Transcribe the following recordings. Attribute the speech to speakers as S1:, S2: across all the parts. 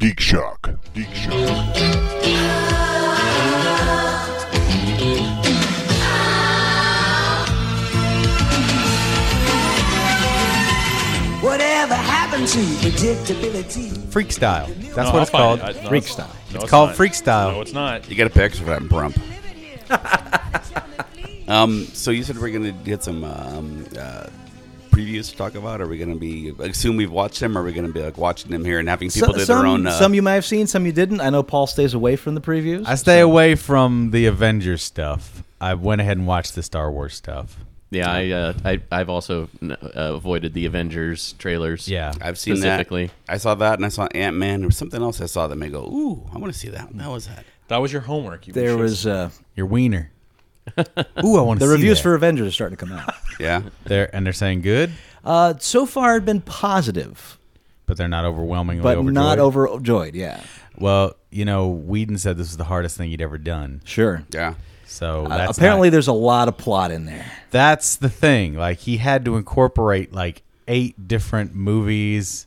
S1: Geek Shock. Geek Shock.
S2: Whatever happened to predictability?
S3: Freak style. That's
S4: No,
S3: what
S4: I'll
S3: it's
S4: find
S3: called.
S4: it. I- no,
S3: Freak
S4: it's-
S3: style.
S4: no,
S3: it's, called
S4: not.
S3: freak style.
S4: No, it's not.
S5: You got a picture for that brump. um, so you said we're gonna get some um, uh, previews to talk about. Are we gonna be assume we've watched them? Or are we gonna be like watching them here and having people
S6: So-
S5: do
S6: some,
S5: their own? Uh,
S6: some you may have seen, some you didn't. I know Paul stays away from the previews.
S3: I stay away from the Avengers stuff. I went ahead and watched the Star Wars stuff.
S7: Yeah, I, uh, I I've also n- uh, avoided the Avengers trailers.
S3: Yeah.
S5: I've seen
S7: specifically.
S5: that. I saw that, and I saw Ant Man. There was something else I saw that made go, ooh, I want to see that. That was that.
S4: That was your homework. You
S6: there
S4: should've-
S6: was uh,
S3: Your wiener. Ooh, I want to
S6: the
S3: see
S6: reviews
S3: that.
S6: for Avengers are starting to come out.
S5: Yeah,
S3: They're, and they're saying good,
S6: Uh, so far, it had been positive,
S3: but they're not overwhelmingly
S6: but
S3: overjoyed.
S6: not overjoyed. Yeah,
S3: Well, you know, Whedon said this was the hardest thing he'd ever done.
S6: sure.
S5: yeah.
S3: So
S6: Uh,
S3: that's
S6: apparently,
S3: not-
S6: there's a lot of plot in there.
S3: that's the thing. Like he had to incorporate like eight different movies.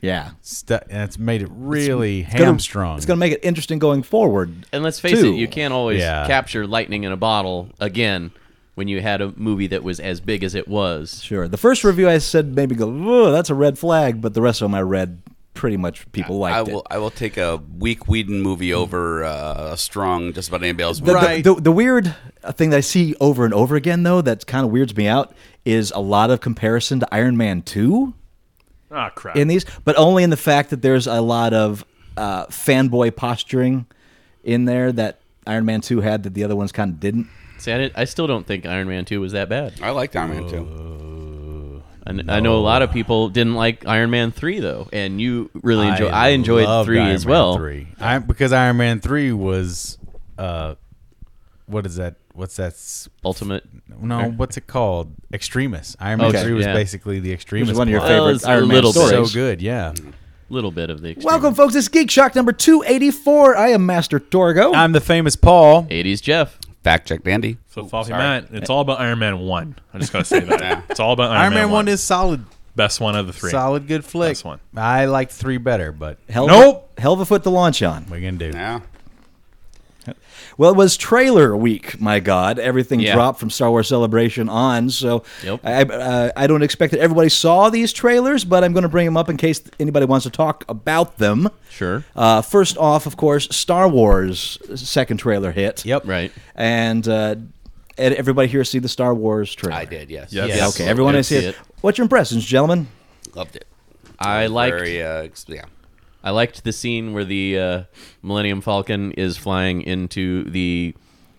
S6: Yeah,
S3: Stu- and it's made it really
S6: It's gonna-
S3: hamstrung.
S6: It's going to make it interesting going forward.
S7: And let's face
S6: too.
S7: it, you can't always
S3: Yeah.
S7: capture lightning in a bottle again when you had a movie that was as big as it was.
S6: Sure. The first review I said maybe go, "Whoa, that's a red flag," but the rest of them I read pretty much people liked
S5: I
S6: it.
S5: will. I will take a weak Whedon movie over uh, a strong just about anybody else.
S6: The,
S5: movie.
S6: the, the, the weird thing that I see over and over again, though, that kind of weirds me out, is a lot of comparison to Iron Man 2
S4: ah crap.
S6: in these, but only in the fact that there's a lot of uh, fanboy posturing in there that Iron Man 2 had that the other ones kind of didn't.
S7: See, I, didn't, I still don't think Iron Man Two was that bad.
S5: I liked Iron Man too.
S7: I, kn- I know a lot of people didn't like Iron Man Three though, and you really enjoy. I, enjoyed
S3: loved
S7: three
S3: Iron
S7: as
S3: Man
S7: well.
S3: Three, I, because Iron Man three was, uh, what is that? What's that? s-
S7: Ultimate.
S3: No, what's it called? Extremis. Iron Man
S7: Okay,
S3: three was
S7: yeah.
S3: basically the
S6: Which
S3: extremist.
S6: is one of your
S3: plot.
S7: Well,
S6: favorite
S7: it's a
S6: Iron Man
S7: little bit.
S6: stories.
S3: So good, yeah.
S7: Little bit of the extreme.
S6: Welcome, folks. It's Geek Shock number 284. I am Master Torgo.
S3: I'm the famous Paul.
S7: 80s Jeff.
S5: Fact check, Andy.
S4: so Fluffy Matt, it's all about Iron Man One. I just gotta say that. it's all about Iron,
S3: Iron Man one
S4: One
S3: is solid,
S4: best one of the three.
S3: solid, good flick.
S4: Best one.
S3: I like three better, but
S6: hell of a-
S4: Nope.
S6: hell of a foot to launch on.
S3: we're gonna do.
S5: Yeah.
S6: Well, it was trailer week. My God, everything
S7: Yeah.
S6: dropped from Star Wars Celebration on. So
S7: Yep.
S6: I, I, uh, I don't expect that everybody saw these trailers, but I'm going to bring them up in case anybody wants to talk about them.
S7: Sure.
S6: Uh, first off, of course, Star Wars uh, second trailer hit.
S3: Yep.
S7: Right.
S6: And uh, and everybody here see the Star Wars trailer.
S5: I did. Yes.
S4: Yes.
S6: Yeah, okay, everyone
S7: Did
S6: has see
S7: see
S6: it.
S7: it.
S6: What's your impressions, gentlemen?
S5: Loved it.
S7: I liked.
S5: Very, uh, ex- yeah.
S7: I liked the scene where the uh, Millennium Falcon is flying into the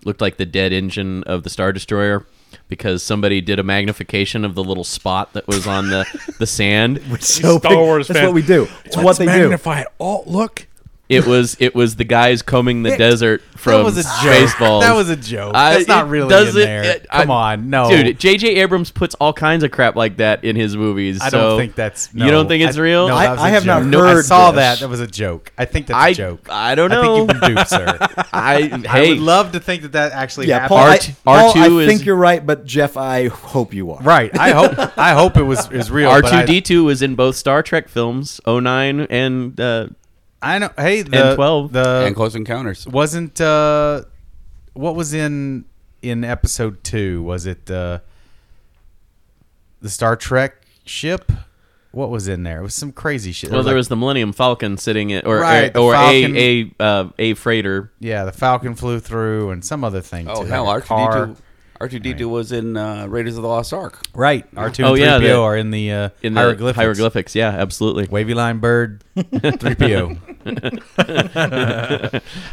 S7: looked like the dead engine of the Star Destroyer because somebody did a magnification of the little spot that was on the, the sand.
S6: So
S4: Star Wars
S6: That's
S4: fan.
S6: what we do. It's what they do.
S3: it. Oh, look.
S7: It was it was the guys combing the desert from
S3: that was a joke.
S7: Spaceballs.
S3: That was a joke.
S7: I-
S3: That's not
S7: it
S3: really in
S7: doesn't-
S3: there.
S7: it- I-
S3: Come on, no,
S7: Dude, J.J. Abrams puts all kinds of crap like that in his movies.
S3: I don't
S7: so
S3: think that's.
S7: you
S3: no.
S7: don't think it's
S3: I-
S7: real.
S3: No,
S6: I-
S3: that was a
S6: I have not
S3: joke. I
S6: heard
S3: saw
S6: this.
S3: that. That was a joke. I think that's
S7: I-
S3: a joke.
S7: I don't
S3: I
S7: know.
S3: think you can do, sir. I
S7: I, hey,
S3: would love to think that that actually
S6: Yeah, Paul,
S3: happened.
S6: I,
S7: R2
S6: Paul, I
S7: is-
S6: think you're right, but Jeff, I hope you are.
S3: right. I hope. I hope it was is real.
S7: R
S3: but
S7: two D two was in both Star Trek films, 09 and uh,
S3: I I know. Hey, the
S7: 12.
S3: The
S5: and Close Encounters.
S3: wasn't uh, what was in in episode two? Was it uh, the Star Trek ship? What was in there? It was some crazy shit.
S7: Well, there
S3: like-
S7: was the Millennium Falcon sitting in, or
S3: Right, the
S7: or, or
S3: Falcon.
S7: a a uh, a freighter.
S3: yeah, the Falcon flew through and some other thing.
S5: Oh
S3: too,
S5: hell, R
S3: like a
S5: two
S3: car.
S5: D two. R two D two was in uh, Raiders of the Lost Ark.
S3: Right, R two
S7: Oh,
S3: and three
S7: yeah,
S3: PO
S7: the-
S3: are in the uh,
S7: In the
S3: hieroglyphics.
S7: hieroglyphics, yeah, absolutely.
S3: Wavy line bird, three PO.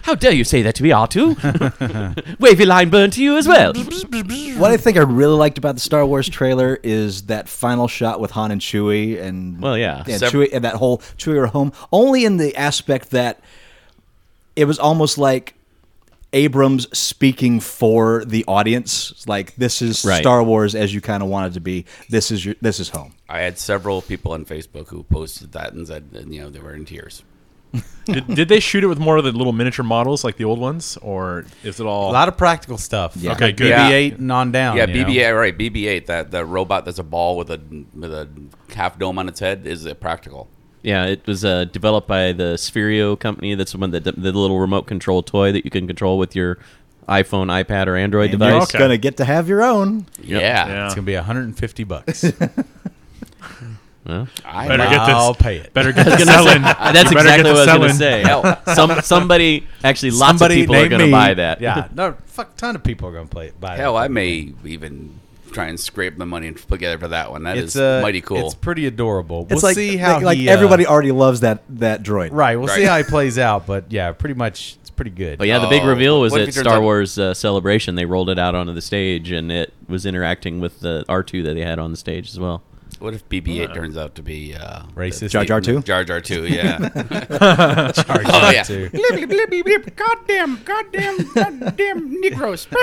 S7: How dare you say that to me, R two? Wavy line burned to you as well.
S6: What I think I really liked about the Star Wars trailer is that final shot with Han and Chewie, and
S7: Well, yeah.
S6: and,
S5: Sev-
S6: Chewie, and that whole Chewie or home. Only in the aspect that it was almost like Abrams speaking for the audience, like this is
S7: Right.
S6: Star Wars as you kind of want it to be. This is your, this is home.
S5: I had several people on Facebook who posted that and said, and, you know, they were in tears.
S4: did, did they shoot it with more of the little miniature models like the old ones, or is it all?
S3: A lot of practical stuff. Yeah.
S4: Okay, good.
S3: BB-8 and on down.
S5: yeah,
S3: Oh, you know?
S5: BB-8, right? BB-8, that that robot that's a ball with a with a half dome on its head is a practical.
S7: Yeah, it was uh, developed by the Spherio company. That's the one that the little remote control toy that you can control with your iPhone, iPad, or Android
S6: And
S7: device.
S6: You're
S4: Okay.
S6: gonna get to have your own.
S7: Yeah.
S4: Yeah.
S3: It's gonna be 150 bucks.
S7: Well,
S5: I
S4: Better get this.
S3: I'll pay it.
S4: Better get the
S7: gonna
S4: selling.
S7: Uh, that's
S4: You better get
S7: exactly
S4: the
S7: what I was going to
S4: selling.
S7: say. Some somebody actually lots of people are
S3: named
S7: going to
S3: me.
S7: buy that.
S3: Yeah, no, fuck, ton of people are gonna play it. Buy
S5: Hell,
S3: it.
S5: I may even try and scrape the money and put together for that one. That is
S3: it's uh,
S5: mighty cool.
S3: It's pretty adorable.
S6: It's
S3: we'll
S6: like
S3: see how
S6: like
S3: he, uh,
S6: everybody already loves that that droid.
S3: right, we'll see
S5: Right.
S3: how he plays out. But yeah, pretty much, it's pretty good.
S7: But yeah, the big
S5: Oh,
S7: reveal was
S5: what if
S7: at
S5: he turns
S7: Star
S5: out-
S7: Wars uh, Celebration. They rolled it out onto the stage, and it was interacting with the R2 that they had on the stage as well.
S5: what if BB-8 turns out to be uh,
S3: Racist.
S6: Jar Jar too.
S5: Jar Jar two? Yeah.
S3: Jar
S5: oh
S3: Jar
S5: yeah.
S3: too.
S5: Blip, blip, blip, blip. goddamn, goddamn, goddamn Negroes. Beep, beep.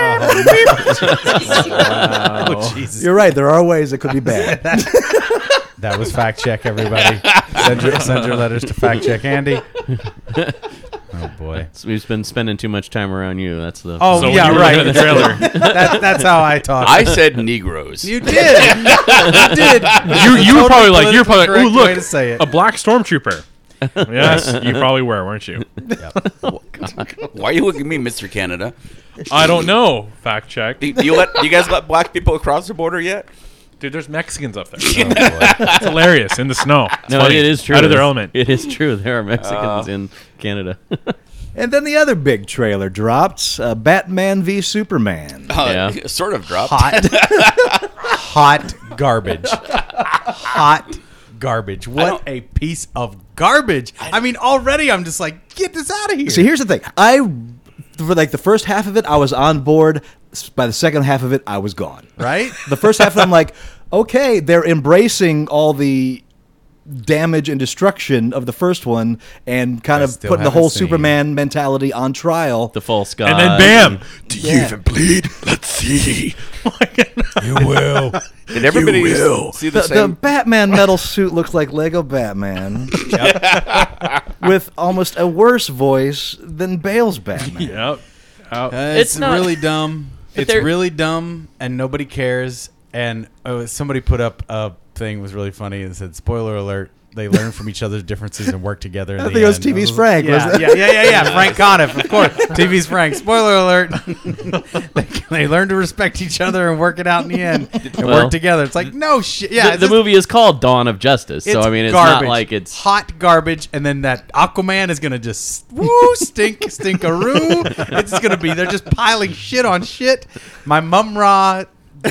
S3: Oh, Jesus.
S6: You're right. There are ways it could be bad.
S3: That was fact check, everybody. send, your, send your letters to fact check Andy. Oh boy.
S7: So we've been spending too much time around you. That's the
S3: Oh
S4: So when
S3: yeah,
S4: you were looking
S3: right.
S4: at the trailer,
S3: That, that's how I talk.
S5: I said Negroes.
S3: you did. you did. Oh,
S4: you you were probably like you're probably like,
S3: correct
S4: ooh look
S3: way to say it."
S4: a black stormtrooper. yes, you probably were, weren't you?
S5: Why are you looking at me, Mister Canada?
S4: I don't know. Fact check,
S5: Do, do you let do you guys let black people across the border yet?
S4: dude. There's Mexicans up there. It's hilarious in the snow. It's
S7: no,
S4: funny.
S7: it is true.
S4: Out of their element.
S7: It is true. There are Mexicans in Canada.
S6: and then the other big trailer dropped: uh, Batman v Superman.
S5: Uh,
S7: Yeah.
S5: Sort of dropped.
S3: hot, hot garbage. Hot garbage. What
S5: don't-
S3: a piece of garbage. I, mean, already I'm just like, get this out of here.
S6: See, here's the thing. I for like the first half of it, I was on board. S- By the second half of it, I was gone.
S3: right?
S6: The first half, I'm like, okay, they're embracing all the damage and destruction of the first one, and kind
S3: I
S6: of
S3: still
S6: putting the whole
S3: haven't seen-
S6: Superman mentality on trial.
S7: the false god.
S4: And then bam,
S1: Do
S7: Uh,
S1: you even bleed? Let's see. you will.
S5: Did everybody
S1: You will.
S5: see the,
S6: the, the
S5: same?
S6: Batman metal suit looks like Lego Batman, with almost a worse voice than Bale's Batman.
S4: yep. Out.
S7: It's
S3: it's
S7: not-
S3: really dumb.
S7: but
S3: It's
S7: they're-
S3: really dumb, and nobody cares. And oh, somebody put up a thing that was really funny and said, "Spoiler alert." They learn from each other's differences and work together. I
S6: think it was TV's Frank,
S3: Oh, Yeah,
S6: wasn't it?
S3: yeah, yeah, yeah, yeah. Frank Conniff, of course. TV's Frank. Spoiler alert. they, they learn to respect each other and work it out in the end and
S7: Well-
S3: work together. It's like no shit. Yeah,
S7: The, the
S3: this-
S7: movie is called Dawn of Justice, so I mean, it's
S3: garbage.
S7: not like it's
S3: hot garbage, and then that Aquaman is gonna just woo stink stinkaroo. It's just gonna be they're just piling shit on shit. My mumra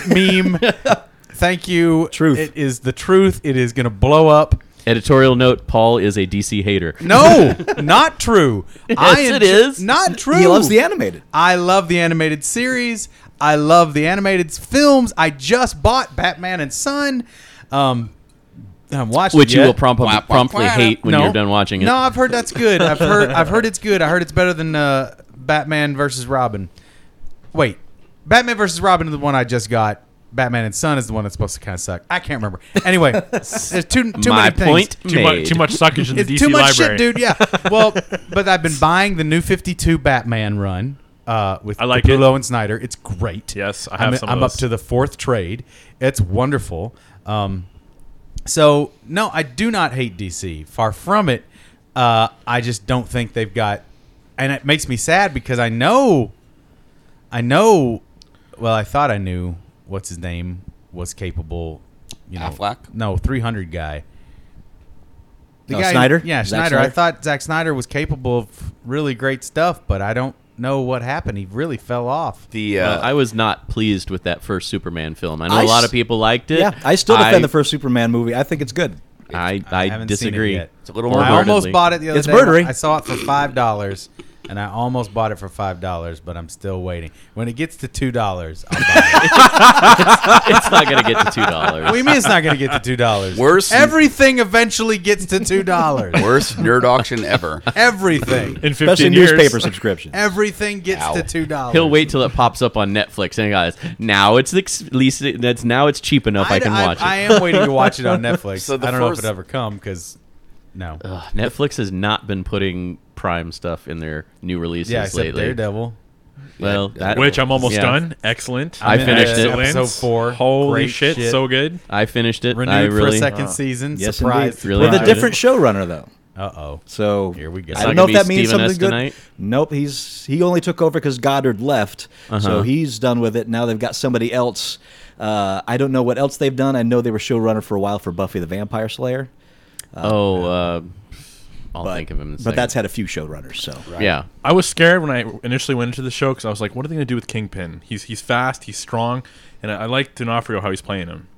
S3: meme. Thank you.
S6: Truth.
S3: It is the truth. It is gonna blow up.
S7: editorial note. Paul is a DC hater.
S3: No, not true.
S7: Yes,
S3: enjo-
S7: it is.
S3: not true.
S6: He loves the animated.
S3: I love the animated series. I love the animated films. I just bought Batman and Son. Um, I'm watching
S7: Which you will
S3: probably.
S7: promptly,
S5: Wah, wah,
S7: promptly
S5: wah.
S7: hate when you're done watching it.
S3: No, I've heard that's good. I've heard I've heard it's good. I heard it's better than uh, Batman versus Robin. Wait, Batman versus Robin is the one I just got. Batman and Son is the one that's supposed to kind of suck. I can't remember. Anyway, there's too too
S7: My
S3: many things.
S7: point
S4: Too
S7: made.
S4: much. Too much suckage in the
S3: It's
S4: DC
S3: too much
S4: library,
S3: shit, dude. Yeah. Well, but I've been buying the new 52 Batman run uh, with
S4: I like it.
S3: Capullo and Snyder. It's great.
S4: Yes, I
S3: I'm,
S4: have some of
S3: I'm
S4: those.
S3: up to the fourth trade. It's wonderful. Um, so no, I do not hate DC. Far from it. Uh, I just don't think they've got, and it makes me sad because I know, I know. Well, I thought I knew what's his name was capable. You know,
S5: Affleck?
S3: No, three hundred guy. The
S6: No, Oh, Snyder?
S3: Yeah,
S6: Zack
S3: Snyder. I
S6: Snyder?
S3: thought Zack Snyder was capable of really great stuff, but I don't know what happened. He really fell off.
S5: The
S7: Uh,
S5: uh,
S7: I was not pleased with that first Superman film. I know
S6: I
S7: a lot
S6: s-
S7: of people liked it.
S6: Yeah, I still defend the first Superman movie. I think it's good.
S7: I,
S3: I
S7: I,
S3: haven't seen it
S7: disagree.
S3: yet.
S5: It's a little
S3: Well, I
S7: Wholeheartedly.
S3: almost bought it the other
S6: It's
S3: day.
S6: murdery.
S3: I saw it for five dollars, and I almost bought it for five dollars, but I'm still waiting. When it gets to two dollars, I'll buy it.
S7: it's not going to get to two dollars.
S3: what do you mean it's not going to get to two dollars?
S5: Worse-
S3: Everything eventually gets to two dollars.
S5: worst nerd auction ever.
S3: Everything.
S4: in 15
S6: Especially
S4: years.
S6: newspaper subscriptions.
S3: Everything gets
S5: Ow.
S3: to two dollars.
S7: He'll wait till it pops up on Netflix, and guys, now it's ex- at least that's now it's cheap enough I, can watch
S3: I
S7: it.
S3: am waiting to watch it on Netflix.
S5: So the
S3: I don't know if
S5: first-
S3: it ever come because no.
S7: Netflix has not been putting Prime stuff in their new releases
S3: yeah, except
S7: lately.
S3: Daredevil.
S7: Well, that,
S4: Which I'm almost
S7: yeah.
S4: done. Excellent.
S7: I finished it.
S4: Excellent.
S3: Episode four.
S4: Holy
S3: Great
S4: shit,
S3: shit.
S4: so good.
S7: I finished it.
S3: Renewed
S7: I
S3: for
S7: really,
S3: a second season.
S6: Yes,
S3: Surprise.
S6: indeed.
S7: Really
S6: with a
S7: enjoyed
S6: different showrunner though.
S3: Uh oh.
S6: So
S3: Here we go.
S6: I
S3: It's
S6: don't know
S7: not
S6: if
S7: gonna
S6: that
S7: be
S6: means
S7: Steven
S6: something
S7: S.
S6: good.
S7: tonight?
S6: Nope, he's he only took over because Goddard left,
S7: Uh-huh.
S6: so he's done with it. Now they've got somebody else. Uh, I don't know what else they've done. I know they were showrunner for a while for Buffy the Vampire Slayer,
S7: Oh, uh, I'll
S6: but,
S7: think of him. In a
S6: but
S7: second.
S6: that's had a few showrunners. So
S7: yeah.
S4: I was scared when I initially went into the show because I was like, "What are they going to do with Kingpin? He's he's fast, he's strong, and I, I like D'Onofrio how he's playing him.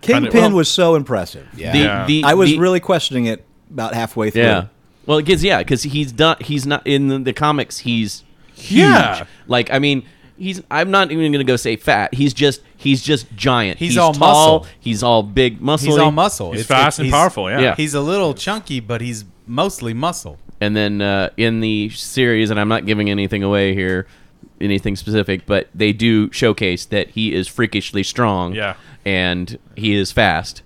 S6: Kingpin
S4: well-
S6: was so impressive.
S5: Yeah.
S7: The,
S4: Yeah.
S7: the-
S6: I was
S7: the-
S6: really questioning it about halfway through.
S7: yeah. Well, because yeah, because he's done. He's not in the, the comics. He's huge.
S4: Yeah.
S7: Like I mean, he's. I'm not even gonna go say fat. He's just. He's just giant.
S3: He's all
S7: tall.
S3: muscle.
S7: He's all big muscle.
S3: He's all muscle.
S4: He's fast and powerful, yeah.
S7: Yeah.
S3: He's a little chunky, but he's mostly muscle.
S7: And then uh, in the series, and I'm not giving anything away here, anything specific, but they do showcase that he is freakishly strong.
S4: Yeah.
S7: And he is fast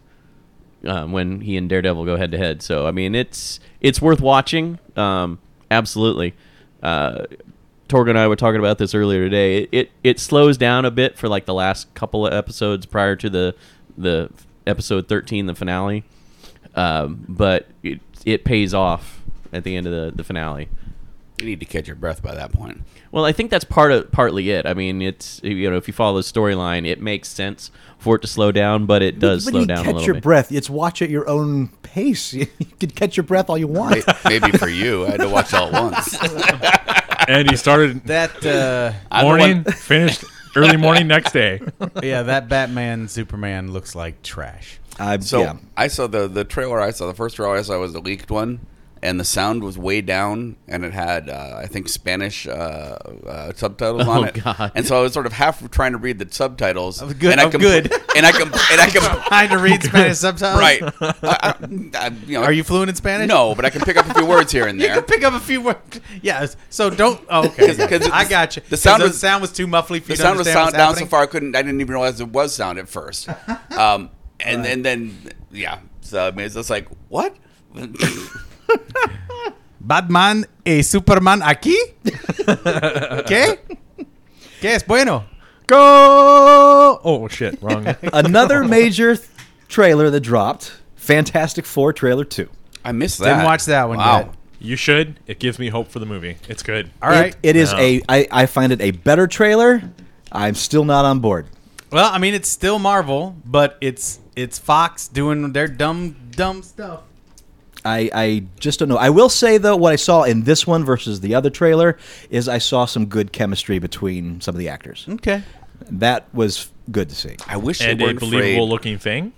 S7: um, when he and Daredevil go head to head. So I mean, it's it's worth watching. Um, absolutely. Uh, Torg and I were talking about this earlier today. It, it it slows down a bit for like the last couple of episodes prior to the the episode 13, the finale um, but it, it pays off at the end of the, the finale.
S5: You need to catch your breath by that point.
S7: Well, I think that's part of partly it. I mean, it's you know if you follow the storyline, it makes sense for it to slow down, but it does
S6: But
S7: slow
S6: you
S7: down a
S6: catch
S7: little
S6: your
S7: bit.
S6: breath. It's watch at your own pace. You can catch your breath all you want.
S5: Maybe for you, I had to watch all at once.
S4: And he started
S3: That uh,
S4: morning, finished early morning next day.
S3: yeah, that Batman Superman looks like trash.
S6: I,
S5: So
S6: yeah.
S5: I saw the the trailer. I saw the first trailer. I saw was the leaked one, and the sound was way down, and it had uh, I think Spanish uh, uh, subtitles on
S7: Oh,
S5: it.
S7: God.
S5: And so I was sort of half trying to read the subtitles.
S3: was good-
S5: And I
S3: I'm good.
S5: And I com- and I com-
S3: Trying to read Spanish subtitles.
S5: right. I, I, I, you know,
S3: Are you fluent in Spanish?
S5: No, but I can pick up a few words here and
S3: You
S5: there.
S3: can pick up a few words. Yeah. So don't. Oh, okay.
S5: 'Cause- 'cause
S3: I got you.
S5: the sound
S3: 'Cause
S5: was-
S3: sound was too muffly for you to
S5: the sound was
S3: understand
S5: sound
S3: what's
S5: down so
S3: happening?
S5: far. I couldn't. I didn't even realize it was sound at first. Um, and, and then yeah. So I mean, it's just like what.
S3: Batman y Superman aquí. ¿Qué? ¿Qué es bueno?
S4: Go! Oh shit, wrong.
S6: Another major th- trailer that dropped Fantastic Four trailer 2.
S5: I missed that.
S3: Didn't watch that one
S5: Wow.
S3: yet.
S4: you should. It gives me hope for the movie. It's good.
S3: All right.
S6: It, it is a. I, I find it a better trailer. I'm still not on board.
S3: well, I mean, it's still Marvel, but it's it's Fox doing their dumb dumb stuff.
S6: I, I just don't know. I will say though, what I saw in this one versus the other trailer is I saw some good chemistry between some of the actors.
S7: Mm.
S3: Okay.
S6: That was good to see.
S5: I wish
S4: And
S5: they
S4: a
S5: weren't
S4: believable
S5: afraid.
S4: looking thing.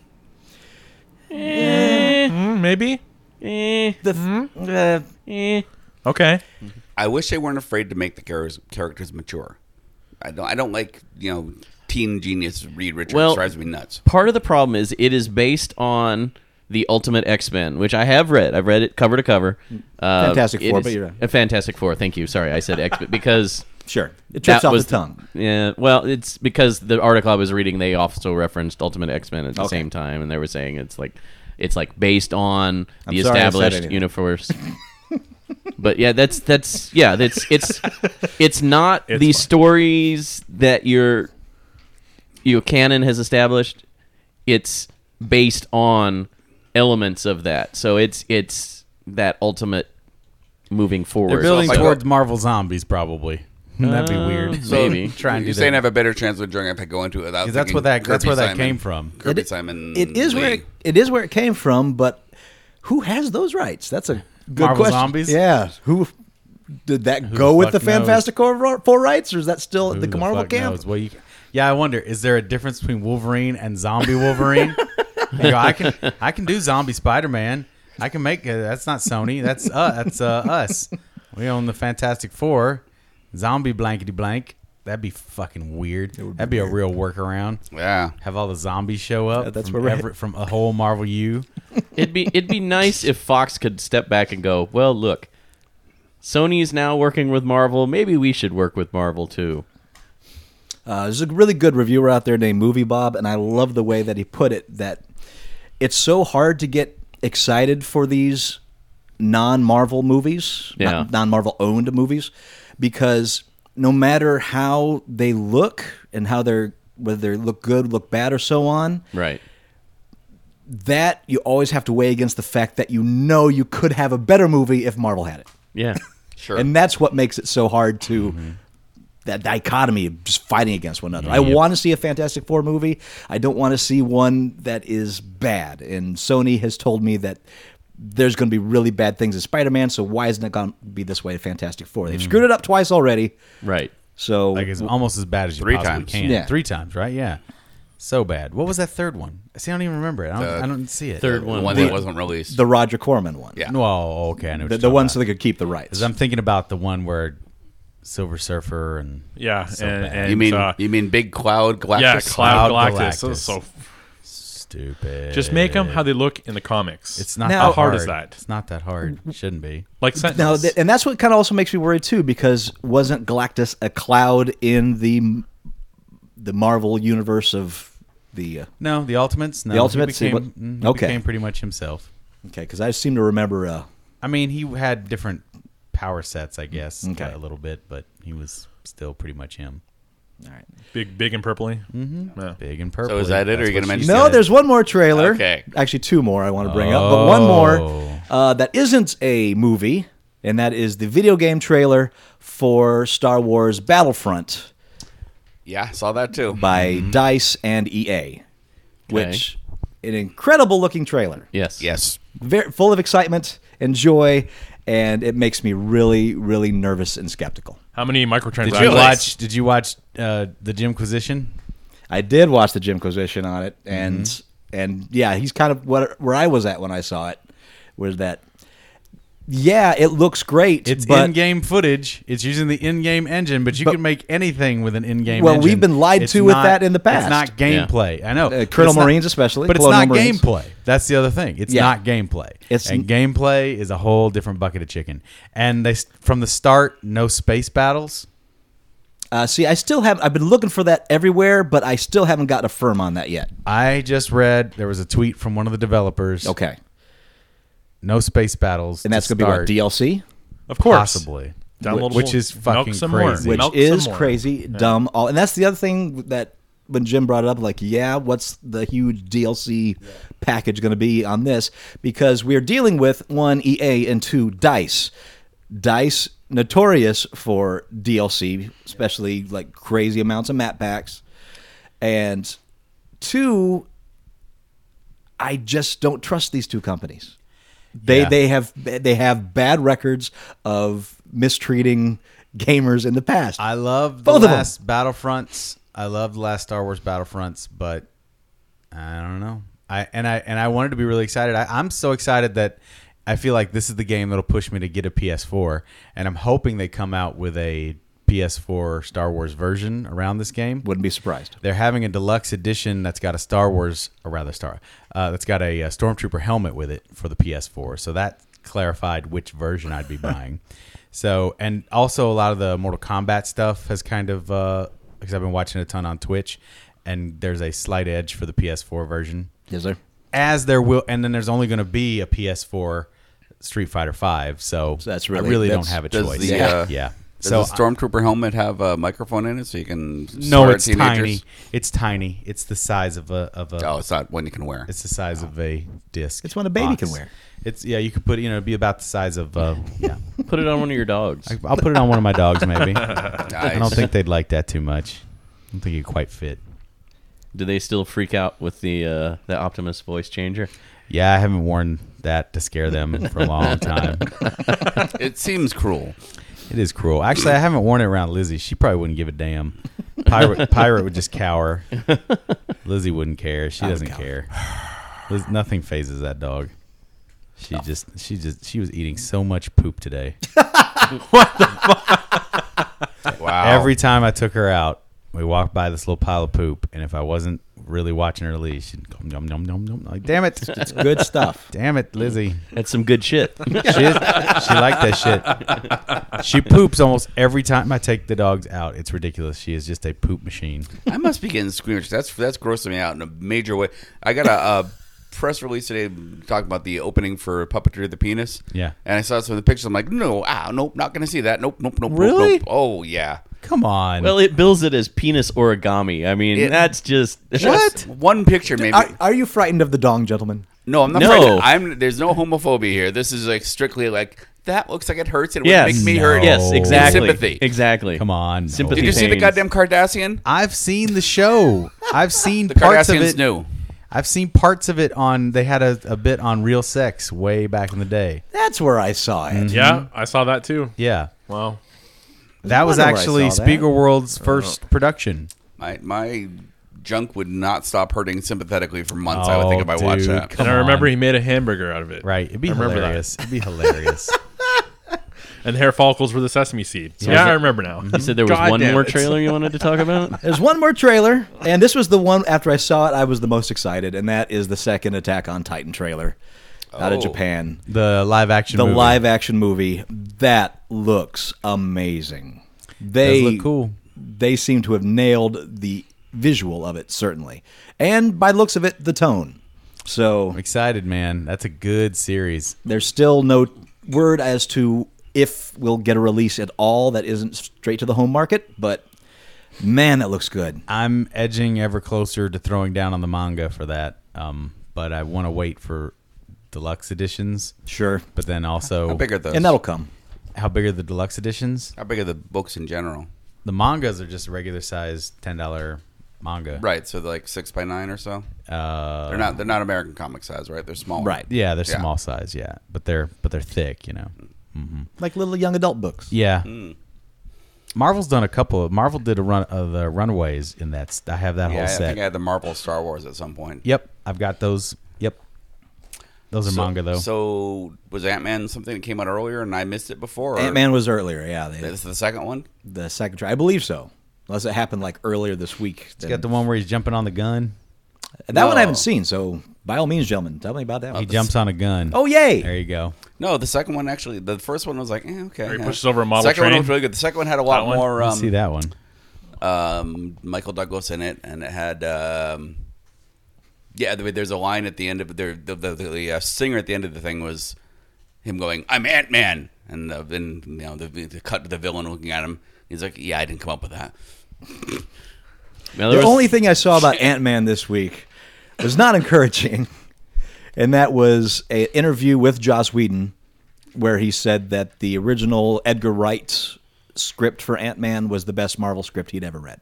S3: Eh.
S4: Mm, maybe.
S7: Eh,
S6: The, uh,
S4: Okay.
S5: I wish they weren't afraid to make the characters, characters mature. I don't. I don't like you know teen genius Reed Richards
S7: Well-
S5: drives me nuts.
S7: Part of the problem is it is based on the Ultimate X Men, which I have read. I've read it cover to cover. Uh,
S6: Fantastic
S7: it
S6: Four,
S7: is-
S6: but you're right.
S7: a Fantastic Four. Thank you. Sorry, I said X Men because.
S6: sure, it trips
S7: that
S6: off
S7: was
S6: the tongue.
S7: Yeah, well, it's because the article I was reading they also referenced Ultimate X Men at the
S6: Okay.
S7: same time, and they were saying it's like it's like based on the
S6: sorry I said
S7: established
S6: anything.
S7: universe. but yeah, that's that's yeah, that's it's it's not the
S4: fine.
S7: stories that your your canon has established. It's based on elements of that, so it's it's that ultimate moving forward.
S3: They're building
S5: like
S3: towards
S5: a-
S3: Marvel zombies, probably. That'd be weird.
S7: So- Maybe.
S3: try and do
S5: You're saying I
S3: that.
S5: have a better chance of enjoying it if I go into it without.
S3: 'Cause that's
S5: thinking
S3: where that- that's
S5: Kirby
S3: where that
S5: Simon-
S3: came from.
S5: Kirby
S6: It-
S5: Simon.
S6: It is
S5: Lee.
S6: where it, it is where it came from, but who has those rights? That's a good
S3: Marvel
S6: question.
S3: Zombies?
S6: Yeah, who did that go with the
S3: fuck knows?
S6: Fantastic Four four rights, or is that still at
S3: Who
S6: the, Marvel
S3: fuck
S6: camp?
S3: knows? Well, you- yeah, I wonder. Is there a difference between Wolverine and zombie Wolverine? you go, I can I can do zombie Spider Man. I can make uh, that's not Sony. That's uh, that's uh, us. We own the Fantastic Four. Zombie blankety blank. That'd be fucking weird. That'd be a real workaround.
S5: Yeah.
S3: Have all the zombies show up.
S6: Yeah, that's
S3: from
S6: where we're at.
S3: every- from a whole Marvel U.
S7: It'd be it'd be nice if Fox could step back and go, well, look, Sony's now working with Marvel. Maybe we should work with Marvel too.
S6: Uh, there's a really good reviewer out there named Movie Bob, and I love the way that he put it. That it's so hard to get excited for these non-Marvel movies,
S7: Yeah.
S6: non- non-Marvel owned movies, because no matter how they look and how they're whether they look good, look bad, or so on,
S7: Right.
S6: that you always have to weigh against the fact that you know you could have a better movie if Marvel had it.
S7: Yeah.
S5: Sure.
S6: And that's what makes it so hard to
S3: Mm-hmm.
S6: that dichotomy of just fighting against one another. I want to see a Fantastic Four movie. I don't want to see one that is bad. And Sony has told me that there's going to be really bad things in Spider Man, so why isn't it going to be this way in Fantastic Four? They've screwed it up twice already.
S7: Right.
S6: So
S3: Mm. Like it's almost as bad as you
S5: Three
S3: possibly
S5: times.
S3: can.
S6: Yeah.
S3: Three times, right? Yeah. So bad. What was that third one? See, I don't even remember it. I don't,
S5: The
S3: I don't see it.
S7: Third
S5: the
S7: one.
S5: one that wasn't released.
S6: the Roger Corman one.
S5: Yeah.
S3: Well, okay, I know what
S6: The,
S3: you're
S6: the
S3: talking
S6: one
S3: about.
S6: so they could keep the rights.
S3: 'Cause I'm thinking about the one where Silver Surfer and
S4: Yeah,
S3: so
S4: and,
S3: bad.
S4: and
S5: you mean
S4: uh,
S5: you mean Big Cloud Galactus?
S4: yeah, Cloud,
S3: Cloud
S4: Galactus. That was
S3: Galactus.
S4: so
S3: stupid.
S4: just make them how they look in the comics.
S3: It's not
S6: Now-
S3: that
S6: How
S4: hard is that?
S3: It's not that hard.
S6: Mm.
S3: It shouldn't be.
S4: like
S6: Now,
S4: Sentinels.
S6: th- and that's what kind of also makes me worried too, because wasn't Galactus a cloud in the the Marvel universe of the? Uh,
S3: No, the Ultimates. No,
S6: The Ultimates,
S3: He
S6: he
S3: became,
S6: what-
S3: mm, he
S6: okay.
S3: became pretty much himself.
S6: okay, because I seem to remember. Uh,
S3: I mean, he had different power sets, I guess,
S6: Mm, Okay.
S3: a little bit, but he was still pretty much him.
S6: all right.
S4: big, big and purpley. Mm-hmm. Yeah.
S3: Big and purple.
S5: So is that it? Or are you gonna mention-
S6: No, there's one more trailer.
S5: Okay.
S6: actually two more I want to bring up, but one
S3: Oh.
S6: more uh, that isn't a movie, and that is the video game trailer for Star Wars Battlefront.
S5: Yeah, saw that too.
S6: by Dice and EA, which an incredible looking trailer,
S7: Yes.
S5: Yes.
S6: very full of excitement and joy, and it makes me really, really nervous and skeptical.
S4: How many microtransactions?
S3: Did you watch? Did you watch uh, the Jimquisition?
S6: I did watch the Jimquisition on
S3: Mm-hmm.
S6: it, and and yeah, he's kind of what where I was at when I saw it, was that. Yeah, it looks great.
S3: It's
S6: but
S3: in-game footage. It's using the in-game engine, but you
S6: But-
S3: can make anything with an in-game.
S6: Well,
S3: engine.
S6: we've been lied
S3: It's
S6: to with
S3: not-
S6: that in the
S3: It's
S6: past.
S3: not
S7: Yeah.
S3: gameplay. I know.
S6: Uh, Colonel
S3: It's not-
S6: Marines especially,
S3: but it's
S6: Colonial
S3: not
S6: Marines.
S3: gameplay. That's the other thing. It's
S6: Yeah.
S3: not gameplay.
S6: It's-
S3: and gameplay is a whole different bucket of chicken. And they s- from the start, no space battles.
S6: Uh, see, I still have. I've been looking for that everywhere, but I still haven't gotten a firm on that yet.
S3: I just read there was a tweet from one of the developers.
S6: Okay,
S3: no space battles,
S6: and that's
S3: to
S6: going to be what
S3: start,
S6: DLC.
S4: Of course.
S3: possibly,
S4: Downloadable.
S3: which is
S4: Milk
S3: fucking
S4: some more.
S3: crazy.
S6: which
S4: Milk some
S6: is
S4: more.
S6: crazy, dumb. All and that's the other thing that when Jim brought it up, like, yeah, what's the huge DLC package going to be on this? Because we're dealing with one EA and two Dice. Dice notorious for DLC, especially like crazy amounts of map packs, and two. I just don't trust these two companies. They
S3: Yeah.
S6: they have they have bad records of mistreating gamers in the past.
S3: I love the
S6: Both of 'em.
S3: last Battlefronts. I love the last Star Wars Battlefronts, but I don't know. I and I and I wanted to be really excited. I, I'm so excited that I feel like this is the game that'll push me to get a PS4, and I'm hoping they come out with a PS4 Star Wars version around this game.
S6: Wouldn't be surprised.
S3: They're having a deluxe edition that's got a Star Wars, or rather Star, uh, that's got a, uh Stormtrooper helmet with it for the PS4. So that clarified which version I'd be buying. So, and also a lot of the Mortal Kombat stuff has kind of, uh, because I've been watching a ton on Twitch, and there's a slight edge for the PS4 version.
S6: Is there?
S3: As there will, and then there's only going to be a PS4 Street Fighter Five. So,
S6: So that's
S3: I
S6: really-
S3: really
S6: that's-
S3: don't have a
S5: does
S3: choice.
S5: the,
S3: yeah.
S5: uh,
S3: yeah.
S5: Does
S3: So
S5: the stormtrooper helmet have a microphone in it so you can?
S3: no,
S5: swear at
S3: it's
S5: teenagers?
S3: tiny. It's tiny. It's the size of a of a
S5: Oh, it's not one you can wear.
S3: It's the size of a disc.
S6: It's one a baby can wear.
S3: It's yeah. You could put you know it'd be about the size of uh, yeah.
S7: Put it on one of your dogs.
S3: I'll put it on one of my dogs maybe. I
S5: Nice.
S3: don't think they'd like that too much. I don't think it quite fit.
S7: Do they still freak out with the uh, the Optimus voice changer?
S3: Yeah, I haven't worn that to scare them for a long time.
S5: it seems cruel.
S3: it is cruel. Actually, I haven't worn it around Lizzie. She probably wouldn't give a damn. Pirate, pirate would just cower. Lizzie wouldn't care. She doesn't care. Liz, nothing phases that dog. She just, she just, she was eating so much poop today.
S5: Wow.
S3: Every time I took her out, we walked by this little pile of poop, and if I wasn't really watching her leave, she'd go nom nom nom nom. Like, damn it,
S6: It's good stuff.
S3: damn it, Lizzie.
S7: That's some good shit.
S3: She, is, she liked that shit. She poops almost every time I take the dogs out. It's ridiculous. She is just a poop machine.
S5: I must be getting squeamish. That's that's grossing me out in a major way. I got a, uh press release today talking about the opening for Puppetry of the Penis.
S3: Yeah.
S5: and I saw some of the pictures. I'm like, no, ah, nope, not going to see that. Nope, nope, nope, nope,
S3: Really?
S5: nope. Oh yeah,
S3: Come on.
S7: Well, it bills it as penis origami. I mean,
S5: It-
S7: that's just
S5: Just One picture, maybe.
S6: Are, are you frightened of the dong, gentlemen?
S5: no, I'm not.
S7: No.
S5: afraid. I'm. There's no homophobia here. This is like strictly like that looks like it hurts. It
S7: Yes,
S5: would make me
S3: No.
S5: hurt.
S7: Yes,
S3: Oh.
S7: exactly.
S5: Sympathy.
S7: Exactly.
S3: Come on. no.
S7: Sympathy.
S5: Did you see the
S7: Pains.
S5: goddamn Kardashian?
S3: I've seen the show. I've seen
S5: The
S3: parts of
S5: Kardashians
S3: it.
S5: knew.
S3: I've seen parts of it on. They had a, a bit on Real Sex way back in the day.
S6: That's where I saw it.
S4: Yeah, I saw that too.
S3: Yeah,
S4: Wow.
S3: that was
S6: wonder where I
S3: actually
S6: saw that.
S3: Spiegelworld's first production.
S5: My my junk would not stop hurting sympathetically for months. I would think
S3: Oh,
S5: if I watched
S3: dude,
S5: that.
S3: come
S4: And I remember
S3: on.
S4: he made a hamburger out of it.
S3: Right, it'd be
S4: I remember that.
S3: hilarious. It'd be hilarious.
S4: And the hair follicles were the sesame seed. So
S7: Yeah.
S4: yeah, I remember now.
S7: You said there was
S4: God
S7: one
S4: damn
S7: more
S4: it.
S7: trailer you wanted to talk about?
S6: There's one more trailer, and this was the one after I saw it, I was the most excited, and that is the second Attack on Titan trailer out of
S5: Oh.
S6: Japan.
S3: the live action.
S6: The
S3: movie.
S6: live action movie that looks amazing. They
S3: does look cool.
S6: They seem to have nailed the visual of it, certainly, and by looks of it, the tone. So
S3: I'm excited, man. That's a good series.
S6: there's still no word as to if we'll get a release at all. That isn't straight to the home market, but man, that looks good.
S3: I'm edging ever closer to throwing down on the manga for that, um, but I want to wait for deluxe editions.
S6: Sure,
S3: But then also,
S5: How big are those?
S6: and that'll come.
S3: how big are the deluxe editions?
S5: How big are the books in general?
S3: the mangas are just regular size ten dollar manga.
S5: Right, so they're like six by nine or so.
S3: Uh,
S5: They're not. They're not American comic size, right? They're small.
S6: Right.
S3: yeah, they're
S5: Yeah.
S3: small size. Yeah, but they're but they're thick. You know.
S6: like little young adult books.
S3: Yeah. Marvel's done a couple. of Marvel did a run of the Runaways in that. st- I have that
S5: Yeah, I
S3: whole set.
S5: think I had the Marvel Star Wars at some point.
S3: yep, I've got those. Yep. Those are
S5: So-
S3: manga though.
S5: So was Ant Man something that came out earlier and I missed it before? or-
S6: Ant Man was earlier, yeah. They,
S5: That's the second one.
S6: the second try, I believe so, unless it happened like earlier this week.
S3: He's got the one where he's jumping on the gun.
S6: that one I haven't
S5: No.
S6: seen, so by all means, gentlemen, tell me about that
S3: He
S6: one.
S3: jumps on a gun.
S6: Oh yay!
S3: There you go.
S5: No, the second one actually. The first one was like, eh, okay.
S4: he
S5: yeah.
S4: pushes over a model
S5: Second one
S4: train.
S5: was really good. The second one had a lot
S4: That one?
S5: more.
S3: Let's see
S5: Um,
S3: that one.
S5: um, Michael Douglas in it, and it had. Um, yeah, the- there's a line at the end of there. The, the, the, uh, singer at the end of the thing was him going, "I'm Ant Man," and the- then you know the, the cut to the villain looking at him. He's like, "Yeah, I didn't come up with that."
S7: Now,
S6: The
S7: there was-
S6: only thing I saw about Ant Man this week was not encouraging, and that was an interview with Joss Whedon where he said that the original Edgar Wright script for Ant Man was the best Marvel script he'd ever read.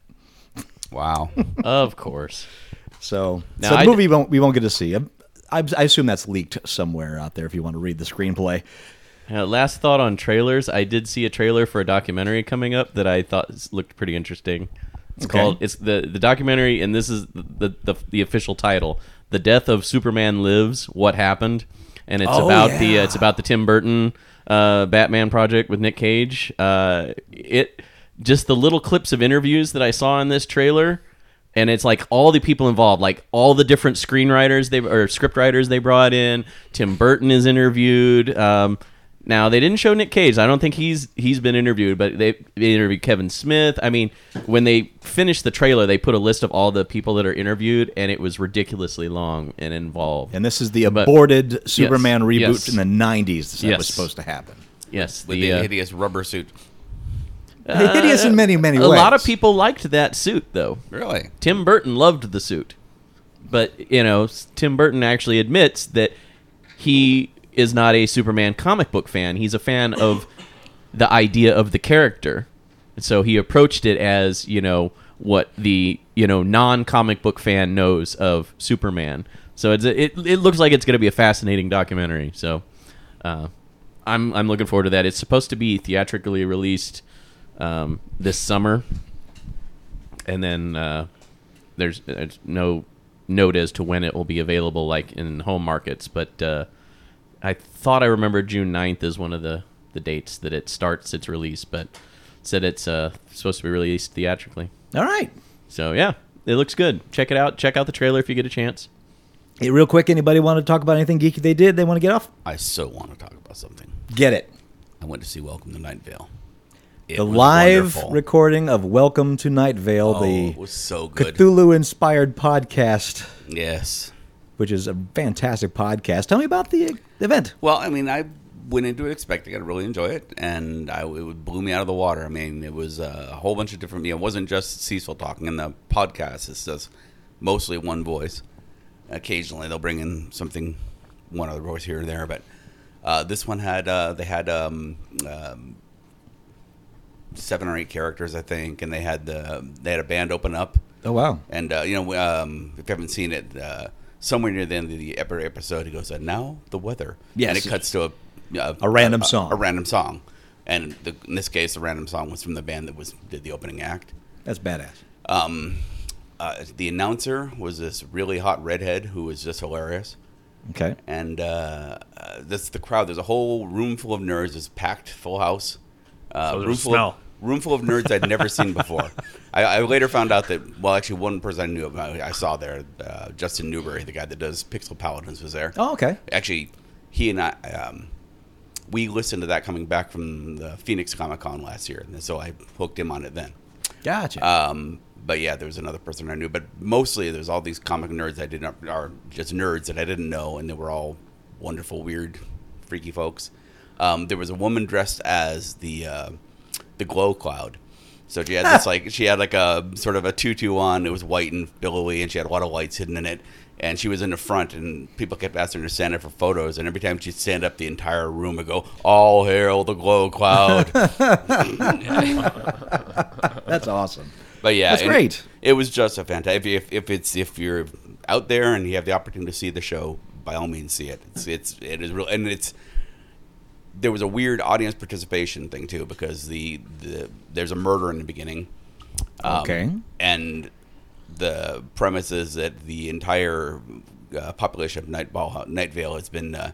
S5: Wow.
S7: of course.
S6: So,
S7: Now,
S6: so the
S7: I-
S6: movie won't, we won't get to see. I, I, I assume that's leaked somewhere out there if you want to read the screenplay.
S7: Uh, last thought on trailers. I did see a trailer for a documentary coming up that I thought s- looked pretty interesting. It's called it's the the documentary, and this is the the, the official title: "The Death of Superman Lives: What Happened." And it's about the uh, it's about the Tim Burton uh, Batman project with Nick Cage. Uh, it just the little clips of interviews that I saw in this trailer and it's like all the people involved, like all the different screenwriters they or script writers they brought in. Tim Burton is interviewed. Um, now they didn't show Nick Cage. I don't think he's he's been interviewed, but they, they interviewed Kevin Smith. I mean, when they finished the trailer, they put a list of all the people that are interviewed, and it was ridiculously long and involved.
S6: And this is the
S7: But-
S6: aborted Superman reboot
S7: yes.
S6: in the 90s that
S7: Yes.
S6: was supposed to happen.
S7: yes,
S5: With
S7: the,
S5: the
S7: uh,
S5: hideous rubber suit.
S6: Hideous in many, many
S7: a
S6: ways.
S7: lot of people liked that suit though.
S5: Really?
S7: Tim Burton loved the suit, but you know, s- Tim Burton actually admits that he is not a Superman comic book fan. He's a fan of the idea of the character, and so he approached it as you know what the you know non comic book fan knows of Superman. So it's it it looks like it's going to be a fascinating documentary. So. Uh, I'm, I'm looking forward to that. It's supposed to be theatrically released um, this summer, and then uh, there's, there's no note as to when it will be available, like in home markets. But uh, I thought I remember June 9th is one of the, the dates that it starts its release, but said it's uh, supposed to be released theatrically.
S6: All right.
S7: So yeah, it looks good. Check it out. Check out the trailer if you get a chance.
S6: Hey, real quick, anybody want to talk about anything geeky they did they want to get off?
S5: I so want to talk about something.
S6: Get it.
S5: I went to see Welcome to Night Vale. It
S6: The
S5: was
S6: live
S5: wonderful.
S6: recording of Welcome to Night Vale,
S5: Oh,
S6: the
S5: it was so good.
S6: Cthulhu inspired podcast,
S5: Yes.
S6: which is a fantastic podcast. Tell me about the event.
S5: Well, I mean, I went into it expecting I'd really enjoy it, and I, it blew me out of the water. I mean, it was uh, a whole bunch of different. You know, it wasn't just Cecil talking in the podcast. It's just mostly one voice. Occasionally, they'll bring in something, one other voice here or there. But uh, this one had uh, they had um, um, seven or eight characters, I think, and they had the they had a band open up.
S6: Oh wow.
S5: And uh, you know, um, if you haven't seen it, uh, somewhere near the end of the epi- episode, he goes, "And now the weather."
S6: Yes.
S5: And it cuts to a a,
S6: A random song.
S5: A, random song, and the, in this case, the random song was from the band that was did the opening act.
S6: That's badass.
S5: Um, uh, the announcer was this really hot redhead who was just hilarious
S6: Okay.
S5: and uh, uh, that's the crowd. There's a whole room full of nerds. It's packed, full house. Uh,
S4: So there's
S5: room
S4: a
S5: full
S4: smell.
S5: Of, room full of nerds I'd never seen before. I, I later found out that well, actually, one person I knew of, I, I saw there, uh, Justin Newberry, the guy that does Pixel Paladins, was there.
S6: Oh okay.
S5: Actually, he and I, um, we listened to that coming back from the Phoenix Comic Con last year, and so I hooked him on it then.
S6: Gotcha.
S5: Um, but yeah, there was another person I knew. But mostly, there's all these comic nerds I did not are just nerds that I didn't know, and they were all wonderful, weird, freaky folks. Um, there was a woman dressed as the uh, the glow cloud. So she had this like she had like a sort of a tutu on. It was white and billowy, and she had a lot of lights hidden in it. And she was in the front, and people kept asking her to stand up for photos. And every time she'd stand up, the entire room would go, "All hail the glow cloud."
S6: That's awesome.
S5: But yeah,
S6: That's
S5: it-
S6: great.
S5: It was just a fantastic. If, if it's if you're out there and you have the opportunity to see the show, by all means, see it. It's it's it is real, and it's there was a weird audience participation thing too because the the there's a murder in the beginning. um,
S6: Okay.
S5: and the premise is that the entire uh, population of Nightball, Night Vale has been. Uh,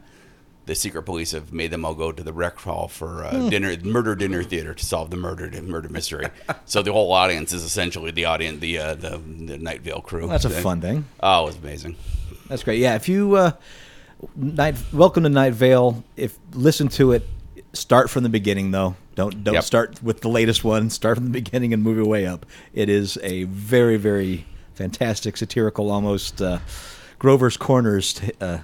S5: the secret police have made them all go to the rec hall for
S6: Hmm.
S5: uh, dinner, murder dinner theater to solve the murder murder mystery. so the whole audience is essentially the audience, the uh, the, the Night Vale crew.
S6: That's a fun thing.
S5: Oh, it was amazing.
S6: That's great. Yeah, if you uh, night welcome to Night Vale. If listen to it, start from the beginning though. Don't don't
S5: Yep.
S6: start with the latest one. Start from the beginning and move your way up. It is a very very fantastic satirical, almost uh, Grover's Corners. T- uh,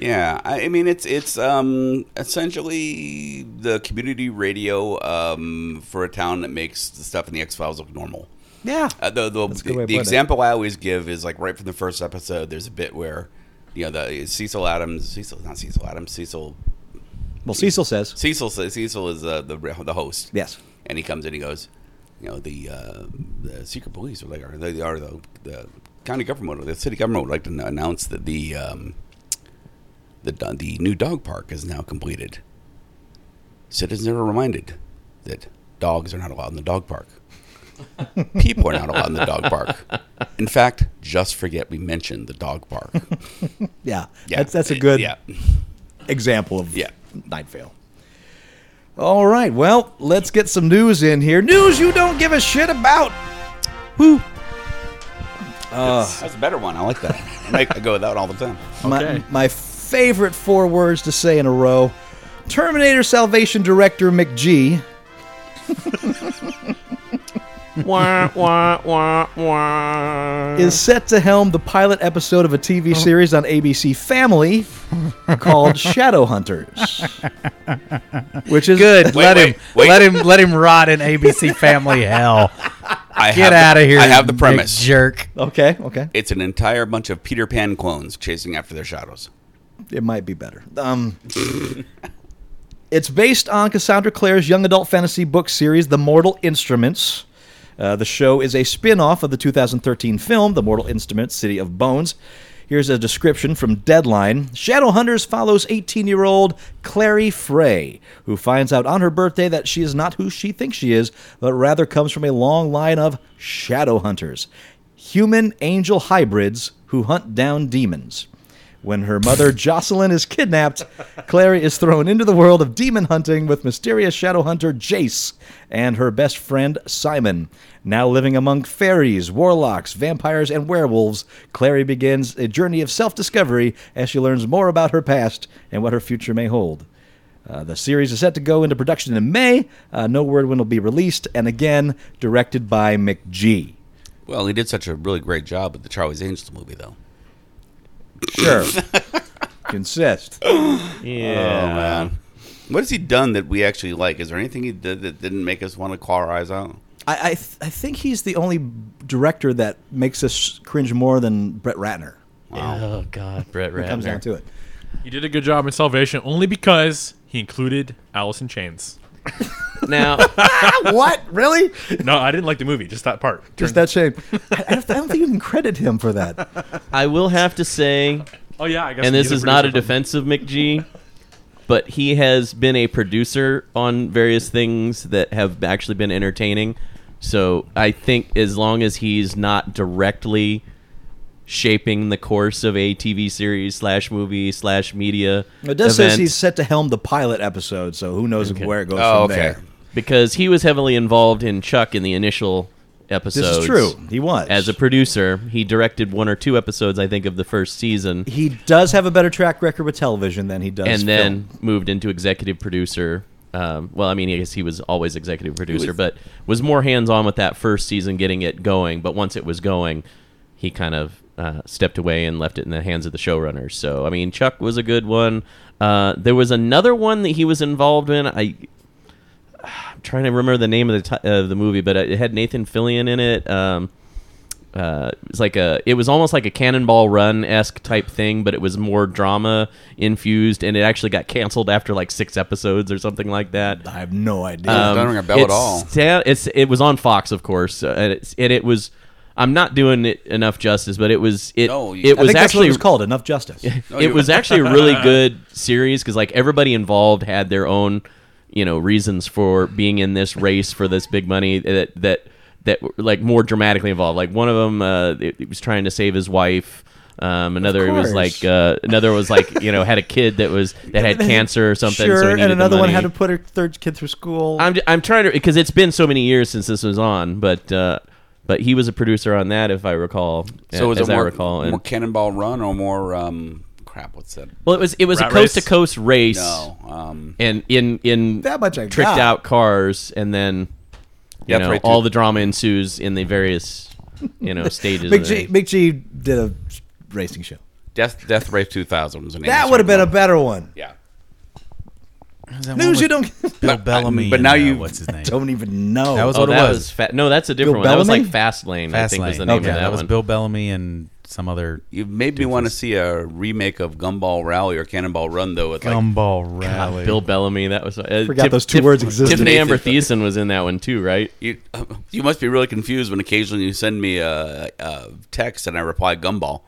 S5: Yeah, I, I mean it's it's um, essentially the community radio um, for a town that makes the stuff in the X Files look normal.
S6: yeah,
S5: Uh, the the,
S6: That's a good way
S5: the,
S6: of putting it.
S5: example I always give is like right from the first episode. There's a bit where you know the Cecil Adams, Cecil not Cecil Adams, Cecil
S6: well, Cecil says
S5: Cecil says Cecil is uh, the the host.
S6: yes.
S5: and he comes in. He goes, you know, the uh, the secret police are like, are they are the, the county government or the city government would like to announce that the um, the do- the new dog park is now completed. Citizens are reminded that dogs are not allowed in the dog park. People are not allowed in the dog park. In fact, just forget we mentioned the dog park.
S6: Yeah, that's that's a good
S5: yeah.
S6: example of
S5: Yeah.
S6: Night Vale. All right, well, let's get some news in here. News you don't give a shit about. Woo.
S5: That's a better one. I like that. I make- I go with that all the time.
S6: My, my favorite four words to say in a row Terminator Salvation director McGee. Is set to helm the pilot episode of a TV series on ABC Family called Shadowhunters, which is
S3: Good. let
S5: wait,
S3: him.
S5: wait.
S3: Let him. Let him rot in ABC Family hell.
S5: I
S3: Get
S5: have
S3: out
S5: the-
S3: of here.
S5: I have the
S3: you big
S5: premise.
S3: jerk.
S6: Okay, okay,
S5: It's an entire bunch of Peter Pan clones chasing after their shadows.
S6: it might be better. Um, it's based on Cassandra Clare's young adult fantasy book series, The Mortal Instruments. Uh, the show is a spin off of the 2013 film, The Mortal Instruments City of Bones. Here's a description from Deadline Shadowhunters follows 18 year old Clary Frey, who finds out on her birthday that she is not who she thinks she is, but rather comes from a long line of Shadowhunters, human angel hybrids who hunt down demons. When her mother Jocelyn is kidnapped, Clary is thrown into the world of demon hunting with mysterious shadow hunter Jace and her best friend Simon. Now living among fairies, warlocks, vampires, and werewolves, Clary begins a journey of self discovery as she learns more about her past and what her future may hold. Uh, the series is set to go into production in May. Uh, no word when it'll be released, and again, directed by McGee.
S5: Well, he did such a really great job with the Charlie's Angels movie, though.
S6: Sure. Consist.
S7: Yeah.
S5: Oh, man. What has he done that we actually like? Is there anything he did that didn't make us want to claw our eyes out?
S6: I I, th- I think he's the only director that makes us cringe more than Brett Ratner.
S7: Oh God, Brett
S6: It comes down
S7: Ratner.
S6: to it.
S4: He did a good job in Salvation only because he included Alice in Chains.
S7: Now, Ah,
S6: what? Really?
S4: No, I didn't like the movie, just that part.
S6: Just that shame. I, I don't I don't think you can credit him for that.
S7: I will have to say,
S4: Oh yeah, I guess.
S7: and
S4: he's
S7: this is not a
S4: producer from-
S7: defense of McGee, but he has been a producer on various things that have actually been entertaining. So I think as long as he's not directly shaping the course of a TV series slash movie slash media,
S6: It does say
S7: event,
S6: he's set to helm the pilot episode, so who knows where it goes
S7: Oh,
S6: from there.
S7: because he was heavily involved in Chuck in the initial episodes.
S6: This is true. He was
S7: As a producer, he directed one or two episodes, I think, of the first season.
S6: he does have a better track record with television than he does.
S7: and then
S6: film.
S7: moved into executive producer. Um, well, I mean, I guess he was always executive producer,
S5: was-
S7: but was more hands on with that first season, getting it going. But once it was going, he kind of uh, stepped away and left it in the hands of the showrunners. So, I mean, Chuck was a good one. Uh, there was another one that he was involved in. I. I'm trying to remember the name of the ti of the movie, but it had Nathan Fillion in it. Um, uh, it was like a it was almost like a cannonball run esque type thing, but it was more drama infused, and it actually got canceled after like six episodes or something like that. Um,
S6: I have no
S7: Uh,
S6: idea.
S5: Doesn't ring a bell at
S7: It's
S5: all.
S7: sta- it's it was on Fox, of course, uh, and, it's, and it was. I'm not doing it enough justice, but it was it
S5: No, you-
S7: it
S6: I
S7: was
S6: think that's what
S7: actually
S6: it was called. Enough justice.
S5: Oh,
S7: it was actually a really good series because like everybody involved had their own you know reasons for being in this race for this big money that that that were, like more dramatically involved like one of them uh, it, it was trying to save his wife um, another was
S6: course.
S7: like uh, another was like you know had a kid that was that had cancer or something
S6: Sure,
S7: so he
S6: and
S7: needed the
S6: another one had to
S7: money.
S6: put her third kid through school.
S7: I'm, I'm trying to because it's been so many years since this was on but uh, but he was a producer on that if I recall uh,
S5: So was
S7: as
S5: it more,
S7: I recall and-
S5: more Cannonball Run or more um, crap? What's that?
S7: well it was it was a
S4: Rat
S7: coast
S4: race?
S7: to coast race
S5: No, um,
S7: and in in
S6: That much I
S7: tricked
S6: got.
S7: out cars, and then you
S5: Yeah,
S7: know
S5: right,
S7: all
S5: dude.
S7: the drama ensues in the various you know stages.
S6: Big
S7: of
S6: G,
S7: the-
S6: Big G did a racing show.
S5: Death Death Race 2000 was the name of
S6: That
S5: the
S6: would have been a
S5: song.
S6: better one.
S5: yeah.
S6: News you don't
S3: Bill Bellamy.
S5: but
S3: and,
S5: now
S3: uh,
S5: you-
S3: what's his name?
S6: don't even know.
S3: That was
S7: oh,
S3: what
S7: that
S3: it
S7: was fa- no, that's a
S6: Bill
S7: different one. That was like
S6: Bellamy?
S7: Fast Lane. I think was the
S3: Fastlane.
S7: name
S6: Okay,
S7: of that,
S3: that was
S7: one.
S3: Bill Bellamy and some other
S5: You made me want to see a remake of Gumball Rally or Cannonball Run though. With like,
S3: gumball
S7: God,
S3: rally.
S7: Bill Bellamy. That was uh,
S6: Forgot those two words existed.
S7: Tiffany
S5: Nathan.
S7: Amber Thiessen was in that one too, right?
S5: you, you must be really confused when occasionally you send me a, a text and I reply Gumball.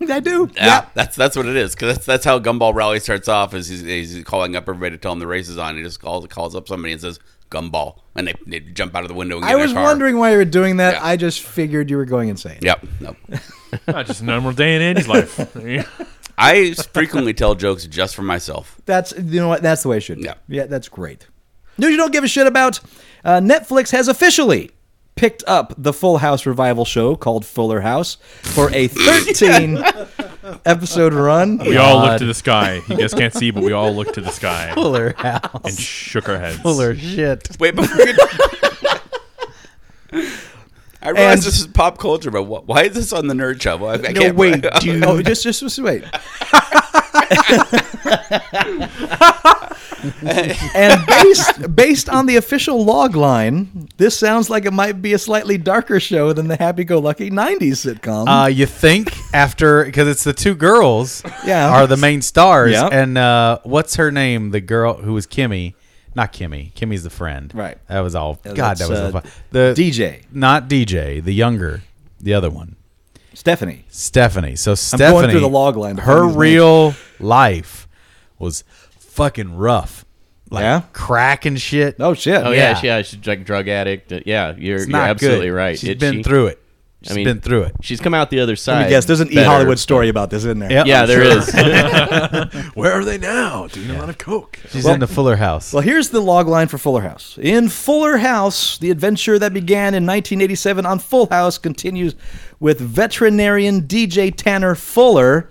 S6: I do.
S5: Yeah, that's that's what it is. Because that's, that's how Gumball Rally starts off. Is he's, he's calling up everybody to tell him the race is on. He just calls calls up somebody and says Gumball, and they, they jump out of the window. and get
S6: I
S5: in their
S6: was
S5: car.
S6: wondering why you were doing that.
S5: Yeah.
S6: I just figured you were going insane.
S5: Yep. No.
S4: Ah, just a normal day in Andy's life.
S5: I frequently tell jokes just for myself.
S6: That's you know what. That's the way it should. be.
S5: Yeah.
S6: Yeah, that's great. News you don't give a shit about. Uh, Netflix has officially picked up the Full House revival show called Fuller House for a 13 episode run.
S4: We all looked to the sky. You guys can't see, but we all looked to the sky
S3: Fuller House.
S4: and shook our heads.
S3: Fuller shit.
S5: Wait, before we get- I realize
S6: And-
S5: this is pop culture, but wh- why is this on the nerd show? I, I
S3: No, wait, dude.
S6: Oh, just just just wait. and based based on the official log line, this sounds like it might be a slightly darker show than the Happy Go Lucky '90s sitcom.
S3: Uh, you think after because it's the two girls
S6: Yeah.
S3: are the main stars
S6: Yeah.
S3: and uh, what's her name the girl who was Kimmy not Kimmy Kimmy's the friend
S6: Right.
S3: that was all
S6: Yeah,
S3: God
S6: that's,
S3: that was
S6: uh,
S3: all fun. the
S6: DJ.
S3: not DJ the younger the other one
S6: Stephanie.
S3: Stephanie so
S6: I'm
S3: Stephanie
S6: going through the log line to
S3: her
S6: find these
S3: real life was fucking rough like
S6: Yeah?
S3: crack and shit
S6: Oh shit!
S7: Oh yeah,
S3: Yeah.
S7: she- yeah, she's like drug addict. Uh, Yeah, you're,
S3: It's
S7: you're
S3: not
S7: absolutely
S3: good.
S7: right.
S3: She's
S7: It-
S3: been
S7: she-
S3: through it She's
S7: I mean-
S3: been through it
S7: She's come out the other
S6: Let
S7: side.
S6: me guess. There's an e
S7: better.
S6: Hollywood story about this, isn't there?
S3: Yep.
S7: Yeah,
S3: I'm
S7: there
S3: sure.
S7: is.
S4: Where are they now? Doing a lot of coke.
S3: she's in the Fuller House
S6: Well, here's the log line for Fuller House. In Fuller House, the adventure that began in 1987 on Full House continues with veterinarian DJ Tanner Fuller.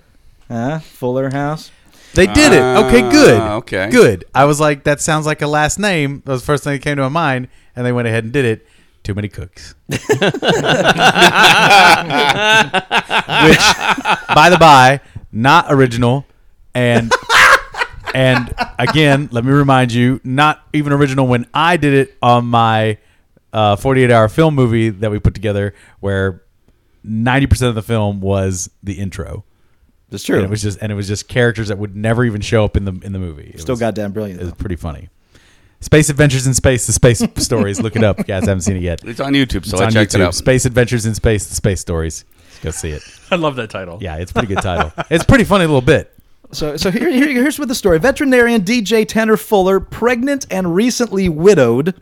S6: Huh? Fuller House.
S3: They did it. Okay, good.
S5: Ah, okay.
S3: Good. I was like, that sounds like a last name. That was the first thing that came to my mind, and they went ahead and did it. Too many cooks. Which, by the by, not original and and again, let me remind you, not even original when I did it on my uh, 48 hour film movie that we put together, where 90% of the film was the intro.
S6: It's
S3: And
S6: true.
S3: it was just and it was just characters that would never even show up in the in the movie. It
S6: Still
S3: was,
S6: goddamn
S3: it
S6: brilliant.
S3: was
S6: though.
S3: pretty funny. Space Adventures in Space, the space stories. Look it up, you guys. Haven't seen it yet.
S5: It's on YouTube,
S3: It's
S5: so I
S3: on
S5: checked
S3: YouTube.
S5: it out.
S3: Space Adventures in Space, the space stories. Go see it.
S4: I love that title.
S3: Yeah, it's a pretty good title. it's a pretty funny little bit.
S6: So, so here, here- here's with the story. Veterinarian DJ Tanner Fuller, pregnant and recently widowed,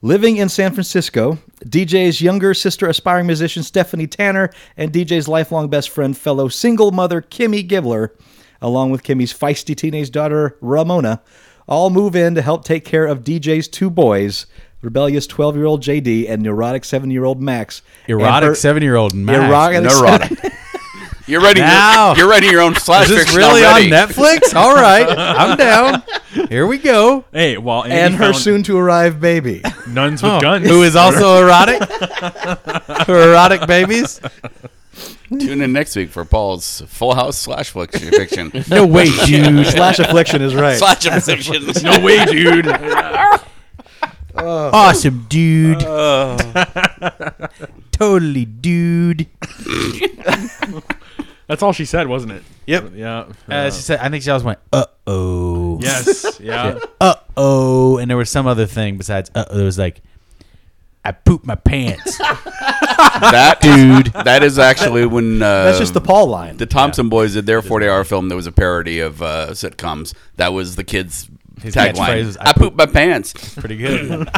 S6: living in San Francisco. DJ's younger sister, aspiring musician Stephanie Tanner, and DJ's lifelong best friend, fellow single mother Kimmy Gibbler, along with Kimmy's feisty teenage daughter Ramona, all move in to help take care of DJ's two boys, rebellious 12 year old JD and neurotic 7 year old Max. And her-
S3: Erotic seven year old Max.
S6: Erotic-
S5: Neurotic. You're writing.
S3: Now-
S5: Your, you're writing your own slash
S3: Is this
S5: fiction
S3: really on
S5: already.
S3: Netflix? All right, I'm down. Here we go.
S4: Hey, well, Andy
S6: and her
S4: found
S6: soon to arrive baby.
S4: nuns with guns.
S3: Oh. Who is also erotic? For erotic babies?
S5: Tune in next week for Paul's Full House slash fiction. fiction.
S3: No way, dude.
S6: Slash affliction is right.
S5: slash of fiction.
S4: no way, dude.
S3: Awesome, dude. totally, dude.
S4: That's all she said, wasn't it?
S3: Yep.
S4: Yeah.
S3: Uh, she said, I think she always went, uh oh.
S4: yes. Yeah.
S3: Uh oh. And there was some other thing besides, uh oh. There was like, I pooped my pants.
S5: That dude. That is actually when. Uh,
S6: That's just the Paul line.
S5: The Thompson boys did their 40 hour film that was a parody of uh, sitcoms. That was the kids'
S3: catchphrase
S5: tagline.
S3: was, "I Oh,
S5: I, pooped my pants.
S3: Pretty good.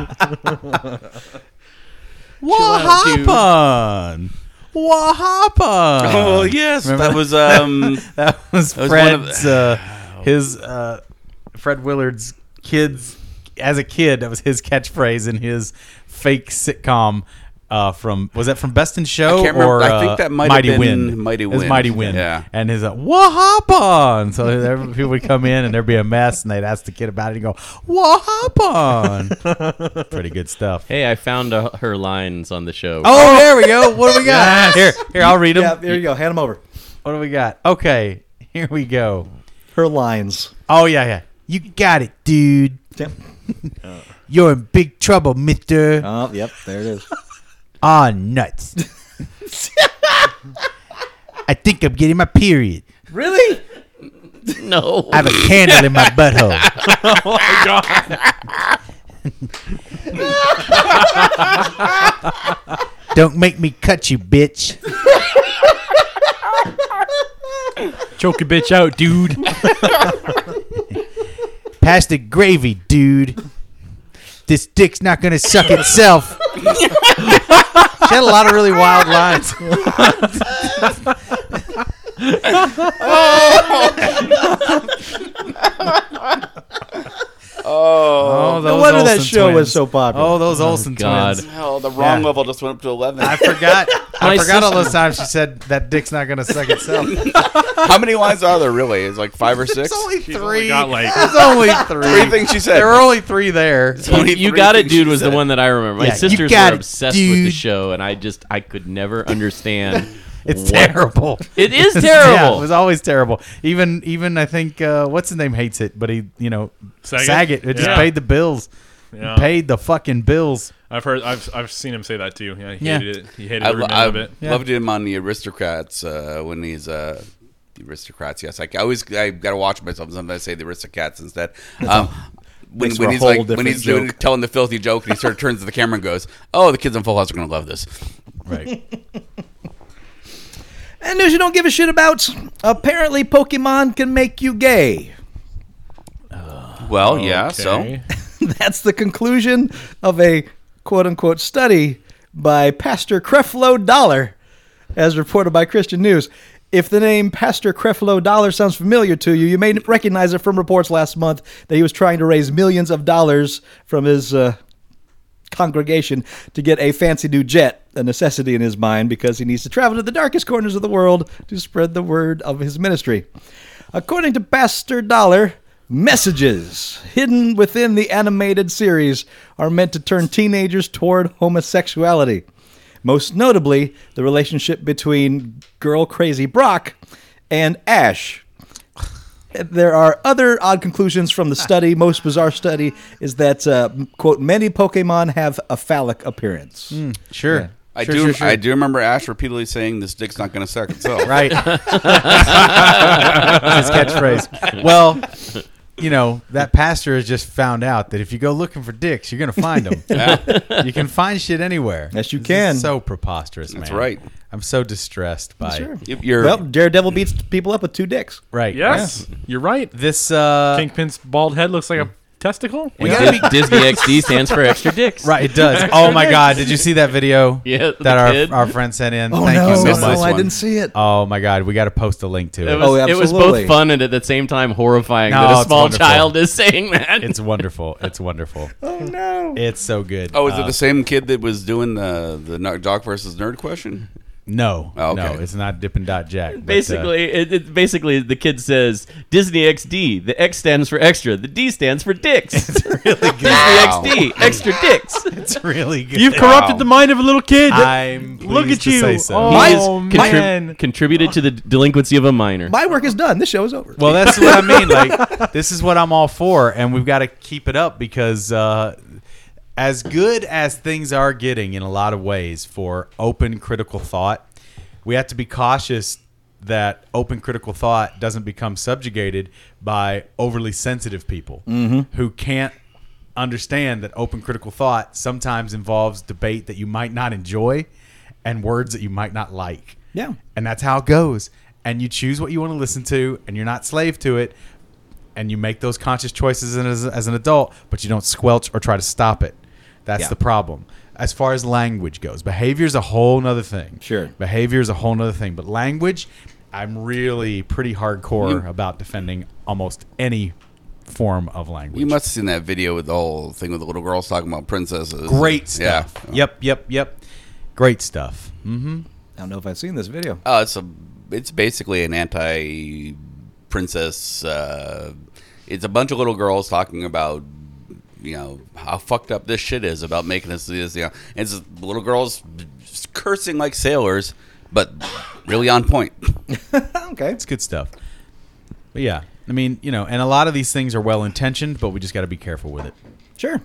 S3: what happened? What happened?
S5: Oh, yes. That was. um.
S3: that was
S5: was one of
S3: Fred's uh, his uh, Fred Willard's kids as a kid. That was his catchphrase in his fake sitcom. Uh, from was that from Best in Show
S5: I can't remember.
S3: or
S5: I think
S3: uh,
S5: that might have
S3: Mighty
S5: been
S3: Wind?
S5: Mighty
S3: It was
S5: Wind.
S3: Mighty Wind.
S5: Yeah.
S3: and his uh, what happened? So there- people would come in and there'd be a mess, and they'd ask the kid about it and go what happened? Pretty good stuff.
S7: Hey, I found uh, her lines on the show.
S3: Oh, there we go. What do we got? Here, here, I'll read them.
S6: Yeah, there you go. Hand them over.
S3: What do we got? Okay, here we go.
S6: Her lines.
S3: Oh yeah, yeah. You got it, dude.
S6: Yep.
S3: You're in big trouble, mister.
S6: Oh, yep. There it is.
S3: Ah, nuts. I think I'm getting my period.
S6: really?
S7: no.
S3: I have a candle in my butthole. Don't make me cut you, bitch.
S4: Choke a bitch out, dude.
S3: Pass the gravy, dude. This dick's not gonna suck itself. she had a lot of really wild lines.
S5: Oh,
S3: Oh,
S6: No
S3: those
S6: wonder that
S3: Olsen
S6: show was
S3: twins.
S6: so popular.
S3: Oh, those Olsen
S7: God.
S3: twins.
S5: hell, the wrong
S3: Yeah.
S5: level just went up to 11.
S3: I forgot. I
S7: My
S3: forgot all those times she said that dick's not gonna suck itself.
S5: How many lines are there really? It's like five or six.
S3: It's only
S4: only
S3: three.
S4: got, like-
S3: It's only three.
S5: Three things she said.
S3: There were only three there.
S7: You, you got it, dude. Was the one that I remember. My
S3: Yeah, you
S7: sisters
S3: got
S7: were
S3: it,
S7: obsessed with the
S3: dude.
S7: show, and I just I could never understand.
S3: It's
S7: what-
S3: terrible.
S7: It is
S3: It's-
S7: terrible.
S3: Yeah, it was always terrible. Even even I think uh, what's his name hates it, but he you know
S4: Saget?
S3: Saget. It just
S4: Yeah.
S3: paid the bills.
S4: Yeah.
S3: Paid the fucking bills.
S4: I've heard. I've I've seen him say that too. Yeah. He
S3: Yeah.
S4: hated it. He hated
S5: I,
S4: every
S5: lo-
S4: minute
S5: I
S4: of it.
S5: loved him on the Aristocrats uh, when he's uh, the Aristocrats. Yes, I, I always I gotta watch myself. Sometimes I say the Aristocats instead. Um, when,
S6: Makes for
S5: when
S6: a
S5: he's
S6: whole
S5: like when
S6: different
S5: he's doing,
S6: joke.
S5: telling the filthy joke and he sort of turns to the camera and goes, "Oh, the kids on Full House are gonna love this."
S3: Right.
S6: And news you don't give a shit about. Apparently, Pokemon can make you gay.
S5: Well, yeah. So
S4: Okay.
S6: That's the conclusion of a quote unquote study by Pastor Creflo Dollar, as reported by Christian News. If the name Pastor Creflo Dollar sounds familiar to you, you may recognize it from reports last month that he was trying to raise millions of dollars from his uh, congregation to get a fancy new jet, a necessity in his mind because he needs to travel to the darkest corners of the world to spread the word of his ministry. According to Pastor Dollar, messages hidden within the animated series are meant to turn teenagers toward homosexuality. Most notably, the relationship between girl crazy Brock and Ash. There are other odd conclusions from the study. Most bizarre study is that uh, quote many Pokemon have a phallic appearance.
S3: Sure.
S5: I
S3: Sure,
S5: do.
S3: sure, sure.
S5: I do remember Ash repeatedly saying, "This dick's not going to suck itself."
S3: Right. That's his catchphrase. Well, you know, that pastor has just found out that if you go looking for dicks, you're going to find them. You can find shit anywhere.
S6: Yes, you
S3: This
S6: can.
S3: Is so preposterous, man.
S5: That's right.
S3: I'm so distressed by
S5: You- You're
S6: Well, Daredevil beats people up with two dicks.
S3: Right.
S4: Yes, you're right.
S3: This uh
S4: Kingpin's bald head looks like a testicle.
S3: we
S7: Dis-
S3: gotta be-
S7: Disney XD stands for extra dicks.
S3: Right, it does. Oh my god, did you see that video?
S7: Yeah, the
S3: that
S7: kid.
S3: our, our friend sent in. Thank
S6: Oh, no,
S3: you so
S5: missed
S3: much.
S6: no, I
S5: one.
S6: didn't see it.
S3: Oh my god, we got to post a link to
S7: It
S3: it.
S7: was,
S6: Oh,
S7: it was
S6: absolutely.
S7: both fun and at the same time horrifying
S3: No,
S7: that a
S3: it's
S7: small
S3: wonderful.
S7: child is saying that.
S3: It's wonderful. It's wonderful.
S6: Oh no!
S3: It's so good. Uh,
S5: Oh, is it the same kid that was doing the the nerd- dog versus nerd question?
S3: No,
S5: Oh, okay.
S3: no, it's not Dippin' Dot Jack. but, uh,
S7: basically, it, it, basically the kid says Disney XD. The X stands for extra. The D stands for dicks. Disney
S5: Wow.
S7: XD, extra dicks.
S3: it's really good.
S4: You've corrupted
S5: Wow.
S4: the mind of a little kid.
S3: I'm
S4: Look
S3: pleased
S4: at
S3: to
S4: you.
S3: say so.
S7: He has
S4: Oh
S7: contrib-
S4: man.
S7: contributed to the delinquency of a minor.
S6: My work is done. This show is over.
S3: Well, that's what I mean. Like, this is what I'm all for, and we've got to keep it up because uh, as good as things are getting in a lot of ways for open critical thought, we have to be cautious that open critical thought doesn't become subjugated by overly sensitive people who can't understand that open critical thought sometimes involves debate that you might not enjoy and words that you might not like.
S6: Yeah.
S3: And that's how it goes. And you choose what you want to listen to, and you're not slave to it. And you make those conscious choices as, as an adult, but you don't squelch or try to stop it. That's
S6: Yeah.
S3: the problem. As far as language goes, behavior is a whole nother thing.
S6: Sure.
S3: Behavior is a whole nother thing. But language, I'm really pretty hardcore about defending almost any form of language.
S5: You must have seen that video with the whole thing with the little girls talking about princesses.
S3: Great stuff.
S5: Yeah.
S3: Yep, yep, yep. Great stuff. Mm-hmm.
S6: I don't know if I've seen this video.
S5: Oh, it's a, it's basically an anti princess. Uh, it's a bunch of little girls talking about, you know, how fucked up this shit is about making us do this. You know, and it's little girls cursing like sailors, but really on point.
S6: Okay.
S3: It's good stuff. But yeah, I mean, you know, and a lot of these things are well intentioned, but we just got to be careful with it.
S6: Sure.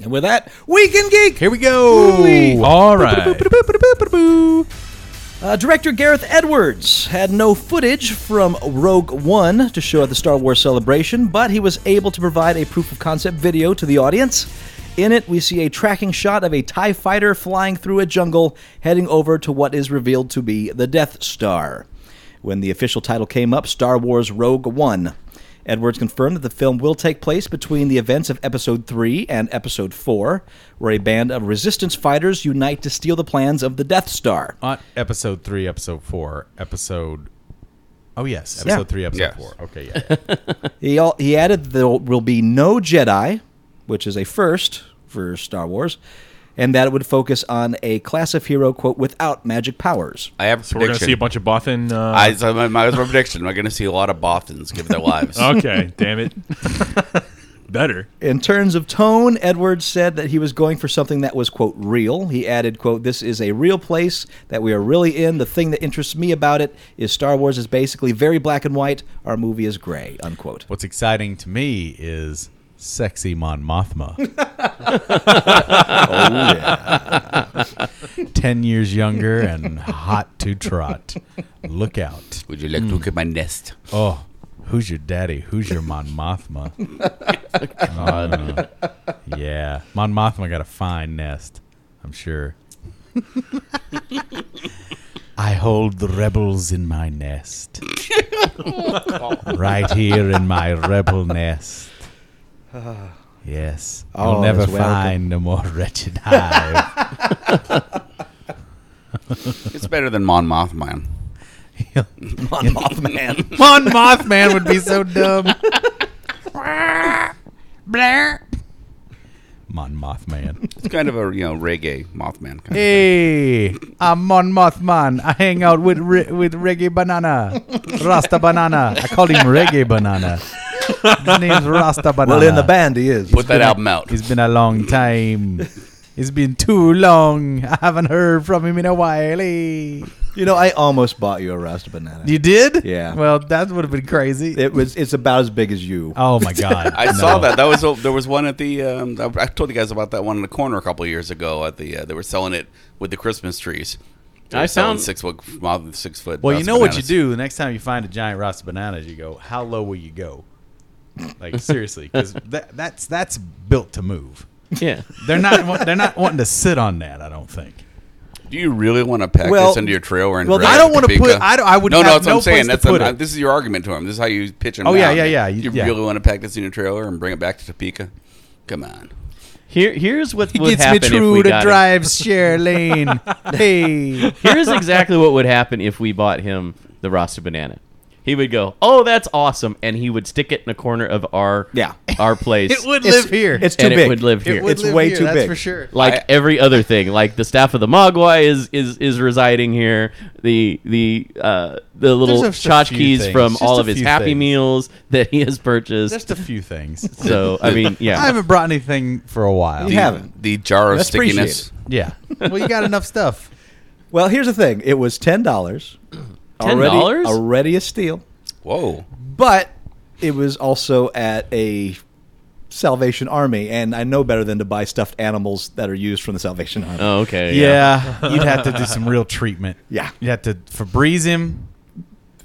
S6: And with that, Weekend Geek!
S3: Here we go.
S4: All right.
S6: Uh, director Gareth Edwards had no footage from Rogue One to show at the Star Wars celebration, but he was able to provide a proof of concept video to the audience. In it, we see a tracking shot of a TIE fighter flying through a jungle, heading over to what is revealed to be the Death Star. When the official title came up, Star Wars Rogue One. Edwards confirmed that the film will take place between the events of Episode 3 and Episode 4, where a band of resistance fighters unite to steal the plans of the Death Star.
S3: On episode three, episode four, episode. Oh yes, episode three, episode
S5: Yes.
S3: four. Okay, yeah.
S6: He, al- he added there will be no Jedi, which is a first for Star Wars, and that it would focus on a class of hero, quote, without magic powers.
S5: I have a
S4: We're gonna see a
S5: prediction.
S4: bunch of Bothan. Uh,
S5: I, so my, my, my prediction. We're going to see a lot of Bothans give their lives.
S4: okay, damn it. Better.
S6: In terms of tone, Edwards said that he was going for something that was, quote, real. He added, quote, this is a real place that we are really in. The thing that interests me about it is Star Wars is basically very black and white. Our movie is gray, unquote.
S3: What's exciting to me is sexy Mon Mothma,
S5: Oh,
S3: ten years younger and hot to trot. Look out!
S5: Would you like to look at my nest?
S3: Oh, who's your daddy? Who's your Mon Mothma? Oh, yeah, Mon Mothma got a fine nest, I'm sure. I hold the rebels in my nest, right here in my rebel nest. Yes, you'll
S6: All
S3: never
S6: is well.
S3: find a more wretched hive.
S5: It's better than Mon Mothman.
S6: Mon Mothman.
S3: Mon Mothman would be so dumb. Blair. Mon Mothman.
S5: It's kind of a you know reggae Mothman. Kind of.
S3: Hey, I'm Mon Mothman. I hang out with re- with Reggae Banana, Rasta Banana. I call him Reggae Banana. His name's Rasta Banana.
S6: Well, in the band, he is.
S5: Put that album out.
S3: It's been a long time. It's been too long. I haven't heard from him in a while. eh?
S6: You know, I almost bought you a Rasta banana.
S3: You did?
S6: Yeah.
S3: Well, that would have been crazy.
S6: It was. It's about as big as you.
S3: oh my god!
S5: I
S3: No.
S5: saw that. That was there was one at the. Um, I I told you guys about that one in the corner a couple of years ago. At the uh, they were selling it with the Christmas trees. They
S7: I
S5: were selling
S7: found-
S5: six foot, well, six foot.
S3: Well, you
S5: Rasta
S3: know what you
S5: bananas.
S3: do the next time you find a giant Rasta bananas, you go, how low will you go? Like seriously, because that, that's that's built to move.
S7: Yeah.
S3: They're not wa- they're not wanting to sit on that. I don't think.
S5: Do you really want to pack
S6: Well-
S5: this into your trailer and
S3: well,
S5: drive
S3: I
S5: it
S3: don't
S5: to
S3: wanna
S5: Topeka?
S3: put- I don't- I would
S5: No, no,
S3: have
S5: that's what
S3: no
S5: I'm saying.
S3: place to
S5: That's a-
S3: put it.
S5: I- this is your argument to him. This is how you pitch him.
S3: Oh, yeah,
S5: down.
S3: yeah, yeah, you-
S5: You,
S3: yeah.
S5: really want to pack this in your trailer and bring it back to Topeka? Come on.
S7: Here, here's what
S3: It
S7: would
S3: gets me
S7: happen if
S3: true
S7: we
S3: to
S7: got him.
S3: drive share lane. hey,
S7: Here's exactly what would happen if we bought him the Rasta banana. He would go, "Oh, that's awesome," and he would stick it in a corner of our
S6: Yeah.
S7: our place.
S3: it would
S6: It's-
S3: live here.
S6: It's too
S7: And it
S6: big.
S7: would live here.
S3: It would
S6: it's
S3: live
S6: way
S3: here,
S6: too
S3: that's
S6: big.
S3: for sure.
S7: like
S5: I-
S7: every other thing. Like the staff of the Mogwai is is is residing here. The the uh, the little
S3: There's just a few
S7: tchotchkes
S3: things.
S7: from
S3: Just
S7: all
S3: a
S7: of his
S3: few
S7: Happy
S3: things.
S7: Meals that he has purchased.
S3: Just a few things.
S7: so I mean, yeah,
S3: I haven't brought anything for a while.
S6: You haven't.
S5: The jar of
S6: That's
S5: stickiness.
S3: Yeah. Well, you got enough stuff.
S6: Well, here's the thing. It was ten dollars.
S7: $10?
S6: Already a steal,
S5: Whoa.
S6: but it was also at a Salvation Army, and I know better than to buy stuffed animals that are used from the Salvation Army.
S7: Oh, okay,
S3: Yeah, you'd have to do some real treatment.
S6: Yeah.
S3: you'd have to Febreze him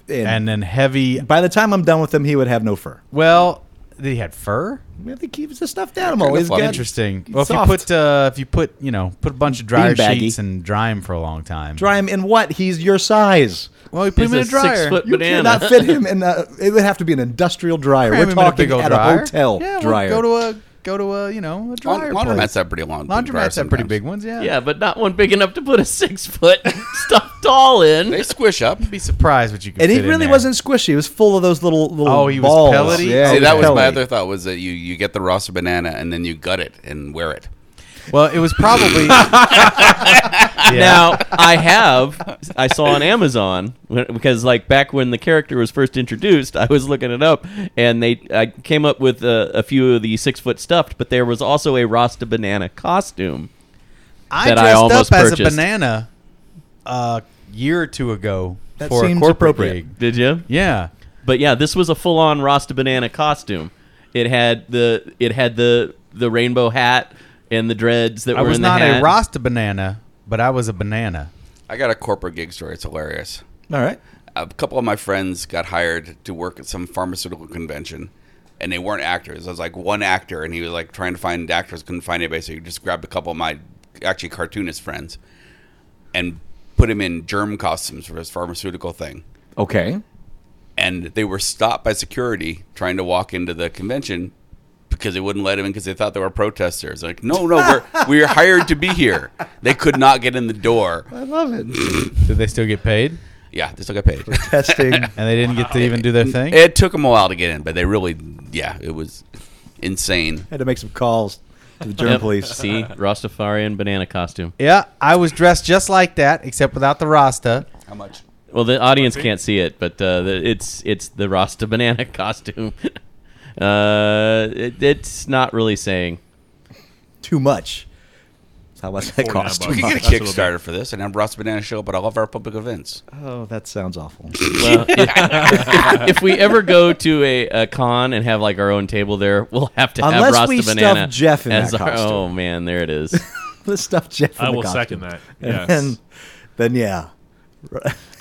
S6: and,
S3: and then heavy.
S6: by the time I'm done with him, he would have no fur.
S3: Well, they had fur.
S6: I think he was a stuffed animal.
S5: Kind of
S6: He's got-
S3: Interesting. Well, if
S6: soft.
S3: you put uh, if you put you know put a bunch of dryer
S6: Beanbaggy.
S3: sheets and dry him for a long time.
S6: Dry him in what? He's your size.
S3: Well, you put him in a
S7: It's a
S3: dryer.
S7: six-foot
S6: You
S7: Banana.
S6: cannot fit him in. A, it would have to be an industrial dryer.
S3: Cram him
S6: We're
S3: in a
S6: talking
S3: big old
S6: at
S3: dryer.
S6: a hotel
S3: yeah, well,
S6: dryer.
S3: Go to a go to a you know a dryer.
S5: Laundromats
S3: place.
S5: have pretty long.
S3: Laundromats have pretty
S5: sometimes.
S3: big ones. Yeah.
S7: yeah, but not one big enough to put a six foot stuffed doll in.
S5: They squish up.
S3: Be surprised what you can.
S6: and he
S3: fit in
S6: really
S3: there.
S6: wasn't squishy. He was full of those little little.
S3: Oh, he was
S6: balls.
S3: pellety?
S6: Yeah,
S5: See,
S6: he
S5: that was my
S6: pellety.
S5: other thought was that you, you get the roster banana and then you gut it and wear it.
S3: Well, it was probably. Yeah.
S7: Now I have I saw on Amazon when- because like back when the character was first introduced, I was looking it up and they I came up with a, a few of the six foot stuffed, but there was also a Rasta banana costume.
S3: I
S7: that I
S3: dressed
S7: almost
S3: up as a
S7: purchased.
S3: banana a year or two ago
S6: That
S3: for a
S6: seems
S3: corporate
S6: appropriate.
S3: gig.
S7: Did you?
S3: Yeah.
S7: But yeah, this was a full on Rasta banana costume. It had the it had the the rainbow hat and the dreads that
S3: I
S7: were
S3: was
S7: in the
S3: not a
S7: hat.
S3: Rasta banana, but I was a banana.
S5: I got a corporate gig story. It's hilarious.
S6: All right.
S5: a couple of my friends got hired to work at some pharmaceutical convention and they weren't actors. I was like one actor and he was like trying to find actors, couldn't find anybody, so he just grabbed a couple of my actually cartoonist friends and put him in germ costumes for his pharmaceutical thing.
S6: Okay.
S5: And they were stopped by security trying to walk into the convention because they wouldn't let him in because they thought they were protesters. Like, no, no, we're we're hired to be here. They could not get in the door.
S6: I love it.
S3: Did they still get paid?
S5: Yeah, they still got paid.
S6: Testing.
S3: And they didn't get to even do their thing?
S5: It took them a while to get in, but they really, yeah, it was insane.
S6: Had to make some calls to the German
S7: Yep.
S6: police.
S7: See, Rastafarian banana costume.
S3: yeah, I was dressed just like that, except without the Rasta.
S5: How much?
S7: Well, the audience can't see it, but uh, the, it's it's the Rasta banana costume. uh, it, it's not really saying.
S6: Too much. How much that
S4: Forty-nine
S6: cost?
S4: bucks.
S5: We
S6: Too
S5: could
S6: much.
S5: get a Kickstarter for this and have Ross Banana show up at all of our public events.
S6: Oh, that sounds awful.
S7: Well, if, if we ever go to a, a con and have like our own table there, we'll have to
S6: Unless
S7: have
S6: we
S7: Rasta
S6: stuff
S7: banana.
S6: Jeff in
S7: as
S6: that
S7: our-
S6: costume.
S7: oh man, there it is.
S6: Let's stuff Jeff. in
S4: I
S6: the
S4: will
S6: costume.
S4: second that.
S6: And
S4: Yes.
S6: then, then yeah,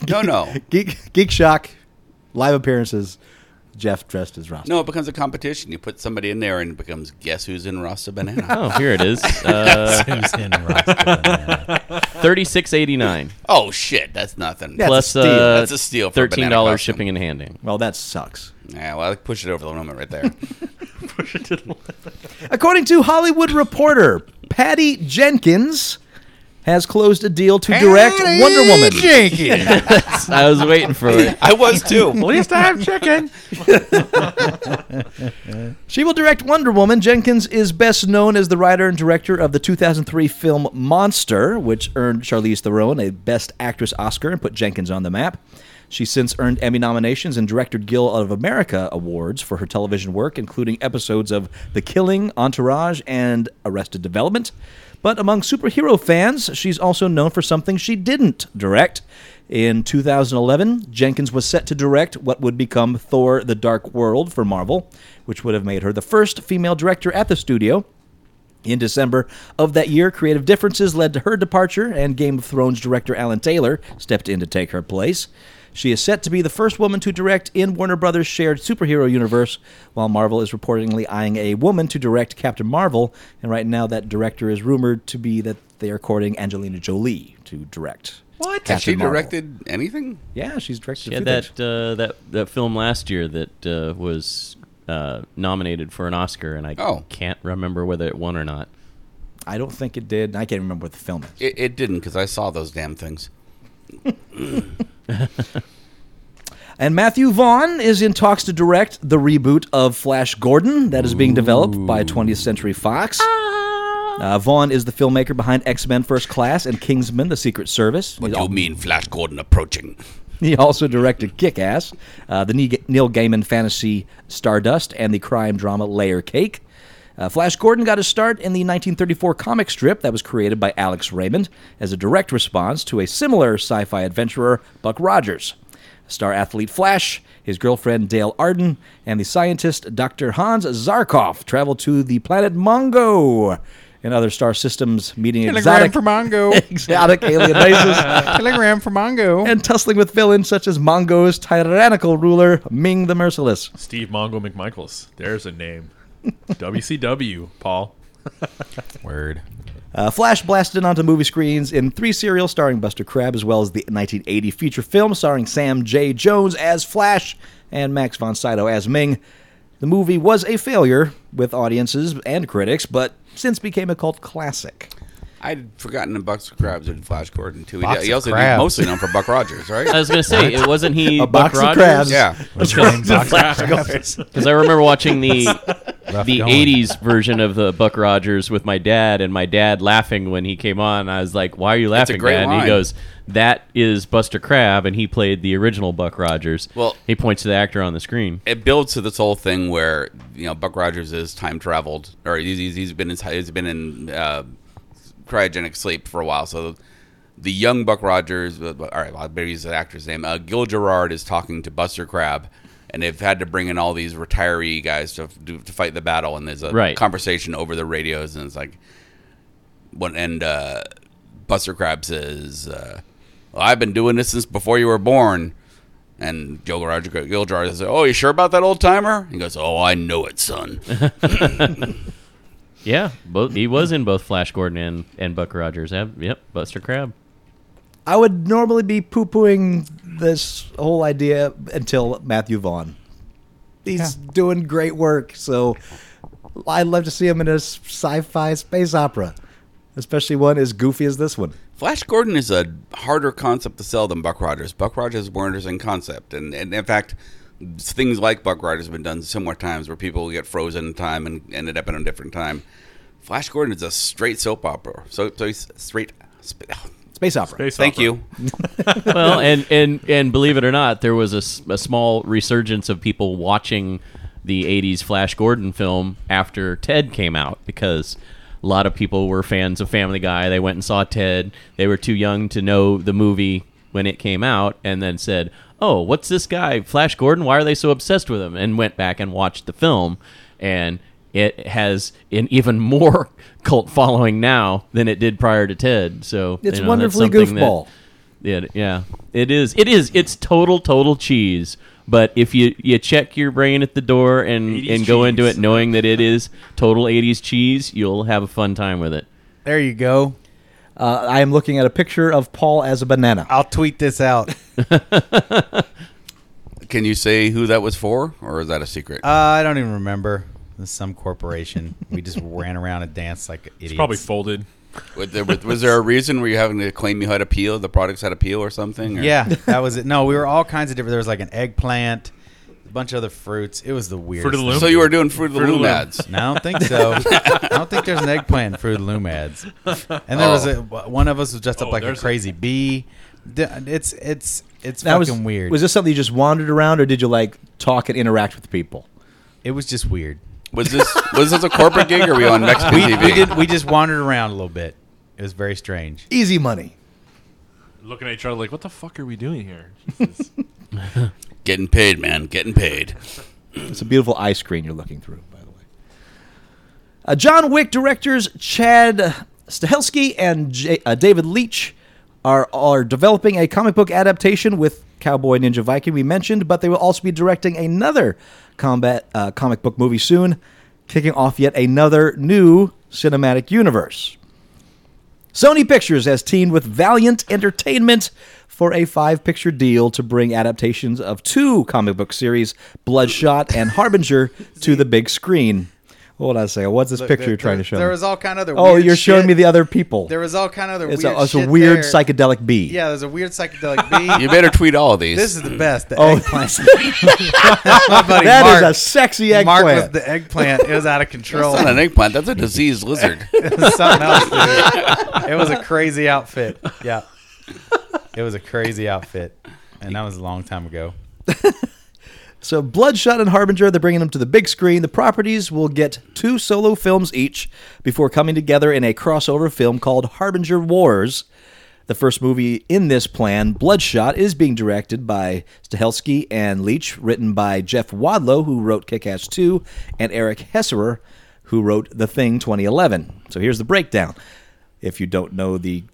S5: No, no.
S6: Geek Geek Shock live appearances. Jeff dressed as Rasta.
S5: No, it becomes a competition. You put somebody in there and it becomes guess who's in Ross Banana.
S7: Oh, here it is. Uh,
S3: Who's in Rasta banana?
S7: Thirty-six eighty-nine
S5: oh, shit. That's nothing.
S6: Yeah.
S7: plus
S6: steal.
S7: uh,
S5: That's a steal for a
S7: Thirteen
S5: banana
S7: dollars
S5: costume.
S7: shipping and handling.
S6: Well, that sucks.
S5: Yeah, well, I push it over the limit right there.
S6: According to Hollywood Reporter, Patty Jenkins has closed a deal to direct Wonder Woman.
S3: Jenkins.
S7: I was waiting for it.
S5: I was too.
S4: At least I have chicken.
S6: She will direct Wonder Woman. Jenkins is best known as the writer and director of the 2003 film Monster, which earned Charlize Theron a Best Actress Oscar and put Jenkins on the map. She's since earned Emmy nominations and directed Guild of America awards for her television work, including episodes of The Killing, Entourage, and Arrested Development. But among superhero fans, she's also known for something she didn't direct In 2011, Jenkins was set to direct what would become Thor The Dark World for Marvel, which would have made her the first female director at the studio. In December of that year, creative differences led to her departure, and Game of Thrones director Alan Taylor stepped in to take her place. She is set to be the first woman to direct in Warner Brothers' shared superhero universe, while Marvel is reportedly eyeing a woman to direct Captain Marvel, and right now that director is rumored to be that they are courting Angelina Jolie to direct.
S5: What? Has
S6: Captain
S5: she
S6: Marvel.
S5: directed anything?
S6: Yeah, she's directed.
S7: Yeah,
S6: a few
S7: that
S6: things.
S7: uh, that that film last year that uh, was uh, nominated for an Oscar, and I
S5: Oh.
S7: can't remember whether it won or not.
S6: I don't think it did. and I can't remember what the film is.
S5: It, it didn't because I saw those damn things.
S6: And Matthew Vaughn is in talks to direct the reboot of Flash Gordon that is being developed by 20th Century Fox.
S5: Ah.
S6: Uh, Vaughn is the filmmaker behind X Men First Class and Kingsman The Secret Service.
S5: What
S6: He's
S5: do you
S6: al-
S5: mean, Flash Gordon approaching?
S6: He also directed Kick Ass, uh, the Ne- Neil Gaiman fantasy Stardust, and the crime drama Layer Cake. Uh, Flash Gordon got his start in the 1934 comic strip that was created by Alex Raymond as a direct response to a similar sci fi adventurer, Buck Rogers. Star athlete Flash, his girlfriend Dale Arden, and the scientist Dr. Hans Zarkov travel to the planet Mongo and other star systems, meeting
S3: Telegram
S6: exotic,
S3: for Mongo.
S6: exotic alien races
S3: Telegram for Mongo.
S6: and tussling with villains such as Mongo's tyrannical ruler, Ming the Merciless.
S4: Steve Mongo McMichaels. There's a name. WCW, Paul.
S3: Word.
S6: Uh, Flash blasted onto movie screens in three serials starring Buster Crabbe, as well as the 1980 feature film starring Sam J. Jones as Flash and Max von Sydow as Ming. The movie was a failure with audiences and critics, but since became a cult classic.
S5: I'd forgotten that Bucks of Crabs and Flash Gordon too. He,
S3: Box
S5: he
S3: of
S5: also did
S3: crabs.
S5: mostly known for Buck Rogers,
S7: I
S5: right?
S7: was gonna say it wasn't he
S6: A
S7: Buck
S6: box of
S7: Rogers?
S6: crabs.
S5: yeah.
S7: Because I remember watching the the
S3: going.
S7: '80s version of the Buck Rogers with my dad, and my dad laughing when he came on. I was like, "Why are you laughing,
S5: great
S7: Dad?" And
S5: line.
S7: he goes, "That is Buster Crab, and he played the original Buck Rogers."
S5: Well-
S7: he points to the actor on the screen.
S5: It builds to this whole thing where you know Buck Rogers is time traveled, or he's, he's, he's been in, he's been in uh, cryogenic sleep for a while. So the young Buck Rogers, uh, all right, I'll better use the actor's name. Uh, Gil Gerard is talking to Buster Crab, and they've had to bring in all these retiree guys to do, to fight the battle. And there's a
S7: Right.
S5: conversation over the radios, and it's like when and uh, Buster Crab says, uh, well, "I've been doing this since before you were born." And Gil Gerard, Gil Gerard says, "Oh, you sure about that old timer?" He goes, "Oh, I know it, son."
S7: Yeah, both, he was in both Flash Gordon and, and Buck Rogers. Yep, yep, Buster Crab.
S6: I would normally be poo pooing this whole idea until Matthew Vaughn. He's doing great work, so I'd love to see him in a s- sci-fi space opera, especially one as goofy as this one.
S5: Flash Gordon is a harder concept to sell than Buck Rogers. Buck Rogers is more interesting concept, and, and in fact, things like Buck Rogers have been done similar times where people get frozen in time and ended up in a different time. Flash Gordon is a straight soap opera. So, so he's straight. Sp- oh,
S6: Space opera.
S4: Space
S5: thank
S4: opera.
S5: you.
S7: well, and, and and believe it or not, there was a, s- a small resurgence of people watching the '80s Flash Gordon film after Ted came out because a lot of people were fans of Family Guy. They went and saw Ted. They were too young to know the movie when it came out, and then said, "Oh, what's this guy Flash Gordon? Why are they so obsessed with him?" And went back and watched the film, and it has an even more cult following now than it did prior to Ted. So
S6: It's
S7: you know, that's
S6: wonderfully
S7: something that-
S6: goofball.
S7: yeah, it- yeah. It is. It is. It's total, total cheese. But if you, you check your brain at the door and,
S4: 80s
S7: and go into
S4: cheese.
S7: it knowing that it is total 80s cheese, you'll have a fun time with it.
S3: There you go.
S6: Uh, I am looking at a picture of Paul as a banana.
S3: I'll tweet this out. Uh,
S5: Can you say who that was for, or is that a secret?
S3: Uh, I don't even remember. This is some corporation. we just ran around and danced like idiots.
S4: It's probably folded.
S5: was, there, was, was there a reason were you having to claim you had appeal? The products had appeal or something? Or?
S3: yeah, that was it. No, we were all kinds of different. There was like an eggplant, a bunch of other fruits. It was the weirdest.
S4: Fruit of the Loom?
S5: So you were doing Fruit of the
S4: Fruit of the
S5: Loom
S4: Loom.
S5: ads.
S3: No, I don't think so. I don't think there's an eggplant in Fruit of the Loom ads. And there was a one of us was dressed
S4: Oh,
S3: up like a
S4: there's a-
S3: crazy bee. D- It's it's it's
S6: That was
S3: fucking weird.
S6: Was this something you just wandered around, or did you like talk and interact with people?
S3: it was just weird.
S5: Was this was this a corporate gig or were you on Mexican TV?
S3: We did we just wandered around a little bit. It was very strange.
S6: Easy money.
S4: looking at each other like, "What the fuck are we doing here?" Jesus.
S5: Getting paid, man. Getting paid.
S6: It's a beautiful eye screen you're looking through, by the way. Uh, John Wick directors Chad Stahelski and J- uh, David Leitch are, are developing a comic book adaptation with Cowboy Ninja Viking, we mentioned, but they will also be directing another combat uh, comic book movie soon, kicking off yet another new cinematic universe. Sony Pictures has teamed with Valiant Entertainment for a five picture deal to bring adaptations of two comic book series, Bloodshot and Harbinger, to the big screen. Hold on a second. What's this picture you're trying to show?
S3: There
S6: me?
S3: was all kind of other.
S6: oh,
S3: weird
S6: you're showing
S3: shit.
S6: me the other people.
S3: There was all kind of other.
S6: it's
S3: weird
S6: a, it's a
S3: shit
S6: weird
S3: there.
S6: psychedelic bee.
S3: Yeah, there's a weird psychedelic
S5: You
S3: bee.
S5: better tweet all of these.
S3: this is the best. The
S6: Oh,
S3: eggplant.
S6: that
S3: My buddy
S6: is
S3: Mark.
S6: a sexy
S3: Mark
S6: eggplant.
S3: was the eggplant. It was out of control.
S5: That's not an eggplant. That's a diseased lizard.
S3: It was something else, dude. It was a crazy outfit. Yeah. It was a crazy outfit. And that was a long time ago.
S6: So, Bloodshot and Harbinger, they're bringing them to the big screen. The properties will get two solo films each before coming together in a crossover film called Harbinger Wars. The first movie in this plan, Bloodshot, is being directed by Stahelski and Leach, written by Jeff Wadlow, who wrote Kick Ass 2, and Eric Hesserer, who wrote The Thing 2011. So, here's the breakdown. If you don't know the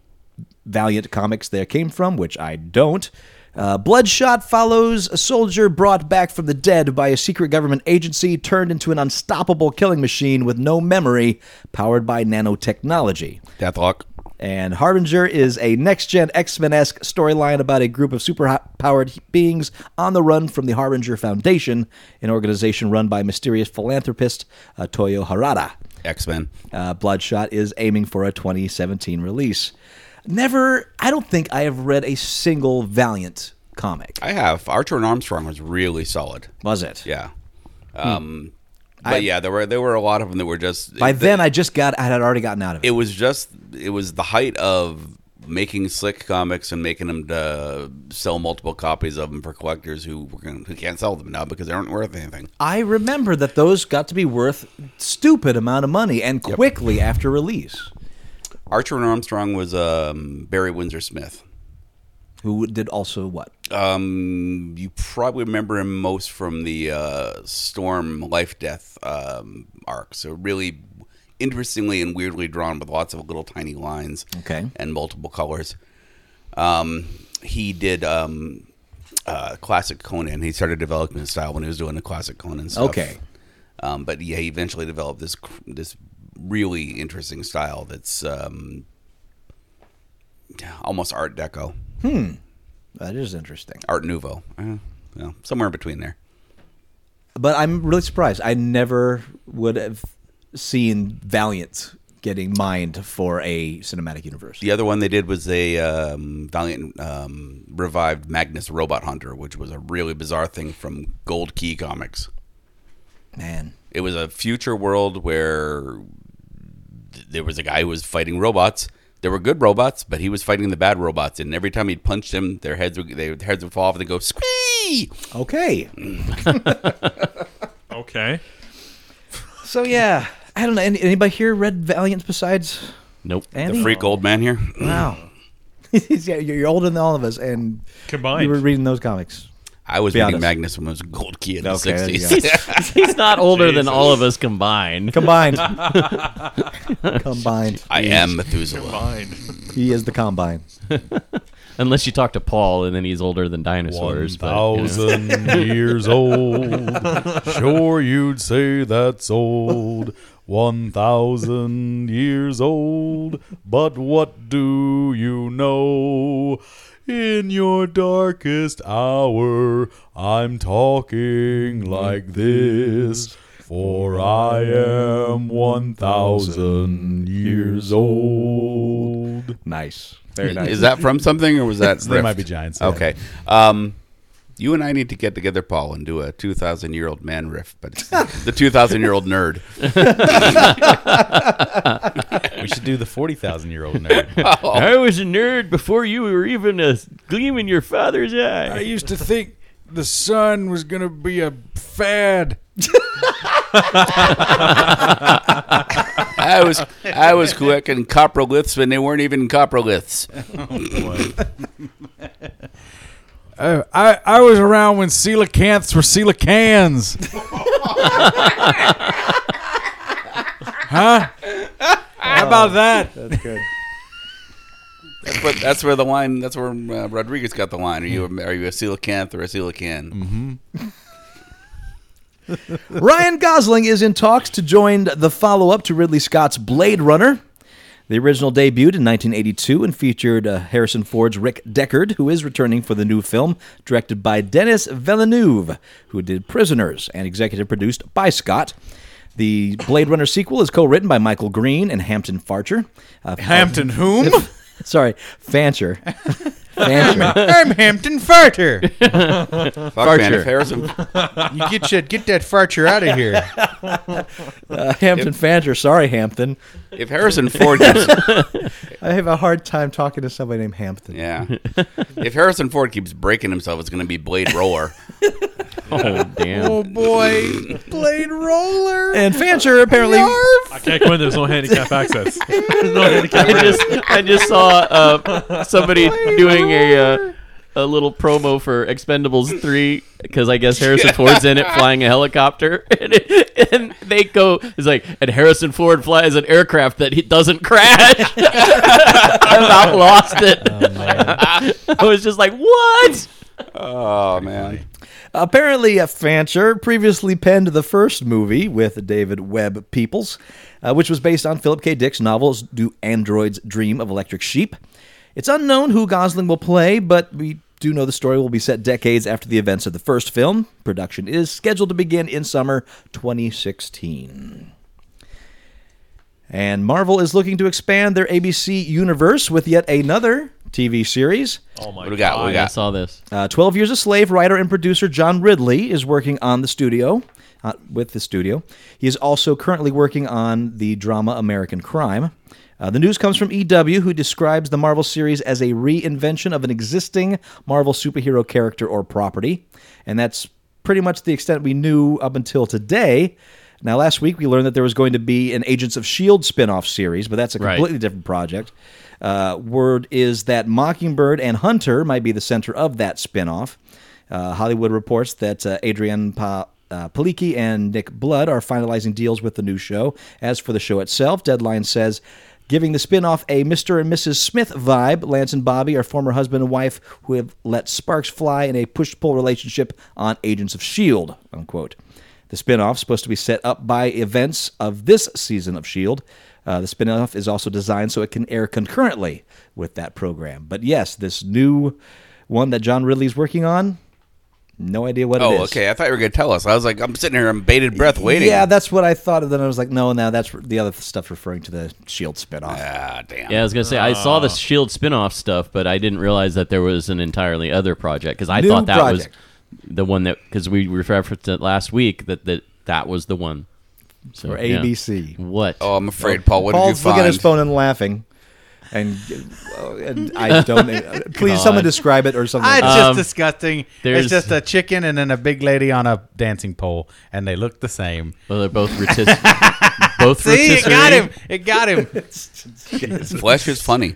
S6: Valiant comics there came from, which I don't. Uh, Bloodshot follows a soldier brought back from the dead by a secret government agency turned into an unstoppable killing machine with no memory, powered by nanotechnology.
S5: Deathlock.
S6: And Harbinger is a next gen X Men esque storyline about a group of super powered beings on the run from the Harbinger Foundation, an organization run by mysterious philanthropist uh, Toyo Harada.
S5: X Men.
S6: Uh, Bloodshot is aiming for a 2017 release. Never, I don't think I have read a single Valiant comic.
S5: I have Archer and Armstrong was really solid.
S6: Was it?
S5: Yeah. Um, But yeah, there were there were a lot of them that were just
S6: By
S5: the-
S6: then, I just got, I had already gotten out of it.
S5: it was just it was the height of making slick comics and making them to sell multiple copies of them for collectors who were gonna, who can't sell them now because they aren't worth anything.
S6: I remember that those got to be worth stupid amount of money and quickly after release.
S5: Archer and Armstrong was um, Barry Windsor Smith.
S6: Who did also what?
S5: Um, you probably remember him most from the uh, Storm Life Death um, arc. So really interestingly and weirdly drawn with lots of little tiny lines.
S6: Okay.
S5: and multiple colors. Um, he did um, uh, classic Conan. He started developing his style when he was doing the classic Conan stuff.
S6: Okay.
S5: Um, but yeah, he eventually developed this cr- this really interesting style that's um, almost Art Deco,
S6: That is interesting.
S5: Art Nouveau, eh, well, somewhere in between there.
S6: But I'm really surprised. I never would have seen Valiant getting mined for a cinematic universe.
S5: The other one they did was they um, Valiant um, revived Magnus Robot Hunter, which was a really bizarre thing from Gold Key Comics.
S6: Man.
S5: it was a future world where th- there was a guy who was fighting robots. There were good robots, but he was fighting the bad robots, and every time he'd punch them, their heads would their heads would fall off and they go squee.
S6: Okay.
S4: okay.
S6: So yeah, I don't know. Any, anybody here read Valiant besides
S7: Nope.
S6: Andy?
S5: The freak old man here.
S6: Wow. yeah, you're you're older than all of us, and
S4: Combined.
S6: you were reading those comics.
S5: I was
S6: Be
S5: reading
S6: honest.
S5: Magnus when I was a gold key in the
S6: Okay, there you
S5: sixties.
S7: He's not older than
S4: Jesus.
S7: all of us combined.
S6: Combined. combined.
S5: I am Methuselah.
S4: Fine.
S6: He is the combine.
S7: Unless you talk to Paul, and then he's older than dinosaurs. but, you know.
S3: Thousand years old. Sure, you'd say that's old. One thousand years old. But what do you know? In your darkest hour, I'm talking like this. For I am one thousand years old.
S6: Nice.
S5: Is that from something or was that?
S3: They might
S5: riffed?
S3: be giants, yeah.
S5: Okay. Um, you and I need to get together, Paul, and do a two thousand year old man riff, but it's the two thousand year old nerd.
S3: We should do the forty thousand year old nerd.
S7: I was a nerd before you were even a gleam in your father's eye.
S1: used to think the sun was going to be a fad.
S5: I was I was quick and coproliths when they weren't even coproliths.
S1: Uh, I, I was around when coelacanths were coelacans. huh? How about that?
S5: That's, what, that's where the line. That's where uh, Rodriguez got the line. Are you a, are you a coelacanth or a coelacan?
S6: Ryan Gosling is in talks to join the follow up to Ridley Scott's Blade Runner. The original debuted in 1982 and featured uh, Harrison Ford's Rick Deckard, who is returning for the new film, directed by Denis Villeneuve, who did Prisoners and executive produced by Scott. The Blade Runner sequel is co written by Michael Green and Hampton Farcher. Uh,
S3: Hampton whom?
S6: sorry, Fancher. Fancher.
S3: I'm Hampton Farter.
S5: Fuck man, if Harrison
S3: You get shit, get that Farter out of here.
S6: Uh, Hampton Fancher. Sorry, Hampton.
S5: if Harrison Ford keeps
S6: I have a hard time talking to somebody named Hampton.
S5: yeah if Harrison Ford keeps breaking himself, it's going to be Blade Roller.
S7: Oh damn!
S3: Oh boy, Blade Roller.
S6: And Fancher apparently.
S4: I can't go in. There's no handicap access. There's no handicap.
S7: I just I just saw uh, somebody doing a uh, a little promo for Expendables three because I guess Harrison Ford's in it flying a helicopter, and, it, and they go it's like and Harrison Ford flies an aircraft that he doesn't crash. I about lost it. I was just like, what?
S5: Oh man,
S6: Apparently, uh, Fancher previously penned the first movie with David Webb Peoples, uh, which was based on Philip K. Dick's novels Do Androids Dream of Electric Sheep? It's unknown who Gosling will play, but we do know the story will be set decades after the events of the first film. Production is scheduled to begin in summer 2016. And Marvel is looking to expand their ABC universe with yet another TV series.
S4: Oh my
S5: what do we got? What do we
S7: I
S5: got?
S7: saw this.
S6: Uh, 12 Years a Slave writer and producer John Ridley is working on the studio, uh, with the studio. He is also currently working on the drama American Crime. Uh, the news comes from EW, who describes the Marvel series as a reinvention of an existing Marvel superhero character or property. And that's pretty much the extent we knew up until today. Now, last week we learned that there was going to be an Agents of S.H.I.E.L.D. spin off series, but that's a
S7: Right.
S6: completely different project. Uh, word is that Mockingbird and Hunter might be the center of that spinoff. Uh, Hollywood reports that uh, Adrian pa- uh, Palicki and Nick Blood are finalizing deals with the new show. As for the show itself, Deadline says. Giving the spinoff a Mr. and Mrs. Smith vibe, Lance and Bobby are former husband and wife who have let sparks fly in a push-pull relationship on Agents of S.H.I.E.L.D., E unquote. The spin-off is supposed to be set up by events of this season of S.H.I.E.L.D. Uh, the spin-off is also designed so it can air concurrently with that program. But yes, this new one that John Ridley's working on, no idea what it
S5: Oh,
S6: is.
S5: okay. I thought you were going to tell us. I was like, I'm sitting here in bated breath waiting.
S6: Yeah, that's what I thought. And then I was like, no, now that's the other stuff referring to the S.H.I.E.L.D. E spin-off.
S5: Ah, damn.
S7: Yeah, I was gonna say I saw
S6: Oh.
S7: the Shield spin-off stuff, but I didn't realize that there was an entirely other project because I
S6: New
S7: thought that
S6: project.
S7: was the one that because we referenced it last week that that, that was the one. So,
S6: Or
S7: yeah.
S6: ABC.
S7: What?
S5: Oh,
S3: Um,
S5: I'm afraid, Paul. What did you
S6: Paul's
S5: find?
S6: looking at his phone and laughing. And, uh, and I don't. uh, please, someone describe it or something. Uh,
S3: Ah,
S6: like
S3: It's
S6: that.
S3: just
S7: Um,
S3: disgusting. It's
S7: there's-
S3: just a chicken and then a big lady on a dancing pole, and they look the same.
S7: Well, they're both rotisserie. both
S3: See, it
S7: rotisserie.
S3: got him. It got him.
S6: Uh,
S5: Flesh is funny.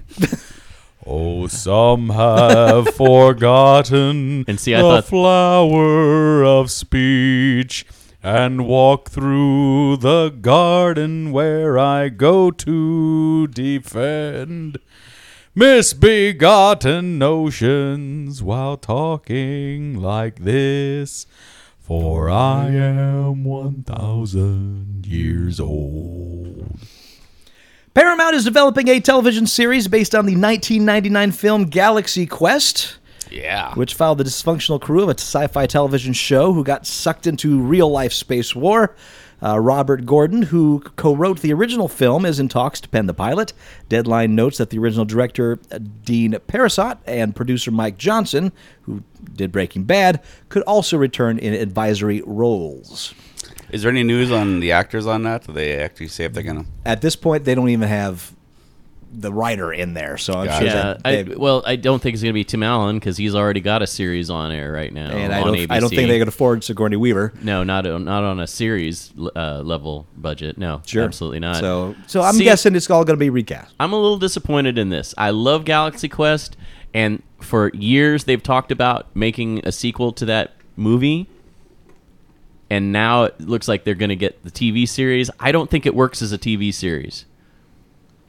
S3: oh, some have forgotten
S7: And see, I
S3: the
S7: thought-
S3: flower of speech and walk through the garden where I go to defend misbegotten notions while talking like this. For I am 1,000 years old.
S6: Paramount is developing a television series based on the 1999 film Galaxy Quest,
S5: Yeah.
S6: which followed the dysfunctional crew of a sci fi television show who got sucked into real life space war. Uh, Robert Gordon, who co wrote the original film, is in talks to pen the pilot. Deadline notes that the original director, uh, Dean Parasot, and producer Mike Johnson, who did Breaking Bad, could also return in advisory roles.
S5: Is there any news on the actors on that? Do they actually say if they're going to?
S6: At this point, they don't even have the writer in there. So I'm sure
S7: Yeah,
S6: that
S7: I,
S6: they-
S7: well, I don't think it's going to be Tim Allen because he's already got a series on air right now.
S6: and I
S7: on
S6: don't, I don't
S7: ABC.
S6: think they could afford Sigourney Weaver.
S7: No, not on- not on a series uh, level budget. No,
S6: Sure,
S7: absolutely not.
S6: So, so I'm
S7: See,
S6: guessing it's all going to be recast.
S7: I'm a little disappointed in this. I love Galaxy Quest, and for years they've talked about making a sequel to that movie. And now it looks like they're going to get the TV series. I don't think it works as a TV series.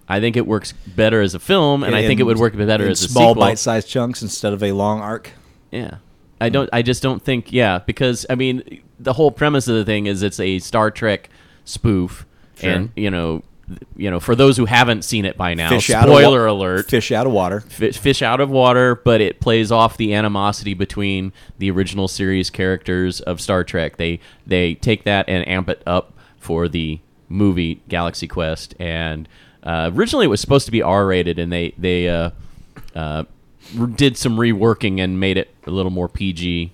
S7: I think it works better as a film, and I think it would work better
S6: in
S7: as a
S6: small
S7: sequel.
S6: bite-sized chunks instead of a long arc.
S7: Yeah. I don't I just don't think yeah, because I mean the whole premise of the thing is it's a Star Trek spoof and you know th- you know for those who haven't seen it by now
S6: out of wa-
S7: spoiler alert
S6: Fish out of water.
S7: fish, fish out of water, but it plays off the animosity between the original series characters of Star Trek. They they take that and amp it up for the movie Galaxy Quest. And uh, originally it was supposed to be R rated, and they they uh, uh, re- did some reworking and made it a little more PG.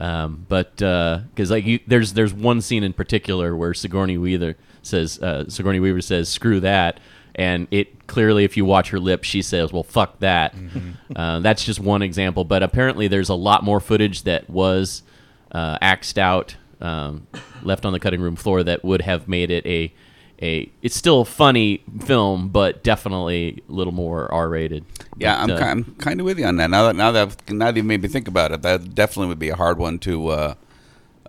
S7: Um, but because like you, there's there's one scene in particular where Sigourney Weaver says uh, Sigourney Weaver says screw that, and it clearly if you watch her lips she says well fuck that. Uh, that's just one example, but apparently there's a lot more footage that was uh, axed out, um, left on the cutting room floor that would have made it a a it's still a funny film, but definitely a little more R rated.
S5: Yeah, I'm,
S7: uh,
S5: ki- I'm kind of with you on that. Now that now that now that you made me think about it, that definitely would be a hard one to uh,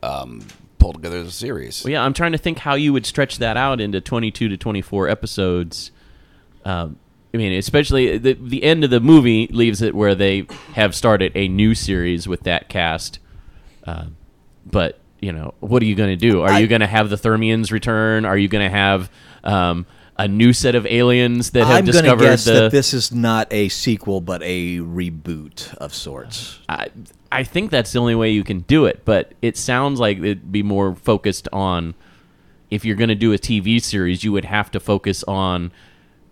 S5: um, pull together as a series.
S7: Well, yeah, I'm trying to think how you would stretch that out into 22 to 24 episodes. Um, I mean, especially the the end of the movie leaves it where they have started a new series with that cast. Um, but you know, what are you going to do? Are you going to have the Thermians return? Are you going to have um, a new set of aliens that have
S6: I'm going to
S7: discovered
S6: guess
S7: the?
S6: that this is not a sequel, but a reboot of sorts.
S7: I, I think that's the only way you can do it, but it sounds like it'd be more focused on if you're going to do a TV series, you would have to focus on,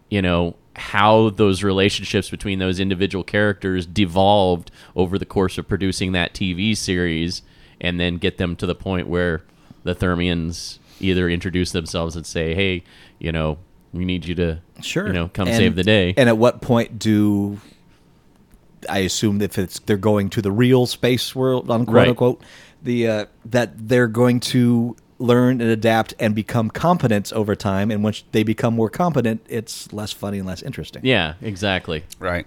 S7: you know, how those relationships between those individual characters devolved over the course of producing that TV series and then get them to the point where the Thermians either introduce themselves and say, hey, you know, we need you to, you know, come
S6: And-
S7: save the day.
S6: And at what point do I assume if it's they're going to the real space world, unquote
S7: Right.
S6: unquote, the uh, that they're going to learn and adapt and become competent over time. And once they become more competent, it's less funny and less interesting.
S7: yeah, exactly.
S5: Right.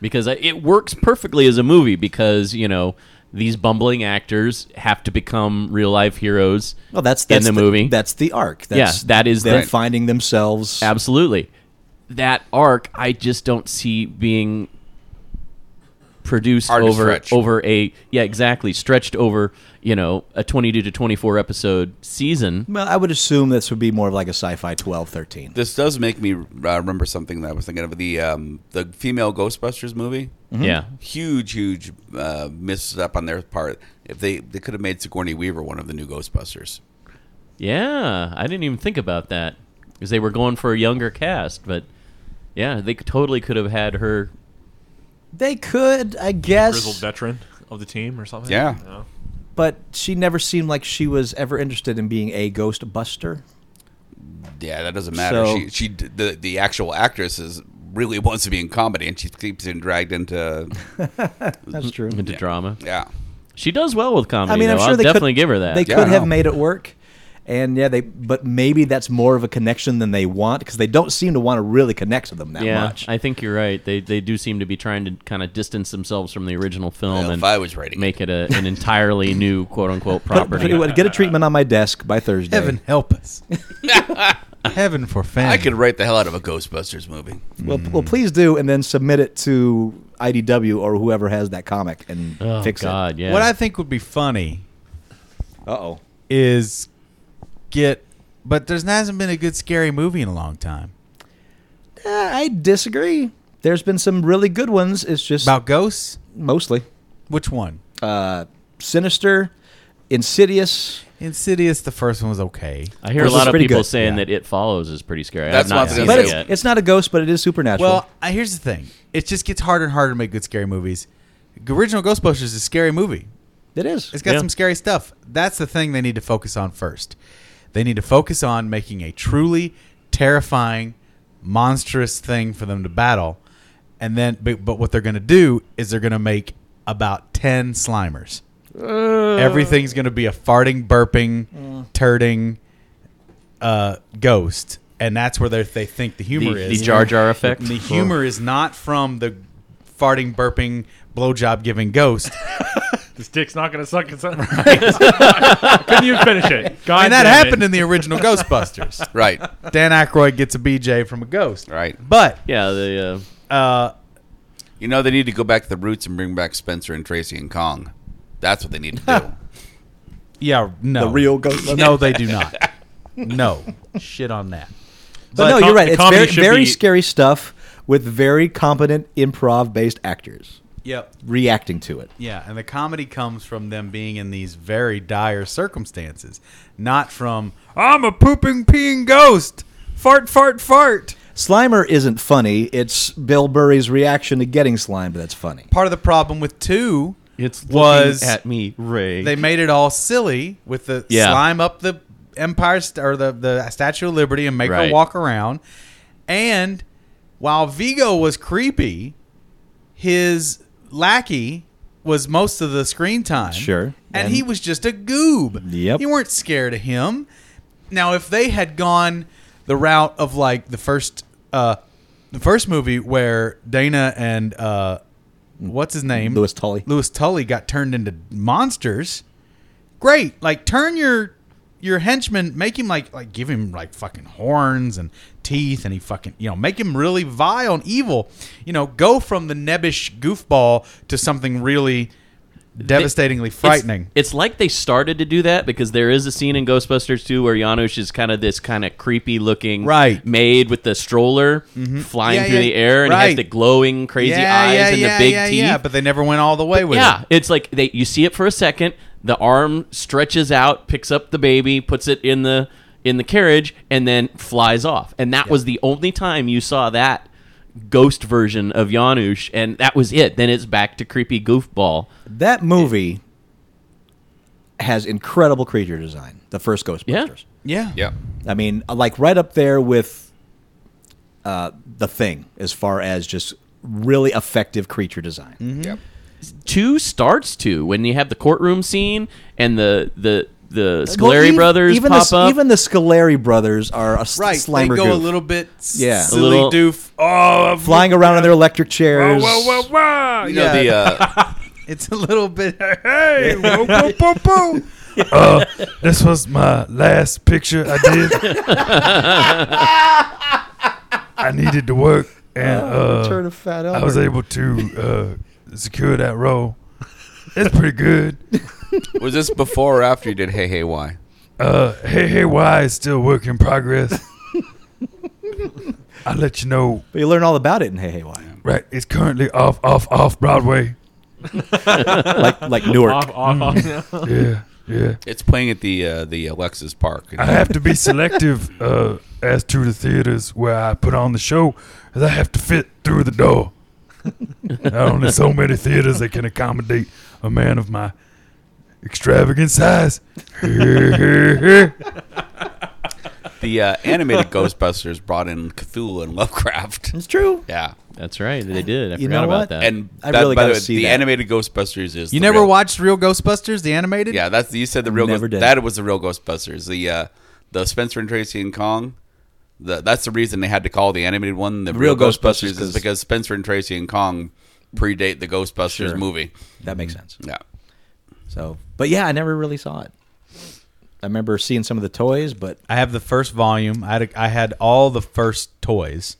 S7: because I- it works perfectly as a movie because you know these bumbling actors have to become real life heroes
S6: Well, Oh, that's, that's
S7: in the, movie.
S6: That's the arc. That's,
S7: Yeah, that is
S6: them
S7: the-
S6: finding themselves.
S7: Absolutely, that arc I just don't see being produced
S5: Hard to
S7: over
S5: stretch.
S7: over a yeah exactly stretched over you know a twenty two to twenty four episode season.
S6: Well, I would assume this would be more of like a sci-fi 12, 13.
S5: This does make me uh, remember something that I was thinking of the um, the female Ghostbusters movie.
S6: Mm-hmm.
S7: Yeah,
S5: Huge, huge uh, misstep on their part. If they they could have made Sigourney Weaver one of the new Ghostbusters.
S7: yeah, I didn't even think about that because they were going for a younger cast, but yeah, they totally could have had her
S6: They could, I
S4: grizzled
S6: guess,
S4: veteran of the team or something.
S5: Yeah.
S4: You know?
S6: but she never seemed like she was ever interested in being a ghost buster.
S5: Yeah, that doesn't matter.
S6: So-
S5: she she d- the the actual actress is really wants to be in comedy, and she keeps getting dragged into
S6: That's true.
S7: into drama.
S5: yeah.
S7: She does well with comedy.
S6: I mean, I'm sure
S7: though. Mm-hmm. I'll
S6: they
S7: definitely
S6: could,
S7: give her that.
S6: They
S5: Yeah, I
S6: could have
S5: know.
S6: made it work, and yeah, they. But maybe that's more of a connection than they want because they don't seem to want to really connect to them that
S7: yeah,
S6: much.
S7: I think you're right. They they do seem to be trying to kind of distance themselves from the original film
S5: Well,
S7: and
S5: if I was writing
S7: make it a, an entirely new quote unquote
S6: But- but
S7: property.
S6: it would get a treatment on my desk by Thursday.
S3: Heaven help us. Heaven for fans.
S5: I could write the hell out of a Ghostbusters movie.
S6: Well, well, please do, and then submit it to IDW or whoever has that comic and
S7: oh
S6: fix
S7: God,
S6: it.
S7: yeah.
S3: What I think would be funny
S6: Uh oh.
S3: is get, but there's hasn't been a good scary movie in a long time
S6: I disagree. There's been some really good ones. It's just
S3: about ghosts.
S6: mostly
S3: Which one?
S6: uh, Sinister, Insidious.
S3: Insidious. The first one was okay.
S7: I hear a
S6: This is
S7: lot of
S6: pretty
S7: people
S6: good,
S7: saying
S6: yeah.
S7: that it follows is pretty scary.
S5: That's
S7: I've not
S5: what I was
S7: seen
S5: gonna
S6: But
S7: it
S5: say.
S6: it's,
S7: yet.
S6: it's not a ghost, but it is supernatural.
S3: Well, I, here's the thing. It just gets harder and harder to make good scary movies. The Original Ghostbusters is a scary movie.
S6: it is.
S3: It's got
S7: Yeah.
S3: some scary stuff. That's the thing they need to focus on first. They need to focus on making a truly terrifying monstrous thing for them to battle. And then, but, but what they're going to do is they're going to make about 10 Slimers. Everything's going to be a farting, burping,
S7: Mm.
S3: turding uh, ghost. And that's where they they think the
S7: The,
S3: humor
S7: the
S3: is.
S7: Jar Jar effect.
S3: And the humor is not from the farting, burping, blowjob giving ghost.
S4: This dick's not gonna suck. It's not- Couldn't even finish it. God
S3: and that
S4: damn
S3: happened
S4: It.
S3: in the original Ghostbusters.
S5: Right.
S3: Dan Aykroyd gets a BJ from a ghost.
S5: Right.
S3: But
S7: yeah, the
S3: uh,
S5: You know, they need to go back to the roots and bring back Spencer and Tracy and Kong. That's what they need to do.
S3: yeah, no.
S6: The real Ghostbusters.
S3: No, they do not. No. Shit on that.
S6: But no,
S4: the
S6: you're
S4: com-
S6: right.
S4: the
S6: It's
S4: comedy
S6: very,
S4: should
S6: very
S4: be-
S6: scary stuff with very competent improv-based actors
S3: Yep.
S6: reacting to it.
S3: Yeah, and the comedy comes from them being in these very dire circumstances, not from I'm a pooping peeing ghost. Fart fart fart.
S6: Slimer isn't funny. It's Bill Murray's reaction to getting slimed that's funny.
S3: Part of the problem with 2
S7: it's
S3: was
S7: at me, Ray.
S3: they made it all silly with the
S7: Yeah.
S3: slime up the empire st- or the the Statue of Liberty and make
S7: Right.
S3: her walk around. And while Vigo was creepy, his lackey was most of the screen time.
S6: Sure.
S3: And,
S6: And-
S3: he was just a goob.
S6: Yep.
S3: You weren't scared of him. Now if they had gone the route of like the first uh the first movie where Dana and uh what's his name?
S6: Louis Tully.
S3: Louis Tully got turned into monsters. Great. Like turn your your henchman, make him like like give him like fucking horns and teeth and he fucking you know, make him really vile and evil. You know, go from the nebbish goofball to something really devastatingly frightening.
S7: It's, it's like they started to do that because there is a scene in Ghostbusters 2 where Janusz is kind of this kind of creepy looking
S3: Right.
S7: maid with the stroller flying
S3: Yeah,
S7: through
S3: yeah,
S7: the air and he
S3: right.
S7: has the glowing crazy eyes and the big teeth.
S3: Yeah, but they never went all the way with
S7: yeah,
S3: it.
S7: it's like they you see it for a second, the arm stretches out, picks up the baby, puts it in the in the carriage and then flies off. And that was the only time you saw that ghost version of Janusz and that was it. Then it's back to creepy goofball.
S6: That movie has incredible creature design. The first Ghostbusters.
S3: Yeah.
S5: yeah.
S6: I mean, like right up there with uh, the thing as far as just really effective creature design.
S5: Yep.
S7: two starts to when you have the courtroom scene and the the the Scolari
S6: Well, ev-
S7: brothers
S6: even
S7: pop
S6: the,
S7: up.
S6: Even the Scolari brothers are a s-
S3: Right.
S6: slimer
S3: they go a
S6: goof.
S3: little bit
S6: Yeah.
S3: yeah.
S6: A
S3: silly
S7: little-
S3: doof. Oh,
S6: flying around in their electric chairs.
S4: Whoa, whoa, whoa!
S5: You know, the, uh,
S3: it's a little bit
S1: Hey, whoa, whoa, whoa, whoa. uh, this was my last picture I did. I needed to work, and uh,
S6: fat
S1: I was able to uh, secure that role. It's pretty good.
S5: was this before or after you did Hey Hey Why?
S1: Uh, hey, hey, why is still work in progress? I'll let you know.
S6: But you learn all about it in Hey Hey Why,
S1: Right, it's currently off, off, off Broadway.
S6: like like Newark.
S4: Off, off, off.
S1: Yeah, Mm. yeah.
S5: It's playing at the uh, the Alexis Park.
S1: I have to be selective uh, as to the theaters where I put on the show, as I have to fit through the door. there are only so many theaters that can accommodate a man of my extravagant size.
S5: The uh, animated Ghostbusters brought in Cthulhu and Lovecraft.
S6: It's true.
S5: Yeah.
S7: That's right, they did. I
S6: You
S7: forgot
S6: know
S7: about
S6: what?
S7: that.
S5: And
S6: I
S5: that-
S6: really
S5: by the,
S6: gotta
S5: way,
S6: see
S5: the
S6: that.
S5: animated Ghostbusters is
S3: You
S5: the
S3: never
S5: real-
S3: watched Real Ghostbusters, the animated?
S5: Yeah, that's you said the real
S6: never
S5: Ghost,
S6: did.
S5: that was the real Ghostbusters. The uh, the Spencer and Tracy and Kong. The, that's the reason they had to call the animated one the real,
S6: Real
S5: Ghostbusters,
S6: Ghostbusters
S5: is
S6: 'cause-
S5: because Spencer and Tracy and Kong predate the Ghostbusters
S6: Sure.
S5: movie.
S6: That makes sense.
S5: Yeah.
S6: So, but yeah, I never really saw it. I remember seeing some of the toys, but
S3: I have the first volume. I had, a, I had all the first toys,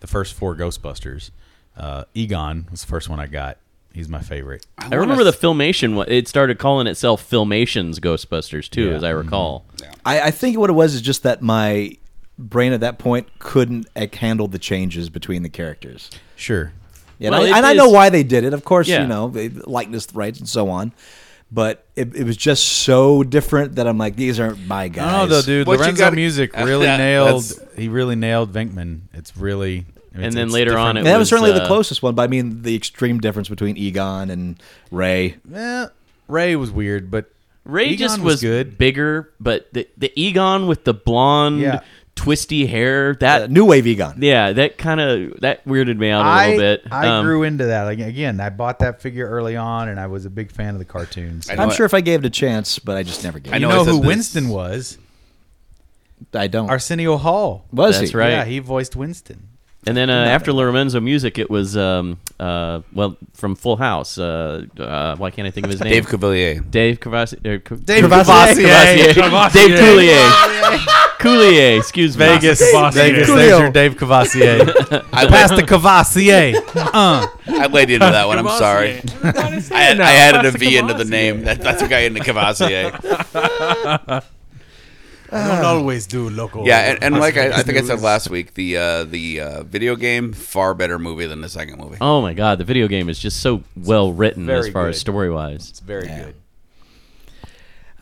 S3: the first four Ghostbusters. Uh, Egon was the first one I got. He's my favorite.
S7: I remember the filmation. wa- It started calling itself Filmations Ghostbusters too, as I
S3: Mm-hmm.
S7: recall.
S6: I, I think what it was is just that my brain at that point couldn't like, handle the changes between the characters.
S3: Sure.
S6: And,
S7: Well,
S6: I,
S7: it
S6: and I know
S7: is-
S6: why they did it. Of course,
S7: Yeah.
S6: you know, they, likeness rights and so on. But it, it was just so different that I'm like, these aren't my
S3: I don't
S6: guys.
S3: know though, dude.
S5: What you
S3: Lorenzo
S5: gotta-
S3: Music really
S5: Yeah,
S3: nailed.
S5: that's-
S3: He really nailed Venkman. It's really. it's-
S7: then
S3: it's
S7: later
S3: different.
S7: on it
S6: And that was,
S7: was,
S6: certainly the
S7: uh,
S6: closest one, but I mean the extreme difference between Egon and Ray.
S3: Eh, Ray was weird, but
S7: Ray
S3: Egon
S7: just
S3: was
S7: was,
S3: good.
S7: bigger, but the the Egon with the blonde
S3: Yeah.
S7: twisty hair. That
S6: Uh, new wave Egon.
S7: yeah, that kind of that weirded me out a
S3: I,
S7: little bit.
S3: I
S7: Um,
S3: grew into that. Like, again, I bought that figure early on, and I was a big fan of the cartoons.
S5: I know
S6: I'm
S5: it.
S6: sure if I gave it a chance, but I just never gave
S5: I
S6: it.
S3: you
S5: know
S3: know
S5: it says
S3: who
S5: this-
S3: Winston was?
S6: I don't.
S3: Arsenio Hall.
S6: was
S7: That's
S6: he?
S7: right.
S3: Yeah, he voiced Winston.
S7: and then uh, after Lorenzo music, it was um uh well from Full House. Uh, uh why can't I think of his name?
S5: Dave Cavalier.
S7: Dave Cavassi. er, Cav-
S3: Dave
S7: Cavassier.
S4: Cavassier.
S7: Dave Coulier. Coulier, excuse me.
S3: Vegas,
S4: Cavassier.
S3: Vegas. There's
S6: Coolio.
S3: your Dave Cavassier.
S5: I
S3: Pass
S5: led,
S3: the Cavassier. Uh,
S5: I laid into that one. I'm sorry. I, had, I added a V into the name. That, that's what got into Cavassier.
S3: I don't always do local.
S5: Yeah, and, and like I, I think I said last week, the uh, the uh, video game far better movie than the second movie.
S7: Oh my god, the video game is just so well written as
S3: very
S7: far
S3: good.
S7: as story wise.
S3: very good.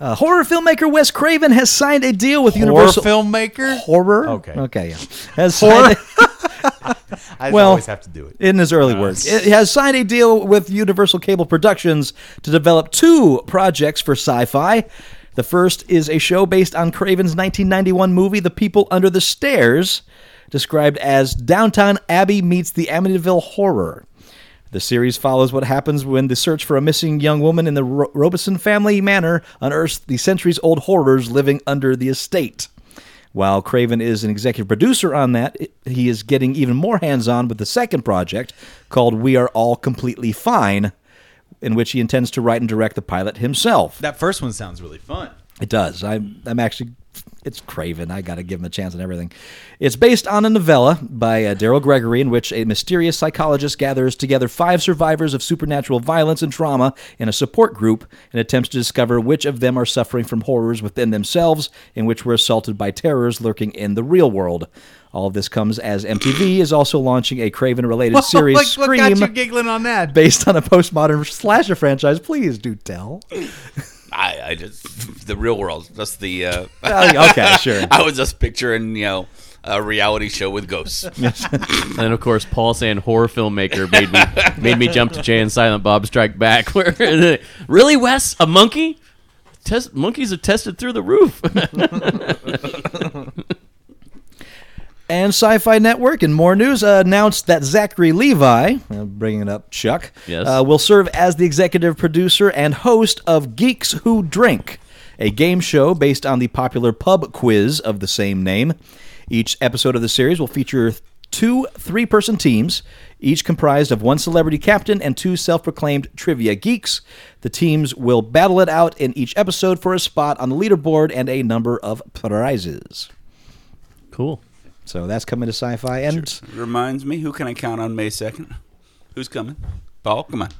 S6: Uh, horror filmmaker Wes Craven has signed a deal with
S3: Horror
S6: Universal.
S3: filmmaker.
S6: horror.
S3: Okay.
S6: Okay. Yeah. Has signed
S3: I
S6: Well-
S3: always have to do it. Uh,
S6: in his early work, it has signed a deal with Universal Cable Productions to develop two projects for sci-fi. The first is a show based on Craven's 1991 movie *The People Under the Stairs*, described as Downtown Abbey meets the Amityville horror. The series follows what happens when the search for a missing young woman in the Ro- Robeson family manor unearths the centuries-old horrors living under the estate. While Craven is an executive producer on that, it- he is getting even more hands on with the second project called We Are All Completely Fine, in which he intends to write and direct the pilot himself.
S3: That first one sounds really fun.
S6: It does. I'm, I'm actually, it's Craven. I got to give him a chance and everything. It's based on a novella by uh, Daryl Gregory in which a mysterious psychologist gathers together five survivors of supernatural violence and trauma in a support group and attempts to discover which of them are suffering from horrors within themselves and which were assaulted by terrors lurking in the real world. All of this comes as MTV is also launching a Craven related series
S3: Look, what
S6: Scream
S3: got you giggling on that?
S6: based on a postmodern slasher franchise. Please do tell.
S5: I, I just the real world. That's the. Uh,
S6: Well, okay, sure.
S5: I was just picturing you know a reality show with ghosts.
S7: And then of course Paul saying horror filmmaker made me made me jump to Jay and Silent Bob Strike Back. Where really Wes a monkey? Test monkeys are tested through the roof.
S6: And Sci Fi Network and more news uh, announced that Zachary Levi, uh, bringing it up, Chuck,
S7: Yes.
S6: uh, will serve as the executive producer and host of Geeks Who Drink, a game show based on the popular pub quiz of the same name. Each episode of the series will feature two three person teams, each comprised of one celebrity captain and two self proclaimed trivia geeks. The teams will battle it out in each episode for a spot on the leaderboard and a number of prizes.
S7: cool.
S6: So that's coming to sci fi. And.
S5: Reminds me, who can I count on May second? Who's coming? Paul, come on.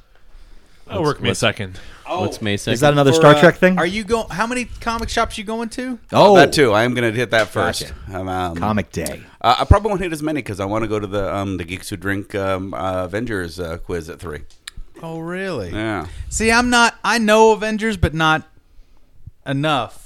S4: I'll work me a second.
S7: What's
S3: Oh,
S7: May 2nd?
S6: Is that another Star Trek thing?
S3: uh, Are you going? How many comic shops you going to?
S5: Oh, that too. I am gonna hit that first. Um, um,
S6: Comic Day.
S5: Uh, I probably won't hit as many because I want to go to the um, the geeks who drink um, uh, Avengers uh, quiz at three.
S3: Oh, really?
S5: Yeah,
S3: See, I'm not. I know Avengers, but not enough.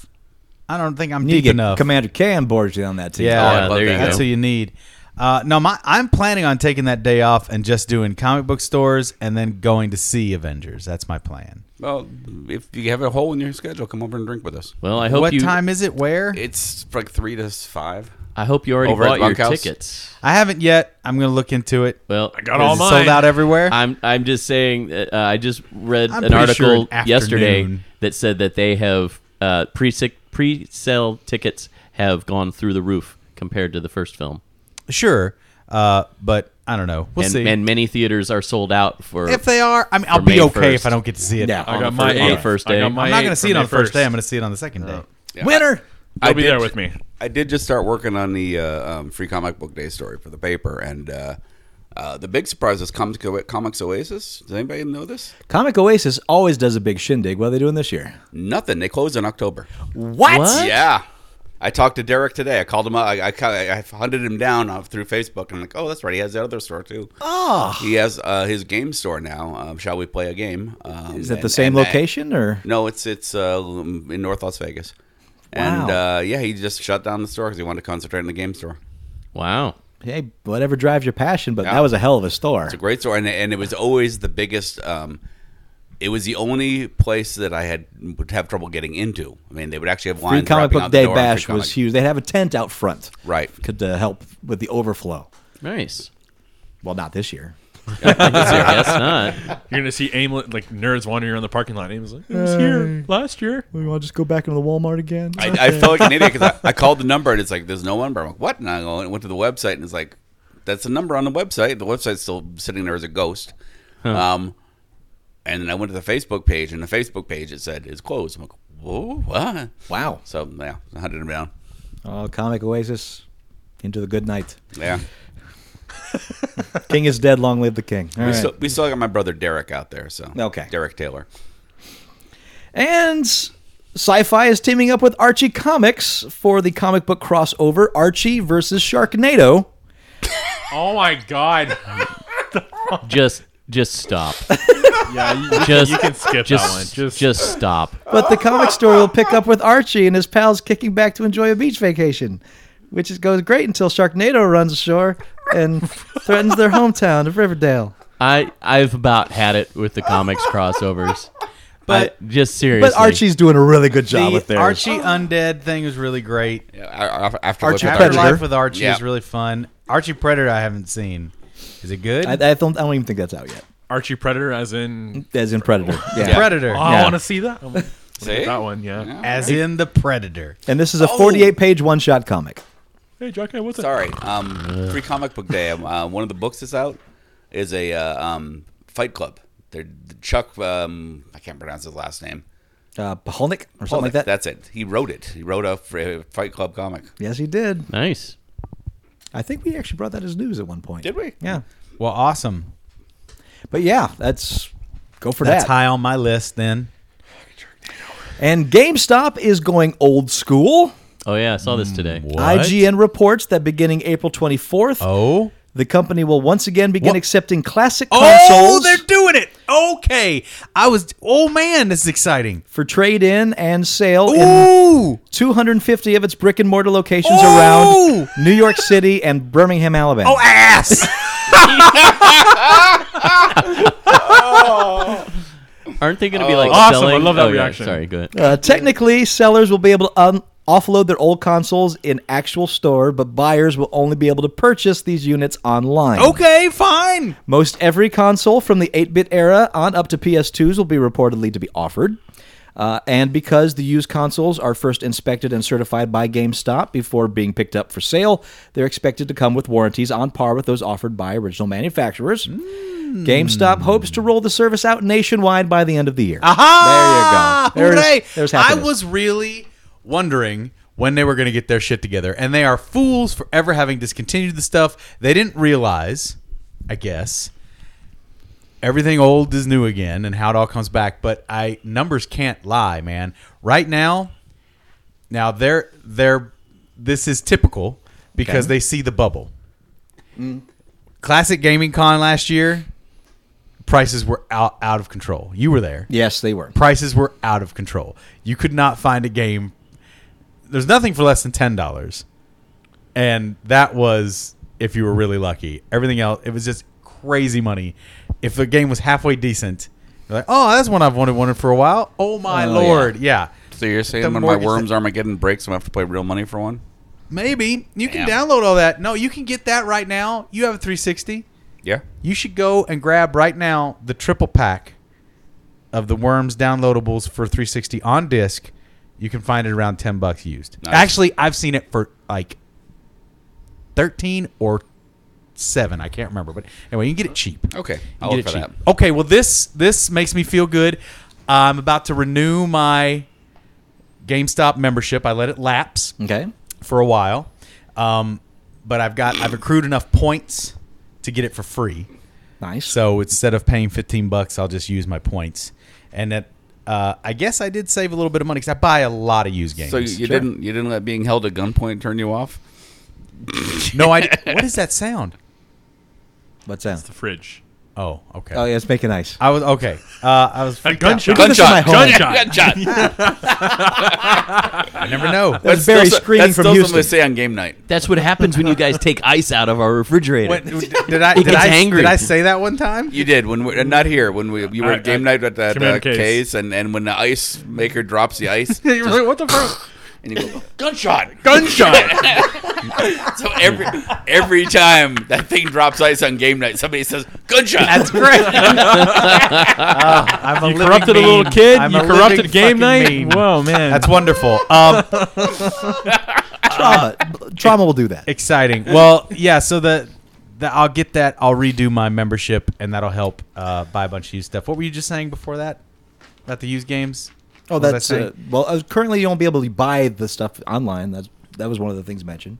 S3: I don't think I'm
S6: You need
S3: deep
S6: to get
S3: enough.
S6: Commander K on board you on that team.
S3: Yeah,
S7: Yeah, there you
S3: that's
S7: go.
S3: who you need. Uh, no, my, I'm planning on taking that day off and just doing comic book stores and then going to see Avengers. That's my plan.
S5: well, if you have a hole in your schedule, come over and drink with us.
S7: Well, I hope
S3: what
S7: you
S3: time is it? Where?
S5: It's like three to five.
S7: I hope you already
S5: Over at
S7: bought your
S5: Bunkhouse?
S7: tickets.
S3: I haven't yet. I'm going to look into it.
S7: Well,
S4: I got all
S3: Is it
S4: mine.
S3: sold out everywhere.
S7: I'm I'm just saying that uh, I just read
S3: I'm
S7: an
S3: pretty sure
S7: article
S3: an
S7: yesterday
S3: afternoon.
S7: that said that they have uh, pre pre sale tickets have gone through the roof compared to the first film,
S3: sure, uh, but I don't know. We'll
S7: and,
S3: see.
S7: and many theaters are sold out for.
S3: if they are, I mean, I'll
S7: For
S3: be
S7: May
S3: okay if
S7: 1st.
S3: I don't get to see it.
S6: Yeah.
S7: on
S4: I got
S7: the
S4: my
S7: fir- on the
S4: eight.
S7: first
S4: I
S7: day,
S4: got my
S3: eh? I'm not
S4: eight
S3: going to see
S4: for
S3: it on
S4: May
S3: the first
S4: 1st.
S3: day. I'm going to see it on the second day.
S6: Winner.
S4: I'll
S5: I
S4: be
S5: did-
S4: there with me.
S5: I did just start working on the uh, um, free comic book day story for the paper, and uh, uh, the big surprise is Comics, O- Comics Oasis. Does anybody know this?
S6: Comic Oasis always does a big shindig. What are they doing this year?
S5: Nothing. They closed in October.
S6: What?
S5: Yeah. I talked to Derek today. I called him up. I, I, ca- I hunted him down off through Facebook. I'm like, oh, that's right. He has that other store too.
S6: Ah.
S5: Oh. He has uh, his game store now. Um, Shall we play a game? Um,
S6: Is that the
S5: and-
S6: same
S5: and that-
S6: location or?
S5: no, it's it's uh, in North Las Vegas. And
S6: Wow.
S5: uh, yeah, he just shut down the store because he wanted to concentrate on the game store.
S7: wow,
S6: Hey, whatever drives your passion, but
S5: Yeah.
S6: that was a hell of a store.
S5: It's a great store, and, and it was always the biggest um, It was the only place that I had would have trouble getting into. I mean, they would actually have
S6: Free
S5: lines.
S6: Comic
S5: wrapping
S6: Book
S5: out the
S6: Day
S5: door on Free
S6: bash was
S5: Comic-
S6: huge. They'd have a tent out front,
S5: Right.
S6: Could uh, help with the overflow.
S7: Nice.
S6: Well, not this year.
S7: I guess not.
S4: You're gonna see aimless like nerds wandering around the parking lot. Aimless like, it was
S3: Uh,
S4: here last year.
S6: We want to just go back into the Walmart again.
S5: I, I felt like an idiot because I, I called the number and it's like there's no number. I'm like, what? And I go- went to the website and it's like, that's the number on the website. The website's still sitting there as a ghost. Um, and then I went to the Facebook page and the Facebook page it said it's closed. I'm like, whoa, what?
S6: wow.
S5: So yeah, I hunted him down.
S6: Oh, Comic Oasis, into the good night.
S5: Yeah,
S6: King is dead. Long live the king. All
S5: we,
S6: right.
S5: still, we still got my brother Derek out there. So
S6: Okay.
S5: Derek Taylor.
S6: And Sci-Fi is teaming up with Archie Comics for the comic book crossover Archie versus Sharknado.
S4: Oh my god!
S7: Just just stop.
S4: Yeah, you,
S7: Just
S4: you can skip that one.
S7: just
S4: Just,
S7: just, stop.
S6: But the comic story will pick up with Archie and his pals kicking back to enjoy a beach vacation, which is, goes great until Sharknado runs ashore and threatens their hometown of Riverdale.
S7: I I've about had it with the comics crossovers. But just seriously.
S6: But Archie's doing a really good job with
S3: The
S6: theirs.
S3: Archie Undead thing was really great.
S5: Yeah, I- I- After looking
S6: Archie
S5: at
S6: Predator.
S3: Afterlife with Archie
S5: Yeah.
S3: is really fun. Archie Predator I haven't seen. Is it good?
S6: I, I don't. I don't even think that's out yet.
S4: Archie Predator, as in
S6: As in Predator. Yeah.
S3: Predator.
S4: oh, I want to see that. one.
S5: See?
S4: that one, yeah.
S3: As in the Predator.
S6: And this is a 48-page one-shot comic.
S4: Hey, Jocko, what's up?
S5: Sorry, um, free comic book day. Um, Uh, one of the books that's out is a uh, um, Fight Club. They're, Chuck, um, I can't pronounce his last name. Oh,
S6: Uh, Paholnik or something like that.
S5: That's it. He wrote it. He wrote a fr- uh, Fight Club comic.
S6: yes, he did.
S7: nice.
S6: I think we actually brought that as news at one point.
S5: Did we?
S6: Yeah.
S3: Well, awesome.
S6: But yeah, that's go for
S3: That's
S6: that.
S3: high on my list then.
S6: And GameStop is going old school.
S7: Oh yeah, I saw this today.
S6: IGN reports that beginning April 24th,
S3: Oh.
S6: the company will once again begin
S3: What?
S6: accepting classic
S3: Oh,
S6: consoles
S3: they're doing it. Okay. I was oh man, this is exciting.
S6: for trade-in and sale in
S3: Ooh.
S6: 250 of its brick and mortar locations
S3: Oh!
S6: around New York City and Birmingham, Alabama.
S3: Oh ass.
S7: Aren't they going to be like
S4: Awesome, I
S7: selling?
S4: love that
S7: oh, yeah,
S4: reaction.
S7: sorry, go ahead.
S6: Uh, technically, sellers will be able to un- offload their old consoles in actual store, but buyers will only be able to purchase these units online.
S3: okay, fine.
S6: Most every console from the 8 bit era on up to PS2s will be reportedly to be offered. Uh, and because the used consoles are first inspected and certified by GameStop before being picked up for sale, they're expected to come with warranties on par with those offered by original manufacturers.
S3: Hmm.
S6: GameStop hopes to roll the service out nationwide by the end of the year.
S3: Ah. Aha!
S6: There you go. There's-
S3: Hooray!
S6: there's
S3: I
S6: happiness.
S3: was really wondering when they were going to get their shit together, and they are fools for ever having discontinued the stuff they didn't realize. I guess everything old is new again, and how it all comes back. But I numbers can't lie, man. Right now, now they're they're this is typical because they see the bubble.
S6: Mm.
S3: Classic Gaming Con last year, prices were out out of control. You were there
S6: Yes, they were.
S3: prices were out of control. You could not find a game. There's nothing for less than ten dollars, and that was if you were really lucky. Everything else, it was just crazy money. If the game was halfway decent, you're like, oh, that's one I've wanted wanted for a while. Oh my lord, yeah.
S5: So you're saying
S3: The
S5: when my
S3: mortgage-
S5: Worms Armageddon breaks, I'm going to have to play real money for one?
S3: Maybe you can
S5: Damn.
S3: download all that. No, you can get that right now. You have a 360.
S5: Yeah.
S3: You should go and grab right now the triple pack of the Worms downloadables for 360 on disc. You can find it around 10 bucks used.
S5: Nice.
S3: Actually, I've seen it for like 13 or 7, I can't remember, but anyway, you can get it cheap.
S5: Okay.
S3: You
S5: I'll
S3: can
S5: look
S3: get
S5: for
S3: it
S5: that.
S3: cheap. Okay, well this this makes me feel good. I'm about to renew my GameStop membership. I let it lapse
S6: Okay.
S3: for a while, um, but I've got I've accrued enough points to get it for free.
S6: Nice.
S3: So instead of paying 15 bucks, I'll just use my points. And that uh, I guess I did save a little bit of money because I buy a lot of used games.
S5: So you, you didn't you didn't let being held at gunpoint turn you off?
S3: no, I. What is that sound?
S6: What's that?
S4: The fridge.
S3: Oh, okay.
S6: uh, Oh, yeah, it's making ice.
S3: I was okay. Uh, I was.
S4: A
S3: freaked out.
S4: gunshot.
S6: Look at this in my
S5: Gunshot.
S6: home.
S4: Gunshot.
S5: Gunshot.
S3: I never know.
S6: That's Barry screaming
S5: that's
S6: from
S5: still
S6: Houston.
S5: something to say on game night.
S8: That's what happens when you guys take ice out of our refrigerator.
S3: What- did I?
S8: He
S3: Did
S8: gets
S3: I?
S8: angry.
S3: Did I say that one time?
S5: You did when we not here when we you were
S4: I-
S5: at game
S4: I-
S5: night at that
S4: Commander
S5: uh,
S4: Case.
S5: case. and and when the ice maker drops the ice
S4: You're like, what the fuck?
S5: and you go gunshot.
S4: Gunshot.
S5: So every every time that thing drops ice on game night, somebody says gunshot.
S3: That's great. I'm a
S4: You
S3: living
S4: corrupted a little
S3: meme.
S4: kid.
S3: I'm
S4: you
S3: a
S4: corrupted
S3: living
S4: game night.
S3: fucking meme.
S4: Whoa, man.
S3: That's wonderful. Um,
S6: trauma. trauma will do that.
S3: exciting. Well, yeah. So the, the I'll get that. I'll redo my membership, and that'll help uh, buy a bunch of used stuff. What were you just saying before that? About the used games?
S6: Oh,
S3: What was I
S6: that's
S3: saying?
S6: uh, well. Uh, currently, you won't be able to buy the stuff online. That's that was one of the things mentioned.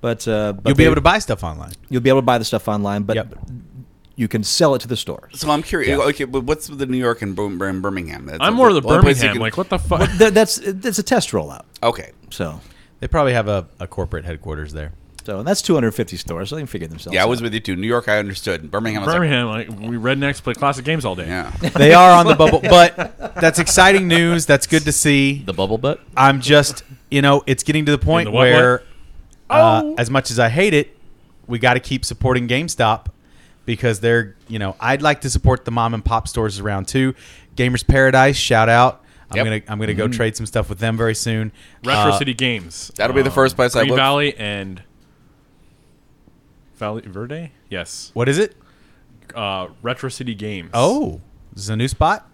S6: But, uh, but
S3: you'll be
S6: they-
S3: able to buy stuff online.
S6: You'll be able to buy the stuff online, but
S3: Yep.
S6: you can sell it to the store.
S5: so I'm curious. Okay, but what's with the New York and Bir- Bir- Birmingham? That's
S4: I'm more of the
S5: only place you
S4: Birmingham.
S5: can-
S4: Like, what the fuck?
S6: Th- that's that's a test rollout.
S5: okay,
S6: So
S3: They probably have a, a corporate headquarters there.
S6: so and that's 250 stores. So they can figure themselves.
S5: yeah, I
S6: out.
S5: was with you too. New York, I understood. Birmingham, I was
S4: Birmingham, like, we rednecks play classic games all day.
S5: like, yeah.
S3: They are on the bubble, but that's exciting news. That's good to see.
S7: The bubble butt.
S3: I'm just, you know, it's getting to the point
S4: the what,
S3: where, Uh,
S4: Oh.
S3: as much as I hate it, we got to keep supporting GameStop because they're, you know, I'd like to support the mom and pop stores around too. Gamers Paradise, shout out. I'm
S5: Yep.
S3: gonna I'm gonna go trade some stuff with them very soon.
S4: Mm-hmm. Retro
S3: Uh,
S4: City Games.
S5: That'll be the first place I
S4: Green
S5: look.
S4: Valley and Valley Verde. Yes.
S3: What is it?
S4: Uh, Retro City Games.
S3: Oh, is this a new spot?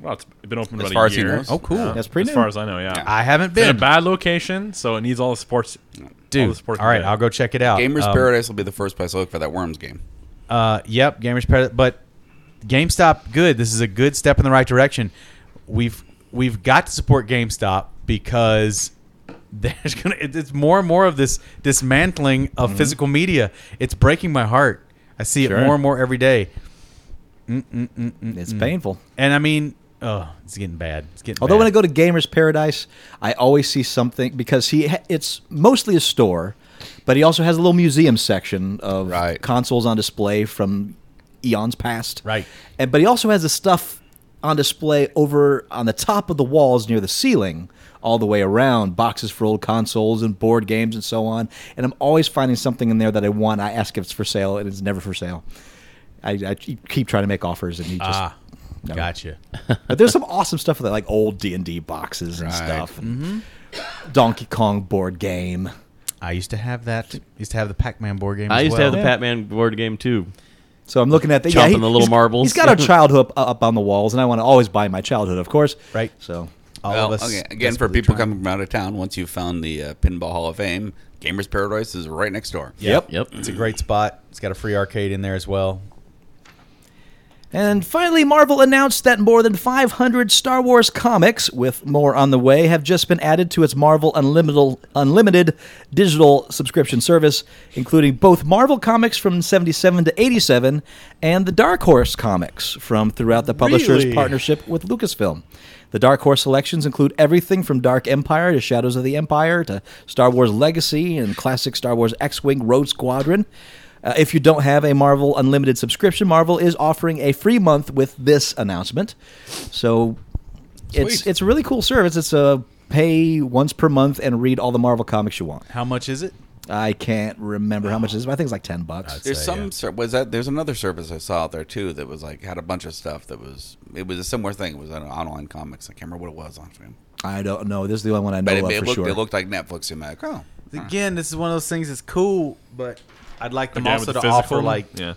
S4: well, it's been open about
S5: As far
S4: a
S5: as he
S4: year.
S5: knows.
S3: Oh, cool.
S6: That's pretty
S4: as
S6: new.
S4: far as I know, yeah.
S3: I haven't
S4: It's in
S3: been.
S4: a bad location, so it needs all the sports. all, the
S3: Dude, all
S4: support it can
S3: right,
S4: get.
S3: I'll go check it out.
S5: Gamers
S3: Um,
S5: Paradise will be the first place I look for that Worms game.
S3: Uh, yep, Gamers Paradise. But GameStop, good. This is a good step in the right direction. We've we've got to support GameStop because there's gonna it- it's more and more of this dismantling of
S5: Mm-hmm.
S3: physical media. It's breaking my heart. I see it more and more every day,
S6: It's painful.
S3: and I mean, oh, it's getting bad. It's getting.
S6: Although
S3: bad.
S6: when I go to Gamers Paradise, I always see something because he ha- it's mostly a store, but he also has a little museum section of
S5: Right.
S6: consoles on display from eons past.
S3: Right.
S6: And but he also has the stuff on display over on the top of the walls near the ceiling all the way around boxes for old consoles and board games and so on and i'm always finding something in there that i want i ask if it's for sale and it's never for sale i, I keep trying to make offers and he just
S3: ah,
S6: No.
S3: gotcha.
S6: but there's some awesome stuff that, like old D and D boxes and
S5: Right.
S6: stuff, and Donkey Kong board game.
S3: I used to have that. Used to have the Pac-Man board game.
S7: I
S3: as
S7: used to
S3: well.
S7: have the Pac-Man board game too.
S6: So I'm looking at the yeah,
S7: Chomping the little
S6: he's-
S7: marbles.
S6: He's got our childhood up, up on the walls, and I want to always buy my childhood, of course.
S3: Right.
S6: So
S3: All
S5: Well,
S3: of us
S5: okay, again, for
S3: desperately
S5: people
S3: trying.
S5: coming from out of town, once you've found the uh, Pinball Hall of Fame, Gamers Paradise is right next door.
S6: yep.
S7: Yep.
S3: It's a great spot. It's got a free arcade in there as well.
S6: And finally, Marvel announced that more than 500 Star Wars comics, with more on the way, have just been added to its Marvel Unlimited, Unlimited digital subscription service, including both Marvel comics from 77 to 87 and the Dark Horse comics from throughout the publisher's partnership with Lucasfilm. The Dark Horse selections include everything from Dark Empire to Shadows of the Empire to Star Wars Legacy and classic Star Wars X Wing Road Squadron. Uh, if you don't have a Marvel Unlimited subscription, Marvel is offering a free month with this announcement. So it's it's a really cool service. It's a pay once per month and read all the Marvel comics you want.
S3: How much is it?
S6: I can't remember how much it is, but I think it's like ten bucks.
S5: There's
S3: say,
S5: some
S3: yeah.
S5: ser- was that there's another service I saw out there too that was like had a bunch of stuff that was it was a similar thing. It was an online comics. I can't remember what it was on film.
S6: I don't know. This is the only one I know
S5: But it,
S6: of
S5: it
S6: Oh, for
S5: looked
S6: sure.
S5: it looked like Netflix and like, oh
S3: Again, this is one of those things that's cool, but I'd like them
S4: Again, with
S3: also
S4: the
S3: to offer
S4: physical,
S3: like
S4: yeah.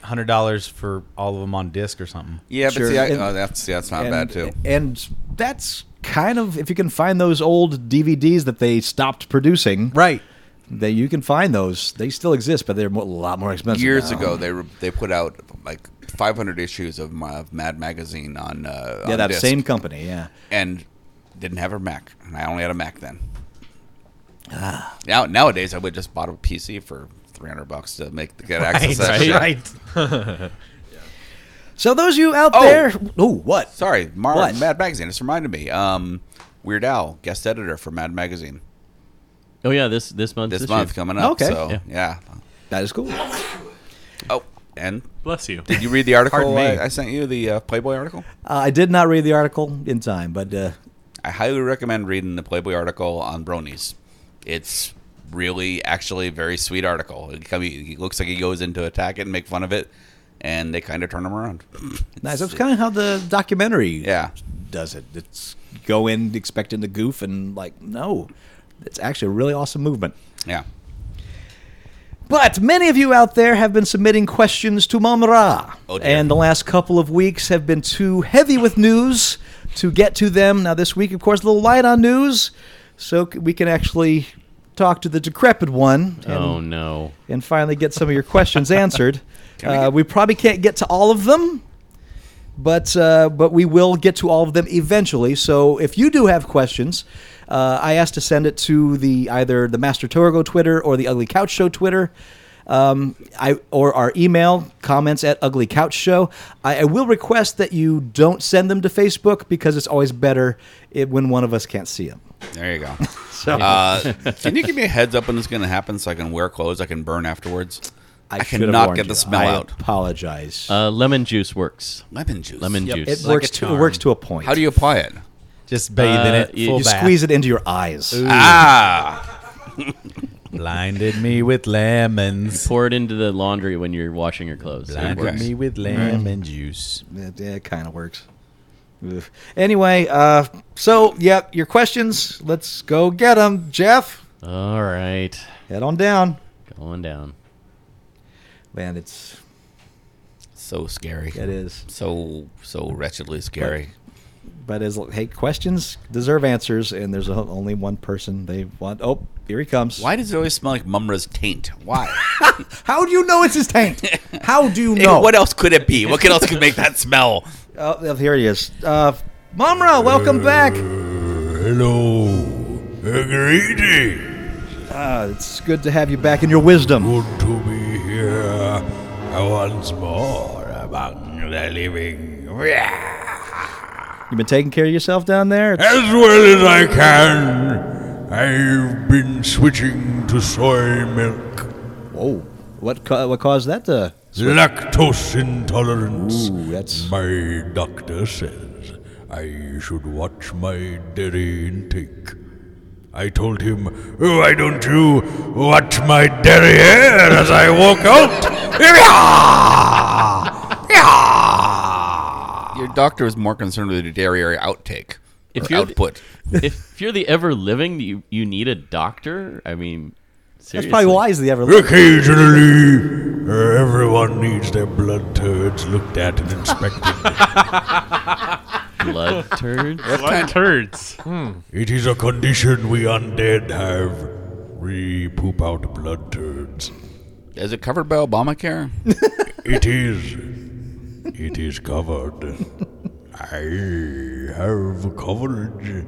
S3: hundred dollars for all of them on disc or something.
S5: Yeah,
S6: Sure.
S5: but see I,
S6: And-
S5: oh, that's yeah, that's not
S6: and,
S5: bad too.
S6: and that's kind of if you can find those old DVDs that they stopped producing,
S3: Right.
S6: That you can find those. They still exist, but they're mo- a lot more expensive.
S5: Years
S6: now.
S5: ago they re- they put out like 500 issues of, my, of Mad magazine on uh,
S6: yeah,
S5: on
S6: that
S5: disc,
S6: same company, yeah.
S5: and didn't have a Mac and I only had a Mac then. Now nowadays I would just bought a PC for 300 bucks to make get access to that shit.
S6: So those of you out
S5: Oh.
S6: there, oh, what?
S5: Sorry, Mar-
S6: What?
S5: Mad Magazine. It's reminded me. Um, Weird Al, guest editor for Mad Magazine
S7: Oh yeah, this this month.
S5: this month coming up.
S6: Okay.
S5: So,
S7: Yeah.
S6: Uh,
S5: yeah.
S6: That is cool.
S5: Oh, and
S4: Bless you.
S5: did you read the article
S3: Pardon me.
S5: I, I sent you? The uh, Playboy article.
S6: Uh, I did not read the article in time, but uh,
S5: I highly recommend reading the Playboy article on bronies. It's really actually a very sweet article. It, come- it looks like he goes into attack it and make fun of it, and they kind of turn him around.
S6: nice. That's kind of how the documentary
S5: Yeah.
S6: does it. It's go in expecting the goof and like no, it's actually a really awesome movement.
S5: Yeah.
S6: But many of you out there have been submitting questions to Mom Ra.
S5: Oh, dear.
S6: and the last couple of weeks have been too heavy with news to get to them. Now, this week, of course, a little light on news, so c- we can actually talk to the decrepit one and,
S7: Oh no.
S6: and finally get some of your questions answered. Uh, we probably can't get to all of them, but uh, but we will get to all of them eventually. So if you do have questions, uh, I ask to send it to the either the Master Torgo Twitter or the Ugly Couch Show Twitter. Um, I or our email comments at Ugly Couch Show. I, I will request that you don't send them to Facebook because it's always better it, when one of us can't see them.
S5: There you go. uh, can you give me a heads up when this is going to happen so I can wear clothes I can burn afterwards? I,
S6: should have
S5: cannot
S6: warned
S5: get the
S6: you.
S5: smell
S6: I
S5: out.
S6: Apologize.
S7: Uh, lemon juice works.
S5: Lemon juice.
S7: Lemon
S6: it
S7: juice.
S6: works. To, it works to a point.
S5: How do you apply it?
S3: Just bathe in
S7: Uh,
S3: it.
S7: you-
S3: Full
S7: you
S3: bath.
S6: squeeze it into your eyes.
S5: Ah,
S3: Blinded me with lemons.
S7: Pour it into the laundry when you're washing your clothes. It
S3: Blinded
S7: works.
S3: me with lemon juice.
S6: It, kind of works. Oof. Anyway, uh, so yeah, your questions. Let's go get them, Jeff.
S7: All right,
S6: Head on down.
S7: going down.
S6: Man, it's
S5: so scary.
S6: it is.
S5: So so wretchedly scary.
S6: But as hey, questions deserve answers, and there's o- only one person they want. Oh, here he comes.
S5: Why does it always smell like Mumra's taint? Why?
S6: How do you know it's his taint? How do you
S5: Hey,
S6: know?
S5: What else could it be? What else could make that smell?
S6: Oh, here he is. Uh, Mumra, welcome back.
S1: Hello. Greedy.
S6: Uh, it's good to have you back in your wisdom.
S1: Good to be here once more among the living.
S6: You've been taking care of yourself down there. It's-
S1: As well as I can, I've been switching to soy milk.
S6: Whoa, what ca- what caused that to?
S1: Lactose intolerance.
S6: Ooh, that's-
S1: My doctor says I should watch my dairy intake. I told him, why don't you watch my derriere as I walk out?
S5: Your doctor is more concerned with your dairy outtake.
S7: If
S5: If
S7: you're-
S5: output.
S7: if, if you're the ever living, you you need a doctor. I mean,
S6: That's
S7: seriously.
S6: probably why he's the ever.
S1: Occasionally, uh, everyone needs their blood turds looked at and inspected.
S7: blood turd.
S4: What turds?
S1: It is a condition we undead have. We poop out blood turds.
S5: Is it covered by Obamacare?
S1: It is. It is covered. I have coverage.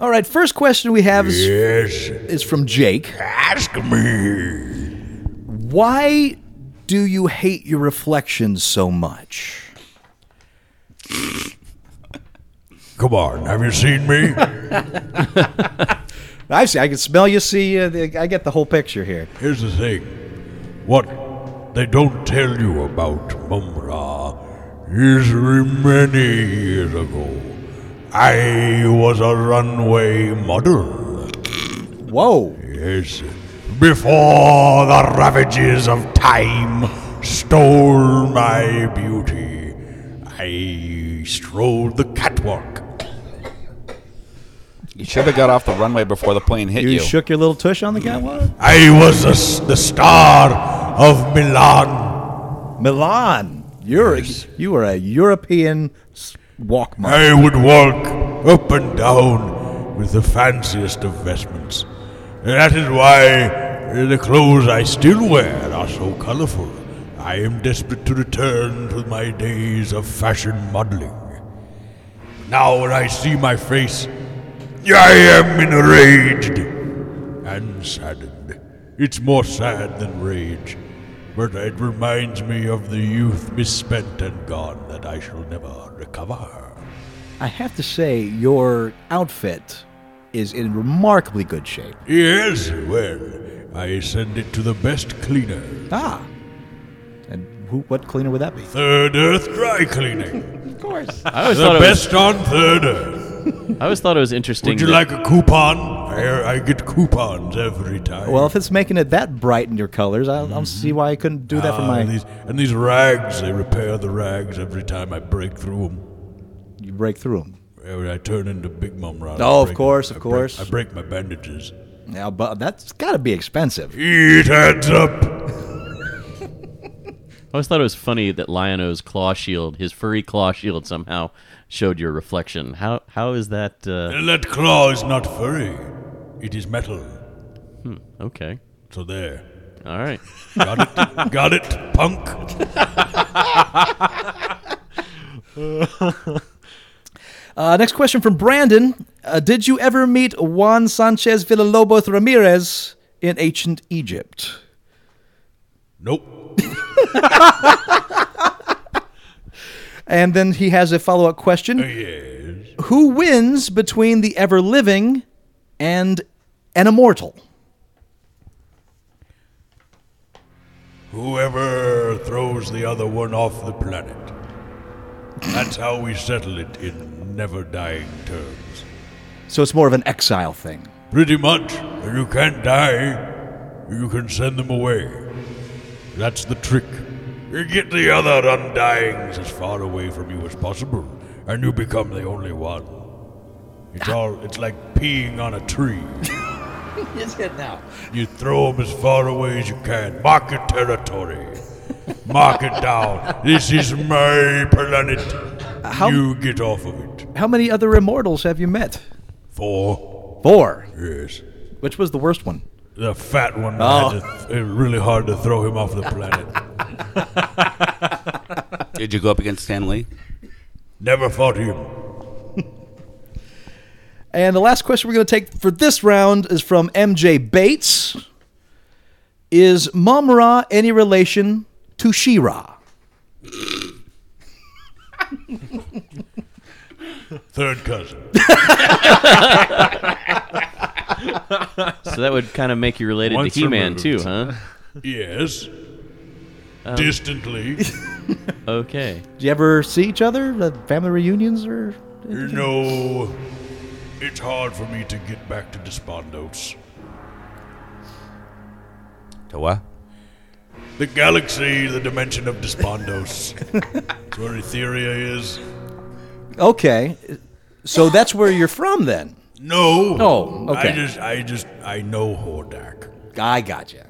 S6: All right, first question we have is
S1: Yes,
S6: is from Jake.
S1: ask me.
S6: Why do you hate your reflections so much?
S1: Come on, have you seen me?
S6: I see. I can smell you. See, you, the- I get the whole picture here.
S1: Here's the thing. What they don't tell you about Mumra is many years ago, I was a runway model.
S6: Whoa!
S1: Yes. Before the ravages of time stole my beauty, I strolled the catwalk.
S5: You should have got off the runway before the plane hit
S6: You,
S5: you.
S6: shook your little tush on the catwalk.
S1: I was the, s- the star of Milan.
S6: Milan, you're a, you are a European s- walk model.
S1: I would walk up and down with the fanciest of vestments. That is why the clothes I still wear are so colorful. I am desperate to return to my days of fashion modeling. Now, when I see my face, I am enraged and saddened. It's more sad than rage, but it reminds me of the youth misspent and gone that I shall never recover.
S6: I have to say, your outfit is in remarkably good shape.
S1: Yes, well, I send it to the best cleaner.
S6: Ah, And who, what cleaner would that be?
S1: Third Earth Dry Cleaning.
S7: I always
S1: The
S7: thought it was,
S1: best on Third Earth.
S7: I always thought it was interesting.
S1: Would you
S7: that-
S1: like a coupon? I, I get coupons every time.
S6: Well, if it's making it that bright in your colors, I don't, I don't see why I couldn't do that for
S1: Ah,
S6: my.
S1: and these, and these rags, they repair the rags every time I break through them.
S6: You break through them.
S1: I turn into Big Mum Rod. I
S6: Oh, of
S1: break-
S6: course, of
S1: I break-
S6: course.
S1: I break my bandages.
S6: Now, but that's got to be expensive.
S1: It adds up.
S7: I always thought it was funny that Liono's claw shield, his furry claw shield, somehow showed your reflection. How how is that? Uh,
S1: And that claw is not furry. It is metal.
S7: okay,
S1: So there.
S7: all right.
S1: Got it? Got it, punk?
S6: Uh, next question from Brandon. Uh, did you ever meet Juan Sanchez Villalobos Ramirez in ancient Egypt?
S1: Nope.
S6: And then he has a follow up question
S1: Yes.
S6: Who wins between the ever living and an immortal?
S1: Whoever throws the other one off the planet. That's how we settle it in never dying terms.
S6: So it's more of an exile thing.
S1: Pretty much. If you can't die, you can send them away. That's the trick. You get the other undyings as far away from you as possible, and you become the only one. It's all it's like peeing on a tree.
S6: Is it now?
S1: You throw them as far away as you can. Mark your territory. Mark it down. This is my planet.
S6: How-
S1: You get off of it.
S6: How many other immortals have you met?
S1: Four.
S6: Four.
S1: Yes.
S6: Which was the worst one?
S1: The fat one.
S6: Oh.
S1: I had to it was really hard to throw him off the planet.
S5: Did you go up against Stan Lee?
S1: Never fought him.
S6: And the last question we're going to take for this round is from MJ Bates. Is Mum Ra any relation to She-Ra?
S1: Third cousin.
S7: So that would kind of make you related
S4: Once
S7: to He-Man
S4: removed.
S7: too, huh?
S1: yes.
S6: Um.
S1: Distantly.
S7: Okay.
S6: Do you ever see each other, the family reunions or
S1: you know, it's hard for me to get back to Despondos.
S5: To what?
S1: The galaxy, the dimension of Despondos. That's where Etheria is.
S6: Okay. So that's where you're from then.
S1: No.
S6: Oh, okay.
S1: I just, I just, I know Hordak.
S6: I gotcha.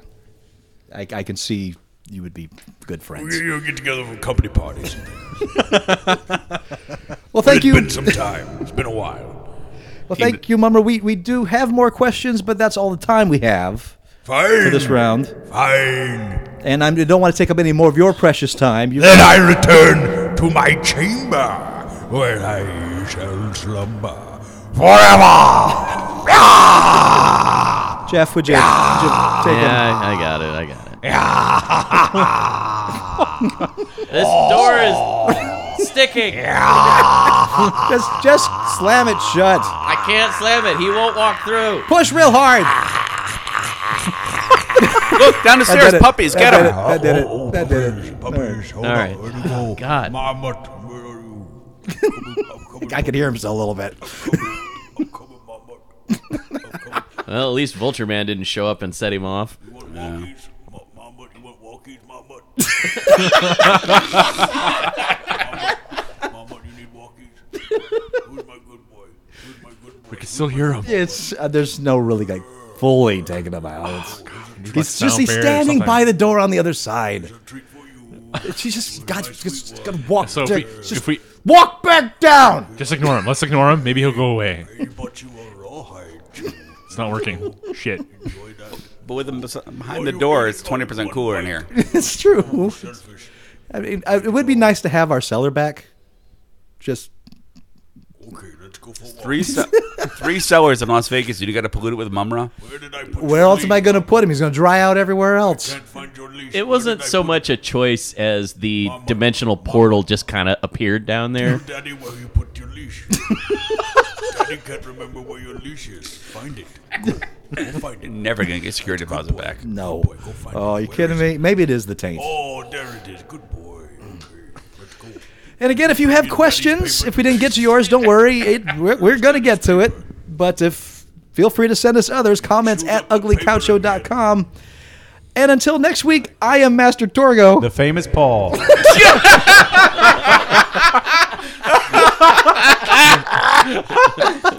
S6: I, I can see you would be good
S1: We,
S6: friends.
S1: you get together for company parties.
S6: Well, thank
S1: it's
S6: you.
S1: been some time. It's been a while.
S6: Well, thank you, Mumra. We, we do have more questions, but that's all the time we have
S1: Fine.
S6: for this round.
S1: Fine.
S6: And I'm- I don't want to take up any more of your precious time. You
S1: Then I return to my chamber, where I shall slumber forever.
S6: Jeff, would you, would you take him?
S7: Yeah, I, I got it. I got it. this door is sticking.
S6: Just, just slam it shut.
S7: I can't slam it. He won't walk through.
S6: Push real hard.
S5: Look down the
S6: That
S5: stairs,
S6: did it.
S5: puppies.
S6: That
S5: Get
S6: did
S5: them.
S6: it. That did
S1: Oh,
S6: it. That did it.
S1: puppies, puppies, hold
S7: All
S1: on,
S7: right.
S1: where do you go?
S7: God.
S1: Marmot, where are you?
S6: I could hear him still a little bit.
S1: I'm coming, Marmot.
S7: Well, at least Vulture Man didn't show up and set him off.
S1: You want walkies? Ma- Marmot, you want walkies, Marmot? Marmot, Marmot, you need walkies? Who's my good boy? Who's my good boy?
S4: We can still hear him.
S6: It's uh, there's no really like fully taking him out. It's, he's just
S4: sound
S6: he's
S4: barrier or
S6: standing
S4: something.
S6: by the door on the other side.
S1: A treat for you.
S6: She just got just gotta walk.
S4: So if
S6: to-
S4: we,
S6: just
S4: if we
S6: walk back down.
S4: just ignore him, let's ignore him. Maybe he'll go away.
S1: He bought you a rawhide.
S4: It's not working. Shit.
S5: But with them bes- behind the door, it's twenty percent cooler in here.
S6: it's true. I mean, I, it would be nice to have our seller back. Just
S1: Okay, let's go for a walk.
S5: Three ce- three cellars in Las Vegas. You got to pollute it with Mumra.
S1: Where did I put
S6: where
S1: your
S6: else am I
S1: leash?
S6: gonna put him? He's gonna dry out everywhere else.
S1: Can't find your leash. Where did
S7: It wasn't
S1: I
S7: so
S1: put
S7: much a choice as the dimensional portal just kind of appeared down there.
S1: Daddy, where you put your leash?
S5: I can't remember where your leash is. Find it. Go find it. Never gonna get security deposit back.
S6: No.
S5: go find
S6: Oh,
S5: it.
S6: you
S5: Where
S6: kidding
S5: is
S6: me? Maybe it is the taint.
S5: Oh, there it is. Good boy. Okay, let's go.
S6: And again, if you have questions, if we didn't get to yours, don't worry. It, we're we're going to get to it. But if feel free to send us others, comments at uglycouchshow.com. And until next week, I am Master Torgo.
S3: The famous Paul.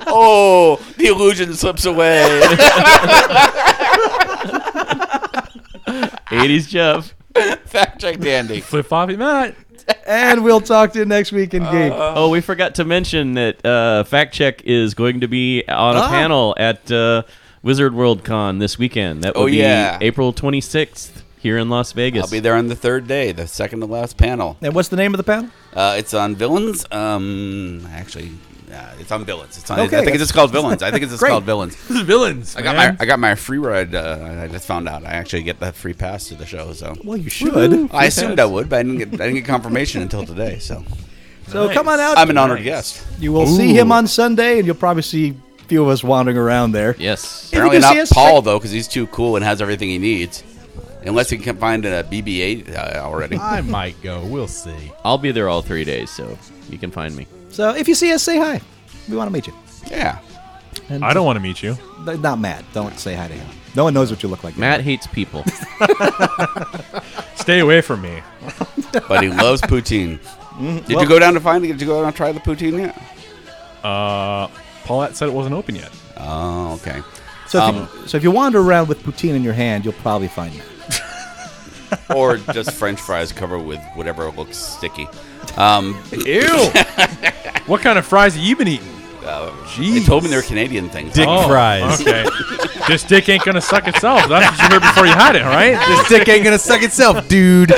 S5: Oh, the illusion slips away.
S7: 80s Jeff.
S5: Fact check, Dandy.
S4: Flip floppy Matt.
S6: and we'll talk to you next week in Geek.
S5: Uh,
S7: Oh, we forgot to mention that uh, Fact Check is going to be on a
S5: Ah.
S7: panel at uh, Wizard World Con this weekend. That will
S5: Oh,
S7: be
S5: yeah.
S7: April 26th here in Las Vegas.
S5: I'll be there on the third day, the second to last panel.
S6: and what's the name of the panel?
S5: Uh, it's on villains. Um, actually, uh, it's on villains. It's on.
S6: Okay.
S5: I think it's just called villains. I think it's just
S6: Great.
S5: called villains.
S4: This is villains.
S5: I got
S4: man.
S5: my I got my free ride. Uh, I just found out I actually get that free pass to the show. So
S6: Well, you should.
S5: I assumed I would, but I didn't get I didn't get confirmation until today. So
S6: So come on out.
S5: I'm an honored guest.
S6: you will see him on Sunday, and you'll probably see a few of us wandering around there.
S7: yes.
S6: you
S5: Apparently
S6: can see
S5: not
S6: us,
S5: Paul though, because he's too cool and has everything he needs. Unless he can find a BB-8 uh, already.
S3: I might go. We'll see.
S7: I'll be there all three days, so you can find me.
S6: So if you see us, say hi. We want to meet you.
S5: Yeah.
S4: I don't want to meet you.
S6: Th- Not Matt. Don't say hi to him. No one knows what you look like.
S7: Matt hates people.
S4: Stay away from me.
S5: But he loves poutine.
S6: Mm-hmm.
S5: Did you go down to find it? Did you go down and try the poutine yet?
S4: Uh, Paulette said it wasn't open yet.
S5: Oh, okay.
S6: So if, you, so if you wander around with poutine in your hand, you'll probably find me.
S5: Or just French fries covered with whatever looks sticky. Um,
S4: Ew. what kind of fries have you been eating?
S5: they told me they're Canadian things.
S3: Dick
S4: Oh,
S3: fries.
S4: Okay. this dick ain't gonna suck itself. That's what you heard before you had it, all right?
S3: This dick ain't gonna suck itself, dude.